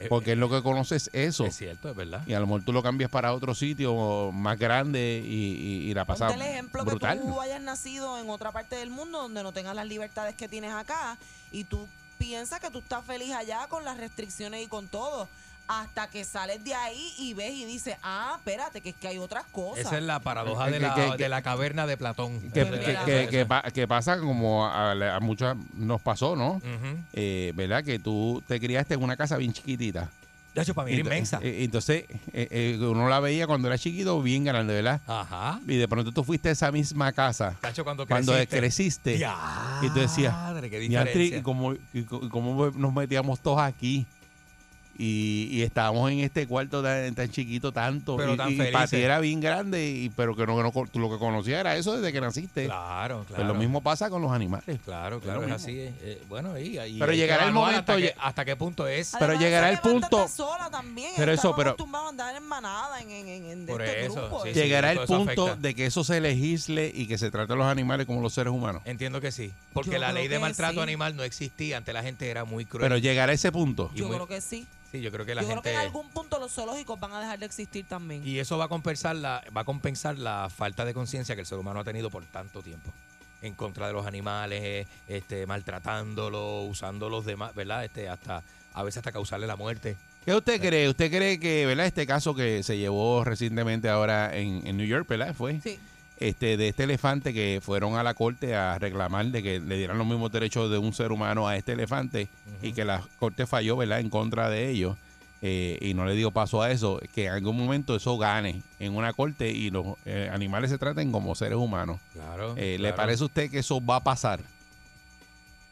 Speaker 4: Eh,
Speaker 3: Porque es lo que conoces eso.
Speaker 4: Es cierto, es verdad.
Speaker 3: Y a lo mejor tú lo cambias para otro sitio más grande y, y- y la pasas
Speaker 5: Ponte el ejemplo
Speaker 3: brutal.
Speaker 5: que tú hayas nacido en otra parte del mundo donde no tengas las libertades que tienes acá y tú piensas que tú estás feliz allá con las restricciones y con todo. Hasta que sales de ahí y ves y dices, ah, espérate, que es que hay otras cosas.
Speaker 4: Esa es la paradoja de,
Speaker 3: Que-
Speaker 4: la,
Speaker 3: Eh, que-
Speaker 4: de la caverna de Platón.
Speaker 3: que,
Speaker 4: Esa es
Speaker 3: que-
Speaker 4: la-
Speaker 3: que-
Speaker 4: esa-
Speaker 3: que pa- que pasa como a, a- a muchas nos pasó, ¿no?
Speaker 4: Ujú.
Speaker 3: Eh, ¿Verdad? Que tú te criaste en una casa bien chiquitita.
Speaker 4: De hecho, para mí era
Speaker 3: Ento-
Speaker 4: inmensa.
Speaker 3: eh, entonces, eh, eh, uno la veía cuando era chiquito, bien grande, ¿verdad?
Speaker 4: Ajá.
Speaker 3: Y de pronto tú fuiste a esa misma casa.
Speaker 4: Tacho, cuando creciste.
Speaker 3: creciste. y tú decías,
Speaker 4: Diadre, qué
Speaker 3: "Diantre,
Speaker 4: diferencia".
Speaker 3: ¿y cómo, y co- y cómo nos metíamos todos aquí? Y, y estábamos en este cuarto tan, tan chiquito tanto.
Speaker 4: Pero
Speaker 3: y,
Speaker 4: tan
Speaker 3: y
Speaker 4: felices.
Speaker 3: para ti era bien grande, y, pero que no, que no co- tú lo que conocías era eso desde que naciste.
Speaker 4: Claro,
Speaker 3: Pues lo
Speaker 4: claro.
Speaker 3: mismo pasa con los animales.
Speaker 4: Claro, claro, es así. eh, eh, bueno, y, y
Speaker 3: Pero
Speaker 4: hay que
Speaker 3: llegará el
Speaker 4: evaluar
Speaker 3: momento,
Speaker 4: Hasta, que-
Speaker 3: ya-
Speaker 4: hasta qué punto es.
Speaker 3: Pero llegará el punto. pero eso, pero
Speaker 4: Por
Speaker 5: este
Speaker 4: eso. sí, sí,
Speaker 3: llegará el
Speaker 4: todo eso
Speaker 3: punto
Speaker 4: afecta.
Speaker 3: de que eso se legisle y que se trate a los animales como los seres humanos.
Speaker 4: Entiendo que sí. Porque
Speaker 5: Yo
Speaker 4: la
Speaker 5: creo
Speaker 4: ley de
Speaker 5: que
Speaker 4: maltrato
Speaker 5: sí.
Speaker 4: animal no existía. Ante la gente era muy cruel.
Speaker 3: Pero llegará ese punto.
Speaker 4: Y
Speaker 5: Yo
Speaker 4: muy-
Speaker 5: creo que sí.
Speaker 4: Sí, yo creo que la
Speaker 5: Yo creo que
Speaker 4: gente.
Speaker 5: en algún punto los zoológicos van a dejar de existir también.
Speaker 4: Y eso va a compensar la, va a compensar la falta de conciencia que el ser humano ha tenido por tanto tiempo. En contra de los animales, eh, este, maltratándolos, usándolos demás, ¿verdad? Este, hasta, a veces hasta causarle la muerte.
Speaker 3: ¿Qué usted cree? ¿Usted cree que, verdad, este caso que se llevó recientemente ahora en, en New York, ¿verdad? Fue este de este elefante que fueron a la corte a reclamar de que le dieran los mismos derechos de un ser humano a este elefante y que la corte falló, ¿verdad? En contra de ellos eh, y no le dio paso a eso. Que en algún momento eso gane en una corte y los eh, animales se traten como seres humanos.
Speaker 4: Claro,
Speaker 3: Eh, ¿Le
Speaker 4: claro.
Speaker 3: parece a usted que eso va a pasar?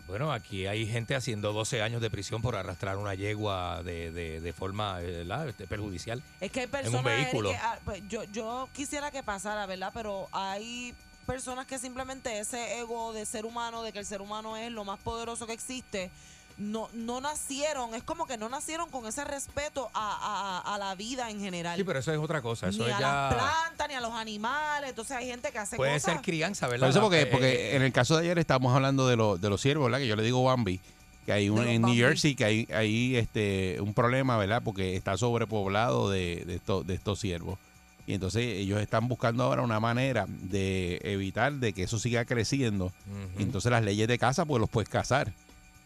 Speaker 4: Bueno, aquí hay gente haciendo 12 años de prisión por arrastrar una yegua de, de- de forma eh, ¿verdad? Este, perjudicial.
Speaker 5: Es que hay
Speaker 4: En un
Speaker 5: personas Eric,
Speaker 4: vehículo.
Speaker 5: que, ah, pues, yo, yo quisiera que pasara, ¿verdad? Pero hay personas que simplemente ese ego de ser humano, de que el ser humano es lo más poderoso que existe, no, no nacieron, es como que no nacieron con ese respeto a, a- a la vida en general.
Speaker 4: Sí, pero eso es otra cosa. Eso
Speaker 5: ni
Speaker 4: es
Speaker 5: a
Speaker 4: ya.
Speaker 5: las plantas, ni a los animales. Entonces hay gente que hace
Speaker 4: Puede
Speaker 5: cosas.
Speaker 4: ser crianza, ¿verdad?
Speaker 3: Por eso porque,
Speaker 4: Eh, eh,
Speaker 3: porque en el caso de ayer estamos hablando de, lo- de los ciervos, ¿verdad? Que yo le digo Bambi, que hay un,
Speaker 4: De los
Speaker 3: en
Speaker 4: Bambi.
Speaker 3: New Jersey que hay, hay este un problema, ¿verdad? Porque está sobrepoblado de, de estos de estos ciervos. Y entonces ellos están buscando ahora una manera de evitar de que eso siga creciendo.
Speaker 4: Ujú.
Speaker 3: Y entonces las leyes de caza pues los puedes cazar.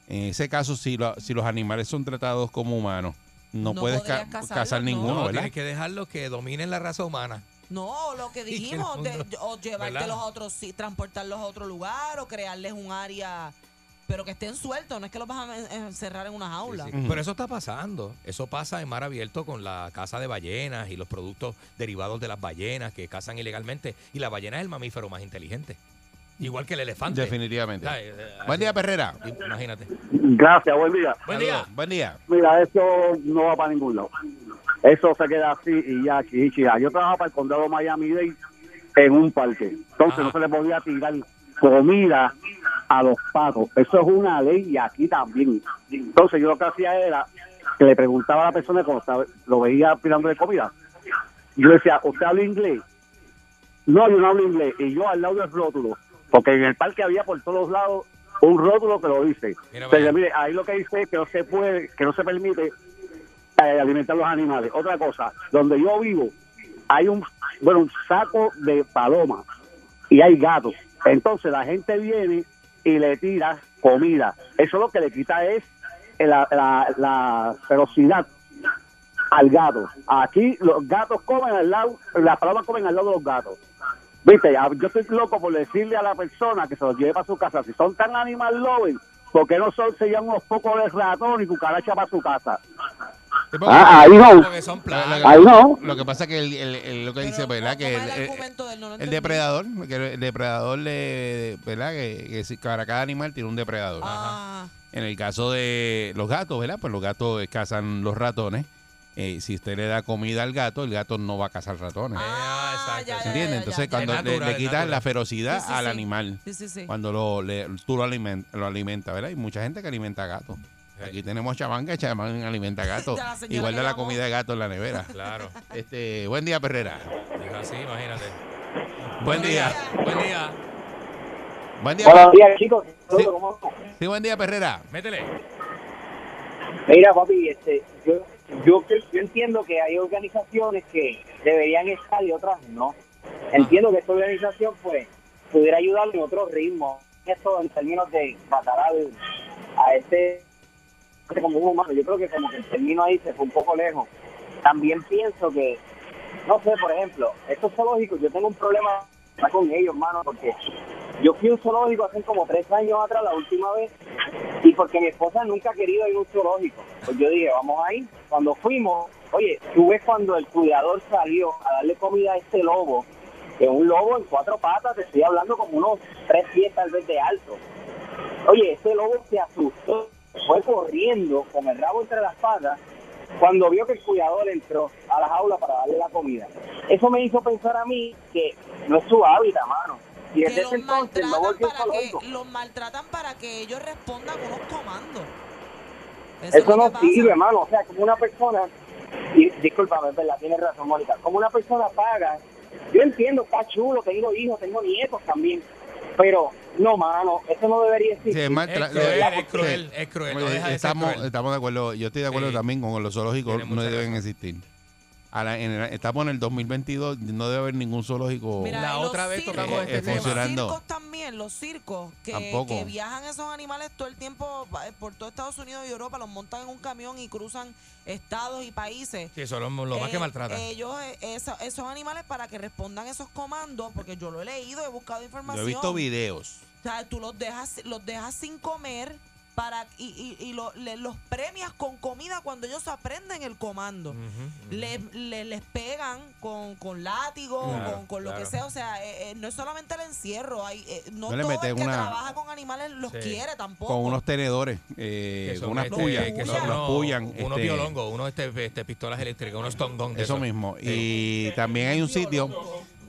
Speaker 3: En ese caso si, lo- si los animales son tratados como humanos no,
Speaker 5: No
Speaker 3: puedes
Speaker 5: podrías
Speaker 3: ca-
Speaker 5: casarlos,
Speaker 3: casar
Speaker 5: no.
Speaker 3: ninguno,
Speaker 4: No,
Speaker 3: ¿verdad?
Speaker 4: tienes que dejarlos que dominen la raza humana.
Speaker 5: No, lo
Speaker 4: <laughs>
Speaker 5: que dijimos, de- o llevártelos
Speaker 4: ¿Verdad?
Speaker 5: a otros, sí, transportarlos a otro lugar o crearles un área, pero que estén sueltos, no es que los vas a en- encerrar en una jaula.
Speaker 4: Pero eso está pasando. Eso pasa en mar abierto con la caza de ballenas y los productos derivados de las ballenas que cazan ilegalmente. Y la ballena es el mamífero más inteligente. Igual que el elefante.
Speaker 3: Definitivamente.
Speaker 4: Ah, eh, eh,
Speaker 3: Buen día, Perrera.
Speaker 4: Imagínate.
Speaker 17: Gracias, buen día.
Speaker 4: Buen día.
Speaker 3: Buen día.
Speaker 17: Mira, eso no va para ningún lado. Eso se queda así y ya, chi, chi, ya. Yo trabajaba para el condado de Miami-Dade en un parque. Entonces no se le podía tirar comida a los patos. Eso es una ley y aquí también. Entonces yo lo que hacía era que le preguntaba a la persona cuando estaba- lo veía tirándole comida. Yo le decía, ¿usted habla inglés? No, yo no hablo inglés. Y yo al lado del rótulo, porque en el parque había por todos lados un rótulo que lo dice.
Speaker 4: Mira,
Speaker 17: Entonces,
Speaker 4: vaya.
Speaker 17: mire, ahí lo que dice es que no se puede, que no se permite eh, alimentar los animales. Otra cosa, donde yo vivo hay un, bueno, un saco de palomas y hay gatos. Entonces la gente viene y le tira comida. Eso lo que le quita es la, la, la ferocidad al gato. Aquí los gatos comen al lado, las palomas comen al lado de los gatos. Viste, a- yo estoy loco por decirle a la persona que se los lleve para su casa. Si son tan animal loving, ¿por qué no son, se llaman unos pocos de ratón y cucaracha para su casa? Ah, ahí no. Ahí no.
Speaker 3: Lo que pasa es que el, el- el- lo que dice, ¿verdad? Que el, el- el depredador, que el depredador le, ¿verdad? Que, que si- para cada animal tiene un depredador. En el caso de los gatos, ¿verdad? Pues los gatos eh, cazan los ratones. Eh, si usted le da comida al gato, el gato no va a cazar ratones.
Speaker 4: Ah.
Speaker 3: Ah, ¿Se entiende? Entonces, cuando
Speaker 4: Es
Speaker 3: le-
Speaker 4: natural,
Speaker 3: le,
Speaker 4: es
Speaker 3: quitas
Speaker 4: natural.
Speaker 3: la ferocidad
Speaker 4: Sí, sí,
Speaker 3: al
Speaker 4: sí.
Speaker 3: animal,
Speaker 4: Sí, sí, sí.
Speaker 3: cuando lo, le- tú lo alimentas, lo alimenta, ¿verdad? Hay mucha gente que alimenta gatos. Aquí tenemos chamán que chamán alimenta gatos
Speaker 4: <laughs> Ya la señora
Speaker 3: y guarda
Speaker 4: que
Speaker 3: la
Speaker 4: llamó.
Speaker 3: comida de gato en la nevera.
Speaker 4: Claro.
Speaker 3: Este, buen día, Perrera.
Speaker 4: Dijo así, imagínate.
Speaker 3: Buen día.
Speaker 4: Buen día.
Speaker 3: Buen día.
Speaker 18: Buenos días, chicos.
Speaker 3: Sí,
Speaker 18: ¿Cómo están?
Speaker 3: sí, buen día, Perrera.
Speaker 4: Métele.
Speaker 18: Mira, papi, este, yo, yo, yo entiendo que hay organizaciones que deberían estar y otras no. Entiendo que esta organización, pues, pudiera ayudar en otro ritmo. Eso en términos de matar al- a este como un humano. Yo creo que como que el término ahí se fue un poco lejos. También pienso que, no sé, por ejemplo, estos zoológicos, yo tengo un problema con ellos, mano, porque yo fui a un zoológico hace como tres años atrás, la última vez, y porque mi esposa nunca ha querido ir a un zoológico. Pues yo dije, vamos ahí. Cuando fuimos, oye, tú ves cuando el cuidador salió a darle comida a este lobo, que un lobo en cuatro patas, te estoy hablando como unos tres pies tal vez de alto. Oye, este lobo se asustó, fue corriendo con el rabo entre las patas cuando vio que el cuidador entró a la jaula para darle la comida. Eso me hizo pensar a mí que no es su hábitat, mano. Y desde ese entonces no volvió a
Speaker 5: Para que
Speaker 18: zoológico.
Speaker 5: los maltratan para que ellos respondan con unos comandos.
Speaker 18: Eso, no sirve, hermano. O sea, como una persona, y discúlpame, es verdad, tienes razón, Mónica. Como una persona paga, yo entiendo, está chulo, tengo hijos, tengo nietos también, pero no, mano, eso no debería existir.
Speaker 3: Sí, es maltra-
Speaker 4: cruel,
Speaker 3: sí.
Speaker 4: es cruel, es cruel, no
Speaker 3: Oye,
Speaker 4: deja de ser
Speaker 3: estamos,
Speaker 4: cruel.
Speaker 3: estamos de acuerdo. Yo estoy de acuerdo
Speaker 4: Sí.
Speaker 3: también con que los zoológicos.
Speaker 4: Tiene
Speaker 3: No
Speaker 4: mucha
Speaker 3: deben existir. A la- en el- estamos en el 2022. No debe haber ningún zoológico
Speaker 5: Mira, y los circos-
Speaker 3: eh,
Speaker 4: este
Speaker 3: eh, funcionando.
Speaker 5: Los circos también, los circos que,
Speaker 3: Tampoco.
Speaker 5: que viajan esos animales todo el tiempo pa- eh, por todo Estados Unidos y Europa, los montan en un camión y cruzan estados y países.
Speaker 4: Sí, eso es lo, lo más
Speaker 5: Eh,
Speaker 4: que maltratan.
Speaker 5: Ellos, eh, esa- esos animales, para que respondan esos comandos, porque yo lo he leído, he buscado
Speaker 3: Yo
Speaker 5: información.
Speaker 3: he visto videos.
Speaker 5: O sea, tú los dejas, los dejas sin comer para y, y, y lo- le- los premias con comida cuando ellos aprenden el comando. Le- le- les pegan con, con látigo,
Speaker 3: Claro,
Speaker 5: con, con lo
Speaker 3: claro.
Speaker 5: que sea. O sea, eh, eh, no es solamente el encierro. Hay, eh, no
Speaker 3: No le
Speaker 5: todo el
Speaker 3: metes
Speaker 5: que
Speaker 3: una-
Speaker 5: trabaja con animales los
Speaker 3: Sí.
Speaker 5: quiere tampoco.
Speaker 3: Con unos tenedores. eh,
Speaker 4: Que son
Speaker 3: con unas
Speaker 4: este,
Speaker 3: puyas.
Speaker 4: que
Speaker 3: los-
Speaker 4: son
Speaker 3: los
Speaker 4: unos-
Speaker 3: pullan,
Speaker 4: unos
Speaker 3: este,
Speaker 4: biolongos, unos este, este, pistolas eléctricas, unos tongón.
Speaker 3: Eso mismo. Y también hay un sitio.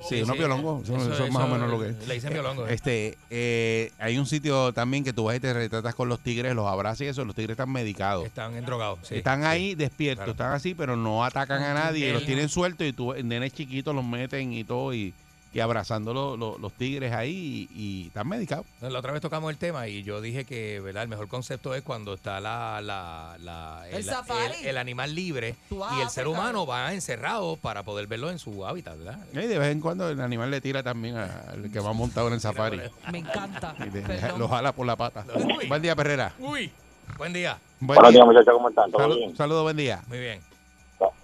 Speaker 3: Sí,
Speaker 4: Sí,
Speaker 3: unos
Speaker 4: sí.
Speaker 3: biolongos. Son,
Speaker 4: Eso-
Speaker 3: son más o
Speaker 4: eso
Speaker 3: menos lo que es.
Speaker 4: le dicen ¿eh? biolongos.
Speaker 3: Este, eh, hay un sitio también que tú vas y te retratas con los tigres, los abrazas y eso. Los tigres están medicados.
Speaker 4: Están endrogados. sí.
Speaker 3: están ahí despiertos,
Speaker 4: claro.
Speaker 3: están así, pero no atacan a nadie.
Speaker 4: El-
Speaker 3: Los tienen sueltos y tú, nenes chiquitos los meten y todo. Y, y abrazando lo- lo- los tigres ahí y, y están medicados.
Speaker 4: La otra vez tocamos el tema y yo dije que ¿verdad? el mejor concepto es cuando está la, la- la-
Speaker 5: El safari.
Speaker 4: el- el animal libre
Speaker 5: Tú vas
Speaker 4: y
Speaker 5: a
Speaker 4: el ser
Speaker 5: África.
Speaker 4: humano va encerrado para poder verlo en su hábitat, ¿verdad?
Speaker 3: Y de vez en cuando el animal le tira también a- al que
Speaker 4: <laughs>
Speaker 3: va montado en el safari.
Speaker 5: Me encanta.
Speaker 3: Y le-
Speaker 5: Perdón.
Speaker 3: lo jala por la pata. Buen día, Perrera.
Speaker 4: Uy. Buen día.
Speaker 3: Buen
Speaker 19: Buenos
Speaker 3: día.
Speaker 19: días, muchachos, ¿cómo están? ¿Todo
Speaker 3: Salu-
Speaker 19: bien?
Speaker 3: Saludos, buen día.
Speaker 4: Muy bien.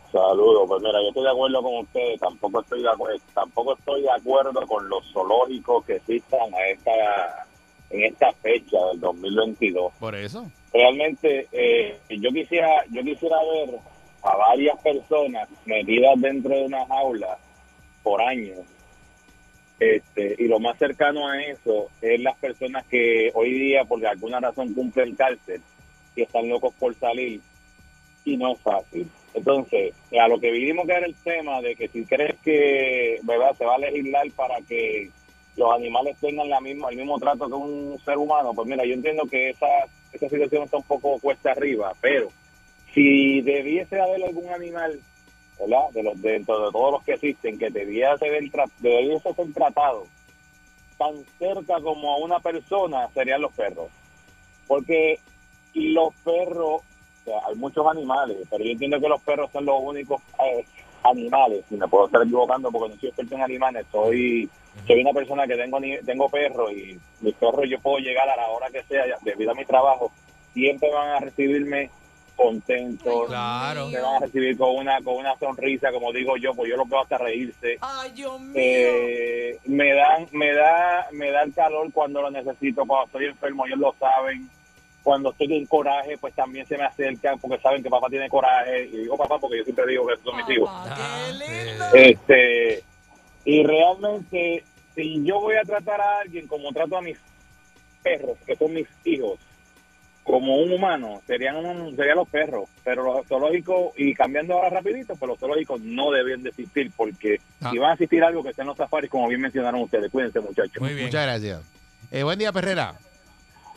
Speaker 19: Saludos, pues mira, yo estoy de acuerdo con ustedes, tampoco estoy de acuerdo, tampoco estoy de acuerdo con los zoológicos que existan a esta, en esta fecha del 2022.
Speaker 3: Por eso.
Speaker 19: Realmente eh, yo quisiera yo quisiera ver a varias personas metidas dentro de una jaula por años. Este, y lo más cercano a eso es las personas que hoy día por alguna razón cumplen cárcel y están locos por salir y no es fácil. Entonces, a lo que vinimos que era el tema de que si crees que ¿verdad? se va a legislar para que los animales tengan la misma, el mismo trato que un ser humano, pues mira, yo entiendo que esa, esa situación está un poco cuesta arriba, pero si debiese haber algún animal, ¿verdad? De los, dentro de todos los que existen, que debiese, haber tra- debiese ser tratado tan cerca como a una persona, serían los perros. Porque los perros, o sea, hay muchos animales, pero yo entiendo que los perros son los únicos eh, animales, y me puedo estar equivocando porque no soy experto en animales, soy, soy una persona que tengo, ni- tengo perros y mis perros yo puedo llegar a la hora que sea, ya- debido a mi trabajo, siempre van a recibirme contentos,
Speaker 4: claro.
Speaker 19: me van a recibir con una, con una sonrisa, como digo yo, pues yo los veo hasta reírse.
Speaker 5: Ay, Dios mío.
Speaker 19: Eh, me dan me da me da el calor cuando lo necesito cuando estoy enfermo ellos lo saben cuando estoy en coraje pues también se me acercan porque saben que papá tiene coraje y digo papá porque yo siempre digo que esos son
Speaker 5: Ah,
Speaker 19: mis hijos este y realmente si yo voy a tratar a alguien como trato a mis perros que son mis hijos como un humano serían un- serían los perros pero los zoológicos y cambiando ahora rapidito pues los zoológicos no debían de existir porque si van a existir algo que estén los safaris como bien mencionaron ustedes cuídense muchachos
Speaker 3: Muchas gracias. Eh, buen día, Perrera.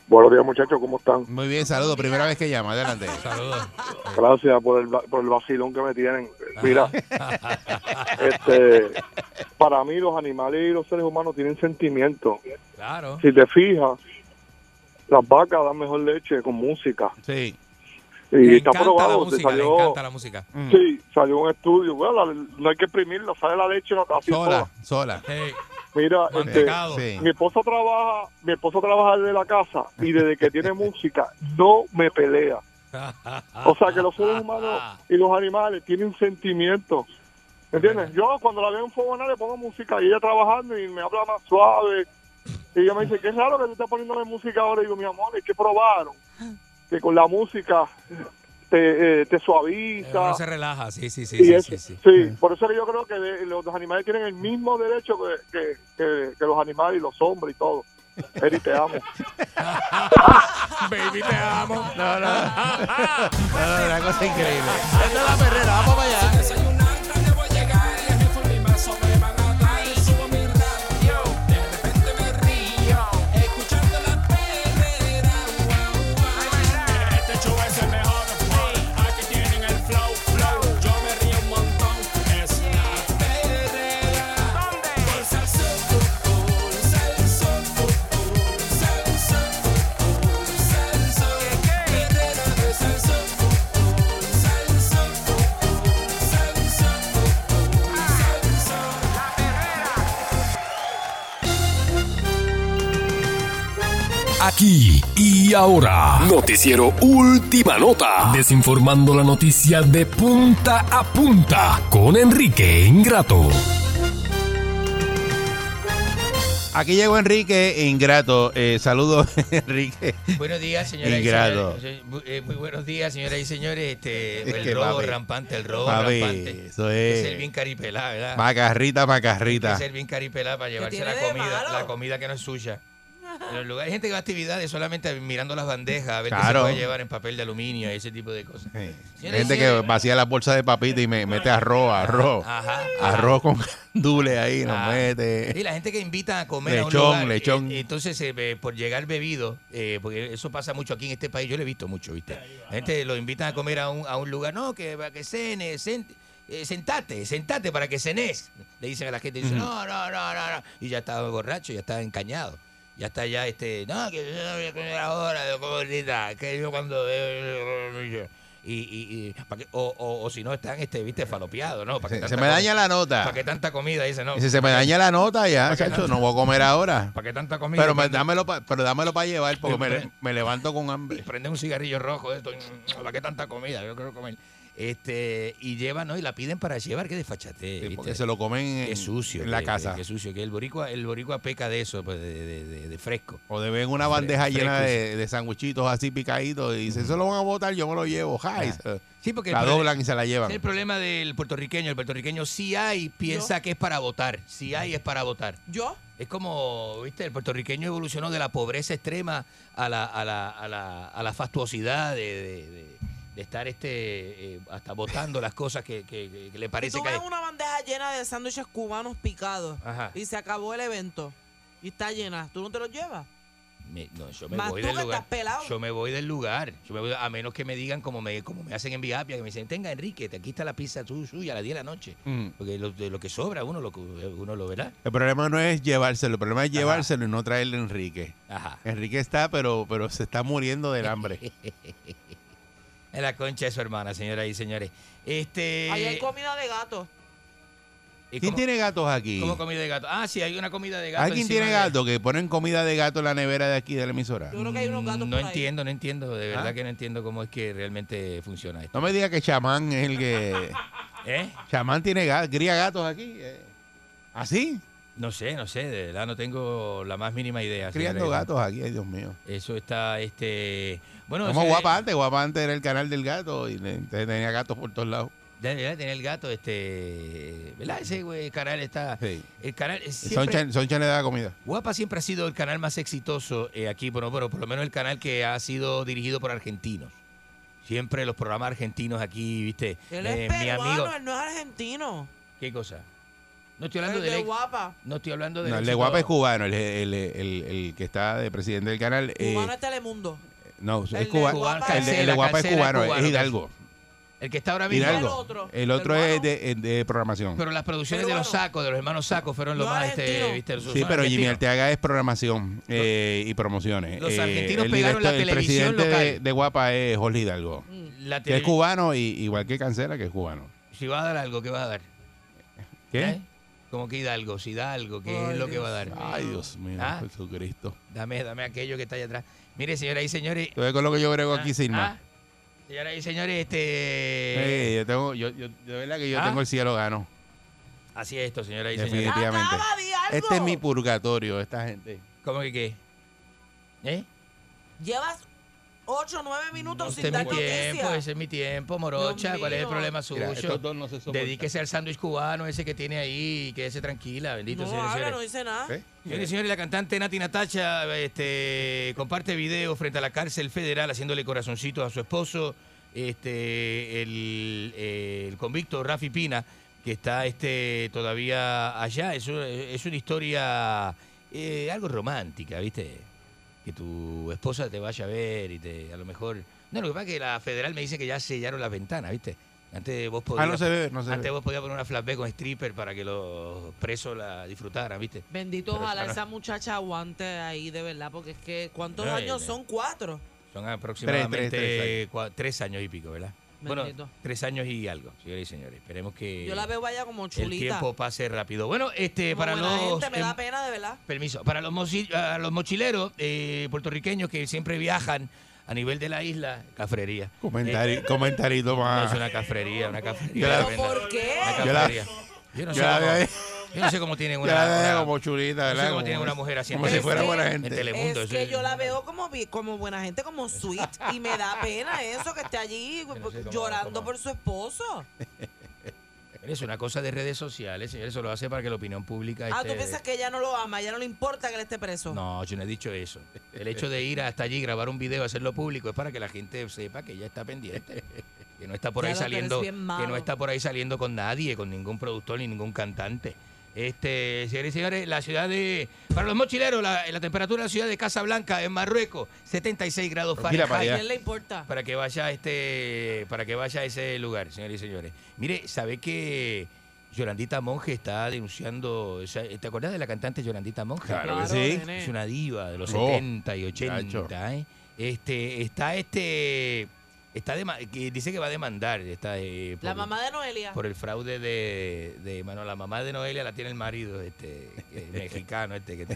Speaker 20: Buenos días, muchachos, ¿cómo están?
Speaker 3: Muy bien, saludos. Primera vez que llama, adelante.
Speaker 4: <laughs> Saludos.
Speaker 20: Gracias por el, va- por el vacilón que me tienen. Mira, este, para mí los animales y los seres humanos tienen sentimientos.
Speaker 4: <laughs> Claro. <laughs>
Speaker 20: Si te fijas, las vacas dan mejor leche con música.
Speaker 3: Sí.
Speaker 20: Y
Speaker 4: Le
Speaker 20: está
Speaker 4: encanta la
Speaker 20: probado. te
Speaker 4: música, le
Speaker 20: salió-
Speaker 4: encanta Mm. la música.
Speaker 20: Sí, salió un estudio. Bueno, la- no hay que exprimirla, sale la leche la así
Speaker 3: Sola,
Speaker 20: toda.
Speaker 3: sola.
Speaker 4: Eh.
Speaker 20: Mira, este,
Speaker 3: Mantecado. Sí.
Speaker 20: mi esposa trabaja, mi esposa trabaja desde la casa y desde que
Speaker 4: <laughs>
Speaker 20: tiene música no me pelea. O sea que los
Speaker 4: Ah,
Speaker 20: seres humanos y los animales tienen sentimientos. ¿Me entiendes? Yo cuando la veo en Fogonar le pongo música y ella trabajando y me habla más suave. Y ella me dice, qué raro que tú estás poniéndome música ahora. Y digo, mi amor, es que probaron que con la música te, eh, te suaviza.
Speaker 4: Uno se relaja, sí, sí, sí.
Speaker 20: Y
Speaker 4: sí,
Speaker 20: es-
Speaker 4: sí, sí.
Speaker 20: Sí, por eso que yo creo que de- los animales tienen el mismo derecho que, que- que- que los animales y los hombres y todo. Eri, te amo.
Speaker 4: <laughs> Baby, te amo.
Speaker 3: No, no.
Speaker 5: Ah,
Speaker 3: No, no, Ah, una cosa increíble. Esta es la perrera, vamos para allá.
Speaker 16: Este show es el mejor. wow. Aquí tienen el flow, flow. Yo me río un montón. Es la perrera. Pulsa el sol, pulsa el sol, pulsa el sol, pulsa el sol. Perrera, pulsa el sol, pulsa el sol, pulsa el sol, pulsa el sol. La
Speaker 1: Aquí y ahora, noticiero Última Nota, desinformando la noticia de punta a punta con Enrique Ingrato.
Speaker 3: Aquí llegó Enrique Ingrato. Eh, saludos, <laughs> Enrique.
Speaker 4: Buenos días, señoras
Speaker 3: Ingrato.
Speaker 4: y señores. Muy, eh, muy buenos días, señoras y señores. Este,
Speaker 3: Es
Speaker 4: el
Speaker 3: que,
Speaker 4: robo
Speaker 3: papi,
Speaker 4: rampante, el robo
Speaker 3: papi,
Speaker 4: rampante.
Speaker 3: eso
Speaker 4: Hay
Speaker 3: es.
Speaker 4: que ser bien caripelá, ¿verdad?
Speaker 3: Macarrita, macarrita.
Speaker 4: Hay que ser bien caripelá para llevarse la comida, la comida que no es suya. En los lugares, hay gente que va a actividades solamente mirando las bandejas, a ver qué se
Speaker 3: Claro.
Speaker 4: puede llevar en papel de aluminio y ese tipo de cosas.
Speaker 3: Hay Gente que vacía la bolsa de papita y me mete arroz, arroz.
Speaker 4: Ajá.
Speaker 3: Arroz con <laughs> dule ahí, nos
Speaker 4: Y
Speaker 3: mete.
Speaker 4: la gente que invita a comer a un
Speaker 3: Lechón,
Speaker 4: lugar,
Speaker 3: lechón.
Speaker 4: eh, entonces, eh, eh, por llegar bebido, eh, porque eso pasa mucho aquí en este país, yo lo he visto mucho, ¿viste? La gente lo invitan a comer a un, a un lugar, no, que, para que cene, sen- eh, sentate, sentate para que cenes. Le dicen a la gente, dicen,
Speaker 21: Ujú.
Speaker 4: no, no, no, no, no. Y ya está borracho, ya está encañado. Ya está ya, este, no, que yo no voy a comer ahora, yo como ahorita, que yo cuando veo... y, y- y pa' que- o, o- o si no están, este, viste, falopeados, ¿no? Pa' que
Speaker 3: Se- se
Speaker 4: tanta
Speaker 3: me daña
Speaker 4: comida-
Speaker 3: la nota.
Speaker 4: pa' que tanta comida? Dice, no.
Speaker 3: Y si se me daña la nota, ya,
Speaker 4: ¿Para qué
Speaker 3: chacho,
Speaker 4: tanta-
Speaker 3: no voy a comer ahora.
Speaker 4: ¿Para qué tanta comida?
Speaker 3: Pero, me- dámelo pa- pero dámelo para llevar, porque me,
Speaker 4: Prende-
Speaker 3: me levanto con hambre.
Speaker 4: prende un cigarrillo rojo de esto. mm, ¿Para qué tanta comida? Yo quiero comer. Este, y lleva, ¿no? Y la piden para llevar, que desfachate.
Speaker 3: Porque se lo comen en,
Speaker 4: sucio,
Speaker 3: en la
Speaker 4: que-
Speaker 3: casa.
Speaker 4: Que, que sucio, que el boricua, el boricua peca de eso, pues, de, de- de- de fresco.
Speaker 3: O de ven una
Speaker 4: Fre-
Speaker 3: bandeja llena
Speaker 4: fresco y
Speaker 3: de, de sanguchitos así picaditos y dice, eso lo van a botar, yo me lo llevo. Ja, y se-
Speaker 4: Sí, porque
Speaker 3: la
Speaker 4: el problema-
Speaker 3: doblan y se la llevan.
Speaker 4: Es el problema del puertorriqueño. El puertorriqueño, si hay, piensa que es para votar. Si hay, es para votar.
Speaker 5: ¿Yo?
Speaker 4: Es como, viste, el puertorriqueño evolucionó de la pobreza extrema a la, a la, a la, a la fastuosidad de, de- de- de estar este eh, hasta votando las cosas que, que- que- que le parece
Speaker 5: tú
Speaker 4: que
Speaker 5: ves una bandeja llena de sándwiches cubanos picados
Speaker 4: Ajá.
Speaker 5: y se acabó el evento y está llena, ¿tú no te lo llevas?
Speaker 4: Me- no, yo me
Speaker 5: Más
Speaker 4: voy
Speaker 5: tú
Speaker 4: del
Speaker 5: que
Speaker 4: lugar.
Speaker 5: estás pelado.
Speaker 4: Yo me voy del lugar. Yo me voy- a menos que me digan como me, como me hacen en Viapia, que me dicen, tenga Enrique, te quita la pizza tú, suya a las 10 de la noche. Porque lo, de lo que sobra uno lo, uno lo verá.
Speaker 3: Mm. El problema no es llevárselo, el problema es llevárselo y no traerle a Enrique. Enrique está, pero, pero se está muriendo del
Speaker 4: <laughs>
Speaker 3: hambre.
Speaker 4: En la concha de su hermana, señoras y señores. Este,
Speaker 5: Ahí hay comida de gato.
Speaker 4: ¿y
Speaker 3: ¿Quién
Speaker 4: cómo-
Speaker 3: tiene gatos aquí?
Speaker 4: cómo comida de gato? Ah, sí, hay una comida de gato.
Speaker 3: ¿Alguien
Speaker 4: encima
Speaker 3: tiene
Speaker 4: de-
Speaker 3: gato que ponen comida de gato en la nevera de aquí de la emisora?
Speaker 5: Yo creo que hay unos gatos
Speaker 4: No
Speaker 5: por ahí.
Speaker 4: entiendo, no entiendo. De verdad
Speaker 3: Ah.
Speaker 4: que no entiendo cómo es que realmente funciona esto.
Speaker 3: No me diga que chamán es el que...
Speaker 4: ¿Eh?
Speaker 3: Chamán tiene gatos, cría gatos aquí. eh. ¿Así?
Speaker 4: No sé, no sé, de verdad no tengo la más mínima idea.
Speaker 3: Criando
Speaker 4: señoras y
Speaker 3: gatos aquí, ay Dios mío.
Speaker 4: Eso está, este. Bueno,
Speaker 3: Como
Speaker 4: ese-
Speaker 3: guapa ¿eh? antes, guapa antes era el canal del gato y le- entonces tenía gatos por todos lados.
Speaker 4: De verdad, tener el gato, este. ¿Verdad? Ese güey, canal está. El canal. es
Speaker 3: Son
Speaker 4: Siempre,
Speaker 3: Chan- son Chan le da comida.
Speaker 4: Guapa siempre ha sido el canal más exitoso eh, aquí, bueno, bueno, por lo menos el canal que ha sido dirigido por argentinos. Siempre los programas argentinos aquí, ¿viste?
Speaker 5: Él
Speaker 4: Eh,
Speaker 5: es peruano,
Speaker 4: mi amigo.
Speaker 5: él no es argentino.
Speaker 4: ¿Qué cosa? No estoy hablando
Speaker 5: El
Speaker 4: del
Speaker 5: de
Speaker 4: ex-
Speaker 5: Guapa.
Speaker 4: No estoy hablando
Speaker 3: No,
Speaker 4: del
Speaker 3: el de
Speaker 4: éxito-
Speaker 3: guapa es cubano, el, el- el- el que está de presidente del canal. eh,
Speaker 5: Cubano es Telemundo.
Speaker 3: no, es
Speaker 5: el de
Speaker 3: cuba- el
Speaker 5: Guapa
Speaker 3: de- el de
Speaker 4: Cancela,
Speaker 3: guapa es
Speaker 4: Cancela es
Speaker 3: cubano, es
Speaker 4: cubano,
Speaker 3: Hidalgo.
Speaker 4: El que está ahora mismo.
Speaker 3: Hidalgo. El otro, es de, eh, de programación.
Speaker 4: Pero las producciones de los sacos, de los hermanos sacos, fueron lo más, este, ¿viste? Son
Speaker 3: Sí, pero Jimmy
Speaker 4: argentinos.
Speaker 3: Arteaga es programación eh, y promociones.
Speaker 4: los
Speaker 3: Eh,
Speaker 4: argentinos
Speaker 3: el
Speaker 4: pegaron la
Speaker 3: el
Speaker 4: televisión
Speaker 3: presidente de- De,
Speaker 4: local. Mm.
Speaker 3: Guapa es Jorge Hidalgo.
Speaker 4: La
Speaker 3: Que es
Speaker 4: tele-
Speaker 3: cubano, y, igual que Cancela, que es cubano.
Speaker 4: Si va a dar algo, ¿qué va a dar?
Speaker 3: ¿Qué?
Speaker 4: ¿Eh? Como que Hidalgo, si da algo, ¿qué
Speaker 3: Ay,
Speaker 4: es lo que
Speaker 3: Dios
Speaker 4: va a dar?
Speaker 3: mío. Ay, Dios mío,
Speaker 4: Ah,
Speaker 3: Jesucristo.
Speaker 4: Dame, dame aquello que está allá atrás. Mire, señoras y señores.
Speaker 3: Entonces, con lo que yo brego
Speaker 4: Ah,
Speaker 3: aquí, sin más.
Speaker 4: ah, Señoras y señores, este.
Speaker 3: Eh, yo tengo, yo, yo- de verdad que yo
Speaker 4: ¿Ah?
Speaker 3: tengo el cielo gano.
Speaker 4: Así es esto, señoras y señores.
Speaker 3: Definitivamente. Este es mi purgatorio, esta gente.
Speaker 4: ¿Cómo que qué? ¿Eh?
Speaker 5: Llevas 8 o 9 minutos
Speaker 4: Este
Speaker 5: sin
Speaker 4: es mi
Speaker 5: dar
Speaker 4: tiempo,
Speaker 5: noticias.
Speaker 4: ese es mi tiempo, morocha.
Speaker 5: Dios
Speaker 4: ¿Cuál es el
Speaker 5: mío.
Speaker 4: problema
Speaker 5: Mira,
Speaker 4: suyo?
Speaker 5: estos dos
Speaker 3: no se soportan.
Speaker 4: Dedíquese al sándwich cubano ese que tiene ahí y quédese tranquila, bendito
Speaker 5: No
Speaker 4: señores y
Speaker 5: habla,
Speaker 4: señores.
Speaker 5: no dice nada.
Speaker 4: ¿Eh? Señores y señores, la cantante Nati Natacha este, comparte video frente a la cárcel federal haciéndole corazoncitos a su esposo, este, el, eh, el convicto Rafi Pina, que está este, todavía allá. Es, un- es una historia eh, algo romántica, ¿viste? Que tu esposa te vaya a ver y te, a lo mejor... No, lo que pasa es que la federal me dice que ya sellaron las ventanas, ¿viste? Antes vos podías,
Speaker 3: Ah, no se ve, no se
Speaker 4: antes
Speaker 3: ve.
Speaker 4: vos podías poner una flashback con stripper para que los presos la disfrutaran, ¿viste?
Speaker 5: Bendito,
Speaker 4: Pero
Speaker 5: ojalá
Speaker 4: esa no-
Speaker 5: esa muchacha aguante ahí de verdad, porque es que ¿cuántos
Speaker 4: Ay,
Speaker 5: años
Speaker 4: ay.
Speaker 5: son? Cuatro.
Speaker 4: Son aproximadamente
Speaker 3: Tres, tres, tres
Speaker 4: cua- tres años y pico, ¿verdad?
Speaker 5: Bendito.
Speaker 4: Bueno, tres años y algo, señores y señores. Esperemos que
Speaker 5: Yo la veo allá como
Speaker 4: el
Speaker 5: chulita.
Speaker 4: tiempo pase rápido. Bueno, este,
Speaker 5: Como
Speaker 4: para
Speaker 5: buena
Speaker 4: los...
Speaker 5: gente, me
Speaker 4: em,
Speaker 5: da pena de verdad.
Speaker 4: Permiso. Para los, mochi- a los mochileros eh, puertorriqueños que siempre viajan a nivel de la isla, cafrería.
Speaker 3: Comentari-
Speaker 4: Eh,
Speaker 3: comentarito
Speaker 4: no,
Speaker 3: más.
Speaker 4: es una cafrería, una cafrería.
Speaker 3: Yo la-
Speaker 4: tremenda.
Speaker 3: ¿Pero por qué?
Speaker 4: Una
Speaker 3: Yo la-
Speaker 4: cafrería. Yo no,
Speaker 3: yo
Speaker 4: sé
Speaker 3: la veo ahí.
Speaker 4: cómo, yo no sé cómo tienen
Speaker 3: Yo
Speaker 4: una...
Speaker 3: la veo
Speaker 4: una-
Speaker 3: como chulita,
Speaker 4: no sé
Speaker 3: ¿verdad?
Speaker 4: cómo
Speaker 3: Como-
Speaker 4: tienen una mujer así. en
Speaker 3: como si
Speaker 4: Telemundo.
Speaker 3: fuera buena
Speaker 4: En
Speaker 3: gente.
Speaker 4: Telemundo,
Speaker 5: es
Speaker 4: eso
Speaker 5: que yo la veo como, vi- como buena gente, como sweet, y me da pena eso que esté allí
Speaker 4: cómo-
Speaker 5: llorando
Speaker 4: cómo-
Speaker 5: por su esposo.
Speaker 4: Es una cosa de redes sociales, señores. Eso lo hace para que la opinión pública
Speaker 5: Ah,
Speaker 4: esté-
Speaker 5: tú piensas que ella no lo ama, ella no le importa que él esté preso.
Speaker 4: No, yo no he dicho eso. El hecho de ir hasta allí, grabar un video, hacerlo público, es para que la gente sepa que ella está pendiente. Que no está por ahí
Speaker 5: Ya lo que eres
Speaker 4: saliendo, que
Speaker 5: bien malo.
Speaker 4: no está por ahí saliendo con nadie, con ningún productor ni ningún cantante. Este, señores y señores, la ciudad de. Para los mochileros, la, la temperatura de la ciudad de Casablanca, en Marruecos, 76 grados
Speaker 3: Pero mira
Speaker 4: Fahrenheit.
Speaker 3: para allá.
Speaker 5: ¿A quién le importa?
Speaker 4: Para que vaya este, para que vaya a ese lugar, señores y señores. Mire, ¿sabe que Yolandita Monge está denunciando? o sea, ¿Te acordás de la cantante Yolandita Monge?
Speaker 3: Claro que Claro, sí. nene.
Speaker 4: Es una diva de los
Speaker 3: Oh,
Speaker 4: 70 y 80.
Speaker 3: chacho.
Speaker 4: ¿eh? Este, está este Está dema- que dice que va a demandar está, eh,
Speaker 5: La
Speaker 4: por-
Speaker 5: mamá de Noelia.
Speaker 4: por el fraude de, de bueno, la mamá de Noelia la tiene el marido este eh, mexicano este que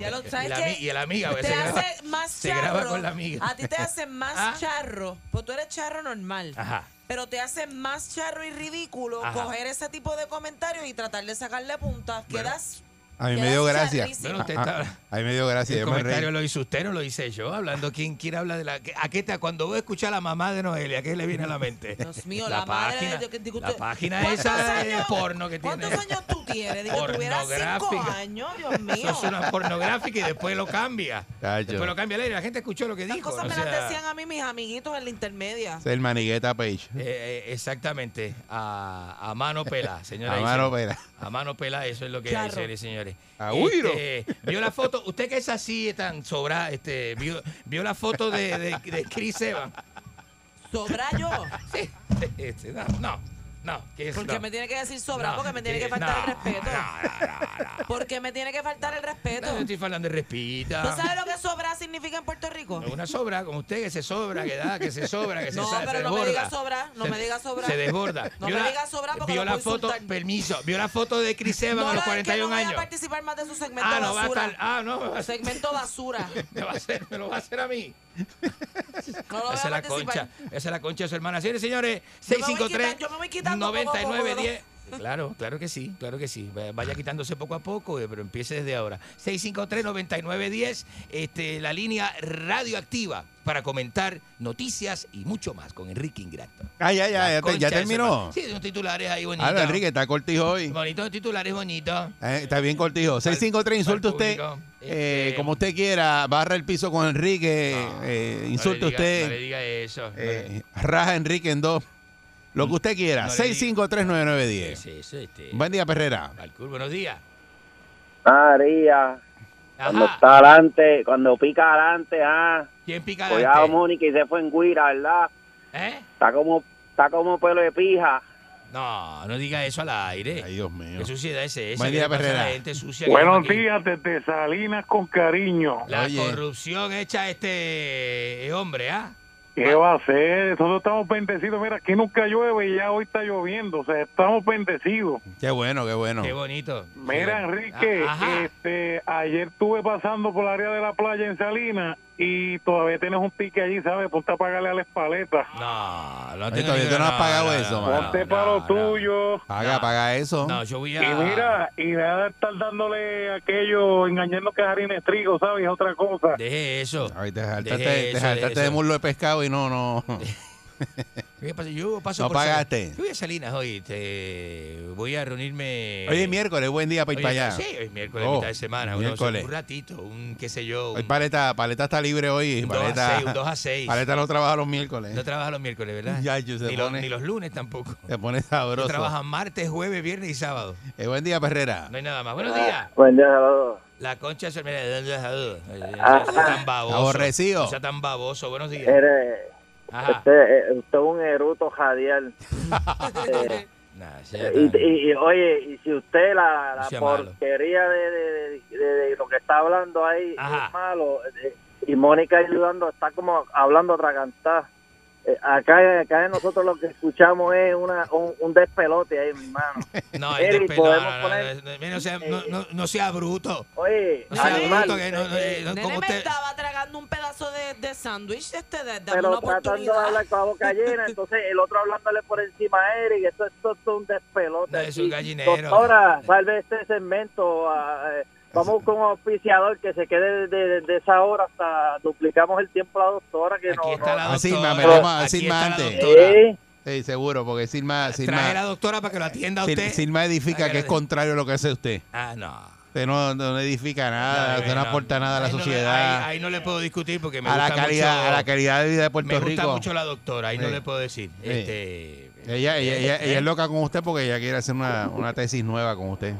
Speaker 5: Ya lo
Speaker 4: y,
Speaker 5: sabes
Speaker 4: la,
Speaker 5: que
Speaker 4: ami- y el amiga a
Speaker 5: te
Speaker 4: veces graba-
Speaker 5: hace más
Speaker 4: se
Speaker 5: charro.
Speaker 4: graba con la amiga Ah.
Speaker 5: A ti te
Speaker 4: <laughs>
Speaker 5: hace más charro, pues tú eres charro normal.
Speaker 4: Ajá.
Speaker 5: Pero te hace más charro y ridículo
Speaker 4: Ajá.
Speaker 5: coger ese tipo de comentarios y tratar de sacarle puntas. Quedas
Speaker 3: A mí me dio gracia.
Speaker 4: Bueno, usted
Speaker 3: A-
Speaker 4: está-
Speaker 3: a- a mí me dio gracia.
Speaker 4: el
Speaker 3: yo me reí.
Speaker 4: comentario lo hizo usted, no lo hice yo. Hablando, ¿quién quiere hablar de la.? ¿A qué te, cuando voy a escuchar a la mamá de Noelia, ¿qué le viene a la mente?
Speaker 5: <laughs> Dios mío,
Speaker 4: la,
Speaker 5: la madre de-
Speaker 4: página.
Speaker 5: yo que digo
Speaker 4: la
Speaker 5: usted,
Speaker 4: página
Speaker 5: ¿cuántos
Speaker 4: esa
Speaker 5: años-
Speaker 4: de porno que tiene.
Speaker 5: ¿Cuántos años tú tienes? Digo, tuviera cinco
Speaker 4: Pornográfica.
Speaker 5: años, Dios
Speaker 4: Eso
Speaker 5: mío.
Speaker 4: es una pornográfica y después lo cambia.
Speaker 3: Cacho.
Speaker 4: Después lo cambia el aire. La gente escuchó lo que dijo.
Speaker 5: Cosas
Speaker 4: o
Speaker 5: me
Speaker 4: sea,
Speaker 5: las decían a mí mis amiguitos en la intermedia.
Speaker 3: Es el manigueta page.
Speaker 4: eh, eh, exactamente. A, a mano pela,
Speaker 3: <laughs>
Speaker 4: señora.
Speaker 3: A mano pela.
Speaker 4: A mano pela, eso es lo que hay,
Speaker 3: Charro.
Speaker 4: señores y señores.
Speaker 3: A huiro.
Speaker 4: Este, vio la foto, usted que es así tan sobra, este, vio, vio la foto de, de, de Chris Evans.
Speaker 5: ¿Sobra yo?
Speaker 4: <laughs> Sí. Este, no, no, no, que es-
Speaker 5: Porque
Speaker 4: no.
Speaker 5: me tiene que decir sobra,
Speaker 4: No,
Speaker 5: porque me tiene
Speaker 4: que-
Speaker 5: que faltar
Speaker 4: no,
Speaker 5: el respeto.
Speaker 4: <laughs>
Speaker 5: Porque me tiene que faltar el respeto.
Speaker 4: No, yo estoy hablando de
Speaker 5: ¿Tú sabes
Speaker 4: respita.
Speaker 5: lo que sobra significa en Puerto Rico?
Speaker 4: Una sobra, como usted que se sobra, que da, que se sobra, que se
Speaker 5: No,
Speaker 4: sa- se
Speaker 5: pero no me
Speaker 4: desborda.
Speaker 5: diga sobra, no
Speaker 4: Se-
Speaker 5: me diga sobra.
Speaker 4: Se desborda.
Speaker 5: <laughs> No
Speaker 4: Vio
Speaker 5: me
Speaker 4: la-
Speaker 5: diga sobra porque
Speaker 4: Vio
Speaker 5: lo
Speaker 4: la
Speaker 5: puedo
Speaker 4: foto,
Speaker 5: insultar.
Speaker 4: permiso, vio la foto de Chris
Speaker 5: No,
Speaker 4: Evans
Speaker 5: no,
Speaker 4: a los
Speaker 5: es que
Speaker 4: 41
Speaker 5: no voy a
Speaker 4: años.
Speaker 5: participar más de su segmento
Speaker 4: Ah,
Speaker 5: basura.
Speaker 4: no va a estar- ah, no, me va a- <laughs>
Speaker 5: Segmento basura.
Speaker 4: Me, <laughs> va a hacer, me lo va a hacer a mí.
Speaker 5: No lo voy a
Speaker 4: esa es la
Speaker 5: participar.
Speaker 4: concha. Esa es la concha de su hermana. Señores, señores,
Speaker 5: Yo me voy quitando,
Speaker 4: 653
Speaker 5: yo me voy quitando poco a poco,
Speaker 4: 9910. Claro, claro que sí, claro que sí. Va- Vaya quitándose poco a poco, eh, pero empiece desde ahora. 653-9910, este, la línea radioactiva para comentar noticias y mucho más con Enrique Ingrato.
Speaker 3: Ah, ya, ya, ya,
Speaker 4: La
Speaker 3: te- ya
Speaker 4: concha de su
Speaker 3: terminó.
Speaker 4: hermana. Sí, unos titulares ahí bonitos.
Speaker 3: Ah, no, Enrique, está cortijo hoy.
Speaker 4: Bonitos titulares bonitos.
Speaker 3: Eh, está bien cortijo. 653, insulte usted.
Speaker 4: público, Este,
Speaker 3: eh, como usted quiera, barra el piso con Enrique, eh, insulte
Speaker 4: No le diga-
Speaker 3: usted.
Speaker 4: No le diga eso. no le-
Speaker 3: eh, raja a Enrique en dos. Lo que usted quiera.
Speaker 4: no le
Speaker 3: 6539910.
Speaker 4: Sí, sí, sí, este.
Speaker 3: Buen día, Perrera.
Speaker 4: Alcur, buenos días.
Speaker 22: María, cuando está adelante, cuando pica adelante, ah.
Speaker 4: ¿Quién pica
Speaker 22: Cuidado, Mónica, y se fue en guira, ¿verdad?
Speaker 4: ¿Eh?
Speaker 22: Está como, está como pelo de pija.
Speaker 4: No, no diga eso al aire. Ay,
Speaker 3: Dios mío.
Speaker 4: Qué suciedad es esa.
Speaker 13: Buen
Speaker 4: ¿Qué
Speaker 13: día,
Speaker 4: le pasa a
Speaker 13: Perrera.
Speaker 4: La gente sucia que
Speaker 13: Buenos
Speaker 4: anda aquí?
Speaker 13: días desde Salinas con cariño.
Speaker 4: La corrupción hecha a este hombre, ¿ah?
Speaker 13: ¿Qué va a hacer? Nosotros estamos bendecidos. Mira, aquí nunca llueve y ya hoy está lloviendo. O sea, estamos bendecidos.
Speaker 3: Qué bueno, qué bueno.
Speaker 4: Qué bonito.
Speaker 13: Mira, Enrique,
Speaker 4: Ah, ajá.
Speaker 13: este, ayer estuve pasando por el área de la playa en Salinas y todavía tienes un pique allí, ¿sabes? Ponte a pagarle a la espaleta.
Speaker 4: No, no
Speaker 3: Ay, todavía
Speaker 4: ni-
Speaker 3: tú no has pagado
Speaker 4: no,
Speaker 3: eso,
Speaker 4: no,
Speaker 3: mano.
Speaker 4: no,
Speaker 13: Ponte para lo tuyo.
Speaker 3: Paga, paga eso.
Speaker 4: No, yo voy
Speaker 13: Y
Speaker 4: a.
Speaker 13: mira, y nada de estar dándole aquello, engañando que es harina de trigo, ¿sabes? Es otra cosa.
Speaker 4: Deje eso.
Speaker 3: Ay, te saltaste,
Speaker 4: Deje
Speaker 3: te
Speaker 4: eso,
Speaker 3: saltaste
Speaker 4: deje
Speaker 3: de
Speaker 4: eso.
Speaker 3: muslo de pescado y no, no.
Speaker 4: <laughs> ¿Qué pasa? Yo paso
Speaker 3: No
Speaker 4: por Salinas.
Speaker 3: pagaste.
Speaker 4: Yo voy a Salinas hoy. Te... Voy a reunirme.
Speaker 3: Hoy es miércoles, buen día para ir
Speaker 4: Oye,
Speaker 3: para allá.
Speaker 4: Sí, hoy es miércoles,
Speaker 3: Oh,
Speaker 4: mitad de semana. uno-
Speaker 3: miércoles.
Speaker 4: Un ratito, un qué sé yo.
Speaker 3: Hoy
Speaker 4: un-
Speaker 3: paleta, paleta está libre hoy.
Speaker 4: Un dos a
Speaker 3: paleta,
Speaker 4: seis, un dos a seis.
Speaker 3: Paleta no trabaja los miércoles.
Speaker 4: No trabaja los miércoles, ¿verdad?
Speaker 3: Ya, yo, se
Speaker 4: ni, los,
Speaker 3: pone-
Speaker 4: ni los lunes tampoco.
Speaker 3: Se pone sabroso.
Speaker 4: Trabaja martes, jueves, viernes y sábado.
Speaker 3: Eh, buen día, Perrera.
Speaker 4: No hay nada más. Buenos días.
Speaker 22: Ah, Buen día, saludos.
Speaker 4: La concha se mira, no sea tan baboso.
Speaker 3: Ah. Aborrecido. Eh,
Speaker 4: No sea tan baboso. Buenos días.
Speaker 22: Eres,
Speaker 4: Ajá.
Speaker 22: usted, eh, usted es un eruto
Speaker 4: <laughs>
Speaker 22: jadial. Eh,
Speaker 4: Nah, sí,
Speaker 22: y, y- y, oye, y si usted la, la
Speaker 4: sea malo.
Speaker 22: porquería de, de- de- de- de lo que está hablando ahí es malo, eh, y Mónica ayudando, está como hablando atragantada. Eh, acá, acá de nosotros lo que escuchamos es una, un, un despelote ahí, mi hermano.
Speaker 4: No, el
Speaker 22: Eric,
Speaker 4: despe- no,
Speaker 22: podemos
Speaker 4: no, no,
Speaker 22: poner-
Speaker 4: no, no, no sea, no, no- no sea bruto.
Speaker 22: Oye,
Speaker 4: No sea
Speaker 22: animal.
Speaker 4: bruto, que no, no, eh, no,
Speaker 5: Nene
Speaker 4: como
Speaker 5: me
Speaker 4: usted.
Speaker 5: estaba tragando un pedazo de, de sándwich este, de, dame
Speaker 22: pero
Speaker 5: una
Speaker 22: tratando de
Speaker 5: oportunidad.
Speaker 22: hablar con la boca llena, entonces el otro hablándole por encima a Eric, eso es todo un despelote.
Speaker 4: No, es un
Speaker 22: aquí.
Speaker 4: gallinero.
Speaker 22: Doctora, salve este segmento. ah, eh, vamos con un auspiciador que se quede de, de- de esa hora hasta duplicamos el tiempo a la doctora. Que no, no-
Speaker 3: Así
Speaker 4: doctora.
Speaker 3: más, me llama
Speaker 4: Aquí
Speaker 3: así
Speaker 4: está
Speaker 3: más
Speaker 4: la
Speaker 3: ah, antes.
Speaker 4: doctora.
Speaker 22: Sí.
Speaker 3: Sí, seguro, porque Silma,
Speaker 4: Traje la
Speaker 3: Silma,
Speaker 4: doctora para que lo atienda
Speaker 3: Sil-
Speaker 4: usted.
Speaker 3: Silma edifica
Speaker 4: Para
Speaker 3: que es
Speaker 4: lo-
Speaker 3: contrario a lo que hace usted.
Speaker 4: Ah, no.
Speaker 3: Usted no, no edifica nada,
Speaker 4: No,
Speaker 3: usted no
Speaker 4: no,
Speaker 3: aporta nada a la
Speaker 4: ahí no le-
Speaker 3: sociedad,
Speaker 4: ahí, ahí no le puedo discutir porque me
Speaker 3: a la
Speaker 4: gusta
Speaker 3: calidad,
Speaker 4: mucho-
Speaker 3: a la calidad de vida de
Speaker 4: Me
Speaker 3: Puerto
Speaker 4: gusta
Speaker 3: Rico.
Speaker 4: mucho la doctora, ahí no
Speaker 3: Sí.
Speaker 4: le puedo decir.
Speaker 3: Sí.
Speaker 4: Este,
Speaker 3: Ella, ella, ella,
Speaker 4: eh,
Speaker 3: ella
Speaker 4: eh.
Speaker 3: es loca con usted porque ella quiere hacer una, una tesis nueva con usted.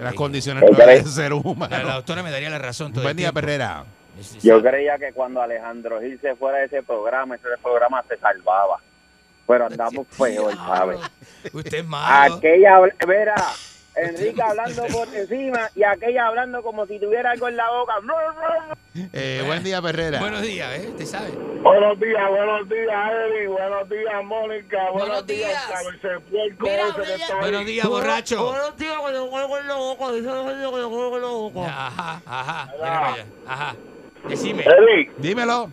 Speaker 3: Las
Speaker 4: sí.
Speaker 3: condiciones nuevas del ser
Speaker 4: La, la
Speaker 3: humano.
Speaker 4: doctora me daría la razón todo
Speaker 3: Buen
Speaker 4: el
Speaker 3: día,
Speaker 4: tiempo.
Speaker 3: Perrera.
Speaker 22: Yo creía que cuando Alejandro Gil se fuera de ese programa, ese programa se salvaba. Pero andamos feos, ¿sabes?
Speaker 4: Usted es malo.
Speaker 22: Aquella, habl- verá, Enrique hablando por encima y aquella hablando como si tuviera algo en la boca.
Speaker 3: Eh, buen día, Perrera.
Speaker 6: Buenos días, ¿eh? Te sabes.
Speaker 20: Buenos días, buenos días, Eli. Buenos días, Mónica. Buenos días, Cabecepuerco.
Speaker 6: Buenos días, borracho.
Speaker 20: Buenos días, que te vuelvo loco. Dice los niños que te vuelvo loco.
Speaker 6: Ajá, ajá. Mira para allá. Ajá. Decime.
Speaker 20: Eli.
Speaker 3: Dímelo.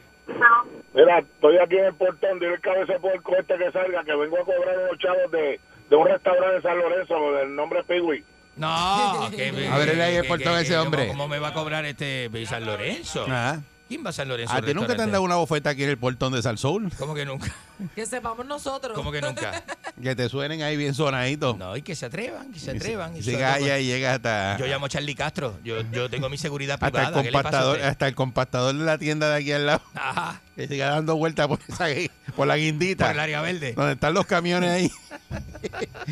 Speaker 20: Mira, estoy aquí en el portón. Dile el cabecepuerco este que salga, que vengo a cobrar unos chavos de, de un restaurante de San Lorenzo con el nombre Piwi. <laughs>
Speaker 6: No, que me-
Speaker 3: A ver, él ahí
Speaker 6: que-
Speaker 3: el portón
Speaker 6: que-
Speaker 3: ese
Speaker 6: que-
Speaker 3: hombre.
Speaker 6: ¿Cómo me va a cobrar este San Lorenzo?
Speaker 3: Ajá.
Speaker 6: ¿Quién va a San Lorenzo?
Speaker 3: ¿A ti nunca te han dado una bofeta aquí en el portón de Salsoul?
Speaker 6: ¿Cómo que nunca?
Speaker 5: Que sepamos nosotros.
Speaker 6: ¿Cómo que
Speaker 5: <laughs>
Speaker 6: nunca?
Speaker 3: Que te suenen ahí bien sonaditos.
Speaker 6: No, y que se atrevan, que se
Speaker 3: Y
Speaker 6: atrevan.
Speaker 3: si-
Speaker 6: y
Speaker 3: si
Speaker 6: se
Speaker 3: llega
Speaker 6: atrevan.
Speaker 3: allá y llega hasta,
Speaker 6: Yo llamo a Charlie Castro. Yo, yo tengo mi seguridad
Speaker 3: hasta el
Speaker 6: privada. ¿Qué le pasa a
Speaker 3: compactador,
Speaker 6: usted?
Speaker 3: hasta el compactador de la tienda de aquí al lado.
Speaker 6: Ajá.
Speaker 3: <laughs> Que siga dando vueltas por, esa gui- por la guindita.
Speaker 6: Por el área verde.
Speaker 3: Donde están los camiones
Speaker 6: <laughs>
Speaker 3: ahí.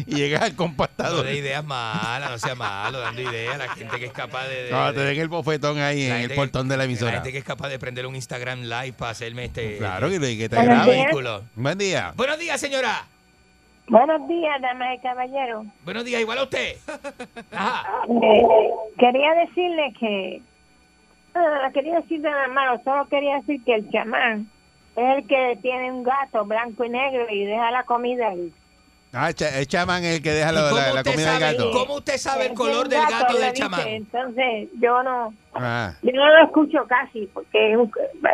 Speaker 3: y llegas al
Speaker 6: No
Speaker 3: compactador.
Speaker 6: de ideas malas, no sea malo, dando ideas a la gente que es capaz de. de-
Speaker 3: No, te
Speaker 6: de-
Speaker 3: den el bofetón ahí
Speaker 6: la
Speaker 3: en el
Speaker 6: gente
Speaker 3: portón de la
Speaker 6: que- La
Speaker 3: emisora.
Speaker 6: gente que es capaz de prender un Instagram live para hacerme este.
Speaker 3: Claro que, que te
Speaker 6: Buenos
Speaker 3: graben.
Speaker 6: días.
Speaker 3: Buen día.
Speaker 6: Buenos días, señora.
Speaker 23: Buenos días, damas y caballeros.
Speaker 6: Buenos días, igual a usted. Ah.
Speaker 23: Eh, quería decirle que. ah, quería decir de la mano, solo quería decir que el chamán es el que tiene un gato blanco y negro y deja la comida ahí.
Speaker 3: Ah, cha- el chamán es el que deja
Speaker 6: ¿Y
Speaker 3: la,
Speaker 6: cómo
Speaker 3: la- la
Speaker 6: usted
Speaker 3: comida del
Speaker 6: sabe-
Speaker 3: gato.
Speaker 6: cómo usted sabe el
Speaker 23: Es
Speaker 6: color
Speaker 23: un
Speaker 6: del gato
Speaker 23: le
Speaker 6: del
Speaker 23: dice,
Speaker 6: chamán?
Speaker 23: Entonces, yo no,
Speaker 3: Ah,
Speaker 23: yo no lo escucho casi porque es, un-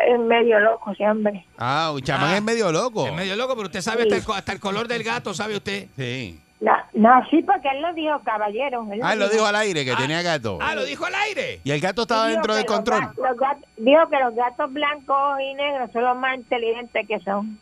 Speaker 23: es medio loco ese hombre.
Speaker 3: Ah, un chamán es medio loco.
Speaker 6: Es medio loco, pero usted sabe hasta el, co- hasta el color del gato, ¿sabe usted?
Speaker 3: Sí.
Speaker 23: No, no, sí, porque él lo dijo, caballero. él
Speaker 3: Ah, él lo dijo al aire que tenía gato.
Speaker 6: Ah, lo dijo al aire.
Speaker 3: Y el gato estaba
Speaker 23: Dijo
Speaker 3: dentro
Speaker 23: que
Speaker 3: del
Speaker 23: los
Speaker 3: control.
Speaker 23: ga- los gat- dijo que los gatos blancos y negros son los más inteligentes que son.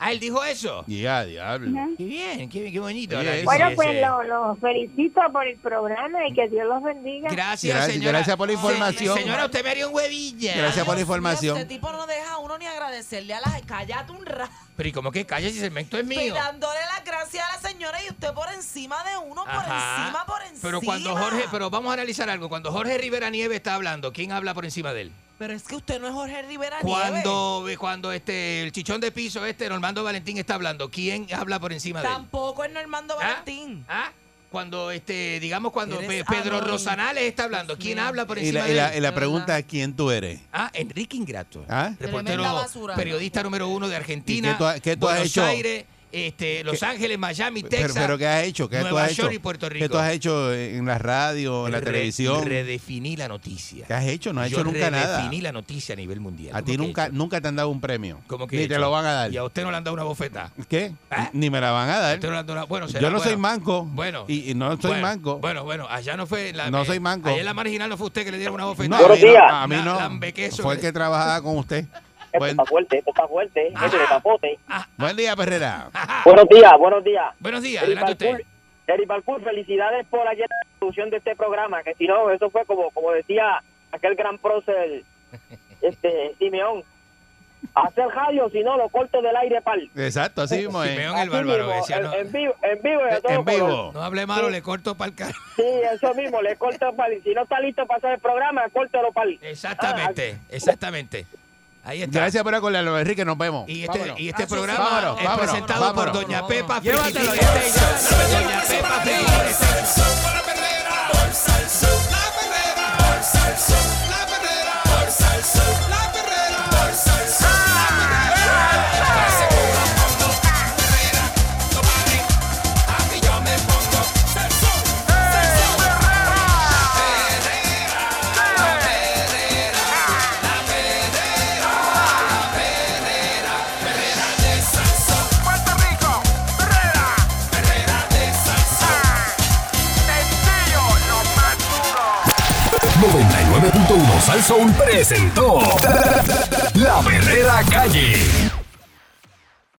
Speaker 6: Ah, él dijo eso.
Speaker 3: Ya, diablo.
Speaker 6: Qué bien, qué, bien, qué bonito.
Speaker 3: Oye,
Speaker 6: Ahora,
Speaker 3: eso.
Speaker 23: Bueno,
Speaker 6: ese-
Speaker 23: pues
Speaker 6: ese-
Speaker 23: los felicito por el programa y que Dios los bendiga.
Speaker 6: Gracias,
Speaker 3: Gracias,
Speaker 6: señora.
Speaker 3: gracias por la información.
Speaker 6: Se- señora, usted me haría un huevilla.
Speaker 3: Gracias por la
Speaker 5: Ese
Speaker 3: información.
Speaker 5: este tipo no deja a uno ni agradecerle a la... Cállate un rato.
Speaker 6: Pero ¿y cómo que calla si el segmento es
Speaker 5: Y
Speaker 6: mío?
Speaker 5: dándole las gracias a la señora y usted por encima de uno,
Speaker 6: Ajá.
Speaker 5: por encima, por encima.
Speaker 6: Pero cuando Jorge, pero vamos a analizar algo. Cuando Jorge Rivera Nieves está hablando, ¿quién habla por encima de él?
Speaker 5: Pero es que usted no es Jorge Rivera Nieves.
Speaker 6: Cuando, cuando este el chichón de piso este Normando Valentín está hablando, ¿quién habla por encima de él?
Speaker 5: Tampoco es Normando Valentín.
Speaker 6: ¿Ah? Cuando este, digamos cuando Pe-
Speaker 5: Eres
Speaker 6: Pedro
Speaker 5: Adón.
Speaker 6: Rosanales está hablando, ¿quién habla por
Speaker 3: Y
Speaker 6: encima
Speaker 3: la,
Speaker 6: de
Speaker 3: y
Speaker 6: él?
Speaker 3: la- y la pregunta es quién tú eres.
Speaker 6: Ah, Enrique Ingrato.
Speaker 3: ¿Ah?
Speaker 6: Reportero,
Speaker 5: Tremenda basura.
Speaker 6: periodista número uno de Argentina,
Speaker 3: ¿Y qué tú has- qué tú has
Speaker 6: Buenos
Speaker 3: hecho?
Speaker 6: Aires, este, Los Ángeles, Miami,
Speaker 3: Pero,
Speaker 6: Texas.
Speaker 3: pero ¿qué has hecho? ¿Qué tú
Speaker 6: Nueva
Speaker 3: has
Speaker 6: York
Speaker 3: hecho?
Speaker 6: y Puerto Rico.
Speaker 3: ¿Qué tú has hecho en la radio, en la
Speaker 6: Re-
Speaker 3: televisión?
Speaker 6: Redefiní la noticia.
Speaker 3: ¿Qué has hecho? No has
Speaker 6: Yo
Speaker 3: hecho nunca nada.
Speaker 6: Redefiní la noticia a nivel mundial.
Speaker 3: A ti
Speaker 6: ¿Cómo que
Speaker 3: nunca, nunca te han dado un premio.
Speaker 6: ¿Cómo que
Speaker 3: Ni
Speaker 6: he
Speaker 3: te
Speaker 6: hecho?
Speaker 3: lo van a
Speaker 6: Y a
Speaker 3: dar.
Speaker 6: usted no le han dado
Speaker 3: <laughs>
Speaker 6: una bofeta.
Speaker 3: ¿Qué? Ni me la van a
Speaker 6: Usted no
Speaker 3: dar.
Speaker 6: le han dado una- Bueno, será,
Speaker 3: Yo no soy
Speaker 6: bueno.
Speaker 3: manco.
Speaker 6: Bueno.
Speaker 3: Y, y no soy
Speaker 6: Bueno,
Speaker 3: manco.
Speaker 6: Bueno, bueno, allá no fue. La,
Speaker 3: No
Speaker 6: eh,
Speaker 3: soy manco.
Speaker 6: Allá en la marginal no fue usted que le dieron una bofeta.
Speaker 3: No,
Speaker 6: Buenos
Speaker 3: a mí no.
Speaker 6: días.
Speaker 3: a mí
Speaker 6: La-
Speaker 3: no.
Speaker 6: lambequeso.
Speaker 3: Fue el que trabajaba con usted. Buen,
Speaker 22: fuerte, esto está fuerte,
Speaker 6: esto de
Speaker 22: capote.
Speaker 3: buen día, Perrera.
Speaker 22: Buenos días, buenos días.
Speaker 6: Buenos días,
Speaker 22: Eric
Speaker 6: adelante usted.
Speaker 22: Balcour, Eric Balcour, felicidades por ayer la producción de este programa, que si no, eso fue como, como decía aquel gran prócer, este, Simeón, hacer radio, si no, lo corto del aire, pal.
Speaker 3: Exacto, así mismo es.
Speaker 6: Simeón el bárbaro que decía,
Speaker 22: en,
Speaker 6: no,
Speaker 22: en vivo, en vivo. y a todo
Speaker 3: En vivo.
Speaker 22: color.
Speaker 6: no hable malo, le corto para el carro.
Speaker 22: Sí, eso mismo, le corto pal. Si no está listo para hacer el programa, córtelo pal. Ah,
Speaker 6: Exactamente, exactamente. Ahí está.
Speaker 3: Gracias por acordarlo, Enrique. Nos vemos.
Speaker 6: Y este,
Speaker 3: Vámonos.
Speaker 6: y este
Speaker 3: Gracias.
Speaker 6: programa
Speaker 3: Vámonos,
Speaker 6: es
Speaker 3: vámonos,
Speaker 6: presentado
Speaker 3: vámonos.
Speaker 6: por Doña Pepa
Speaker 14: Llévatelo,
Speaker 6: Frigisteiro.
Speaker 14: Doña Pepa La perrera por salsón. La perrera por salsón. La perrera por salsón. La perrera por salsón. La perrera por salsón. Perrera, no pare. A mí yo me pongo salsón. Salsón. La perrera. La perrera. La perrera. La perrera. Perrera de salsón. Puerto Rico. Perrera. Perrera de salsón. Sencillo, lo más duro.
Speaker 1: 99.1 Sal Soul presentó La Verdadera Calle.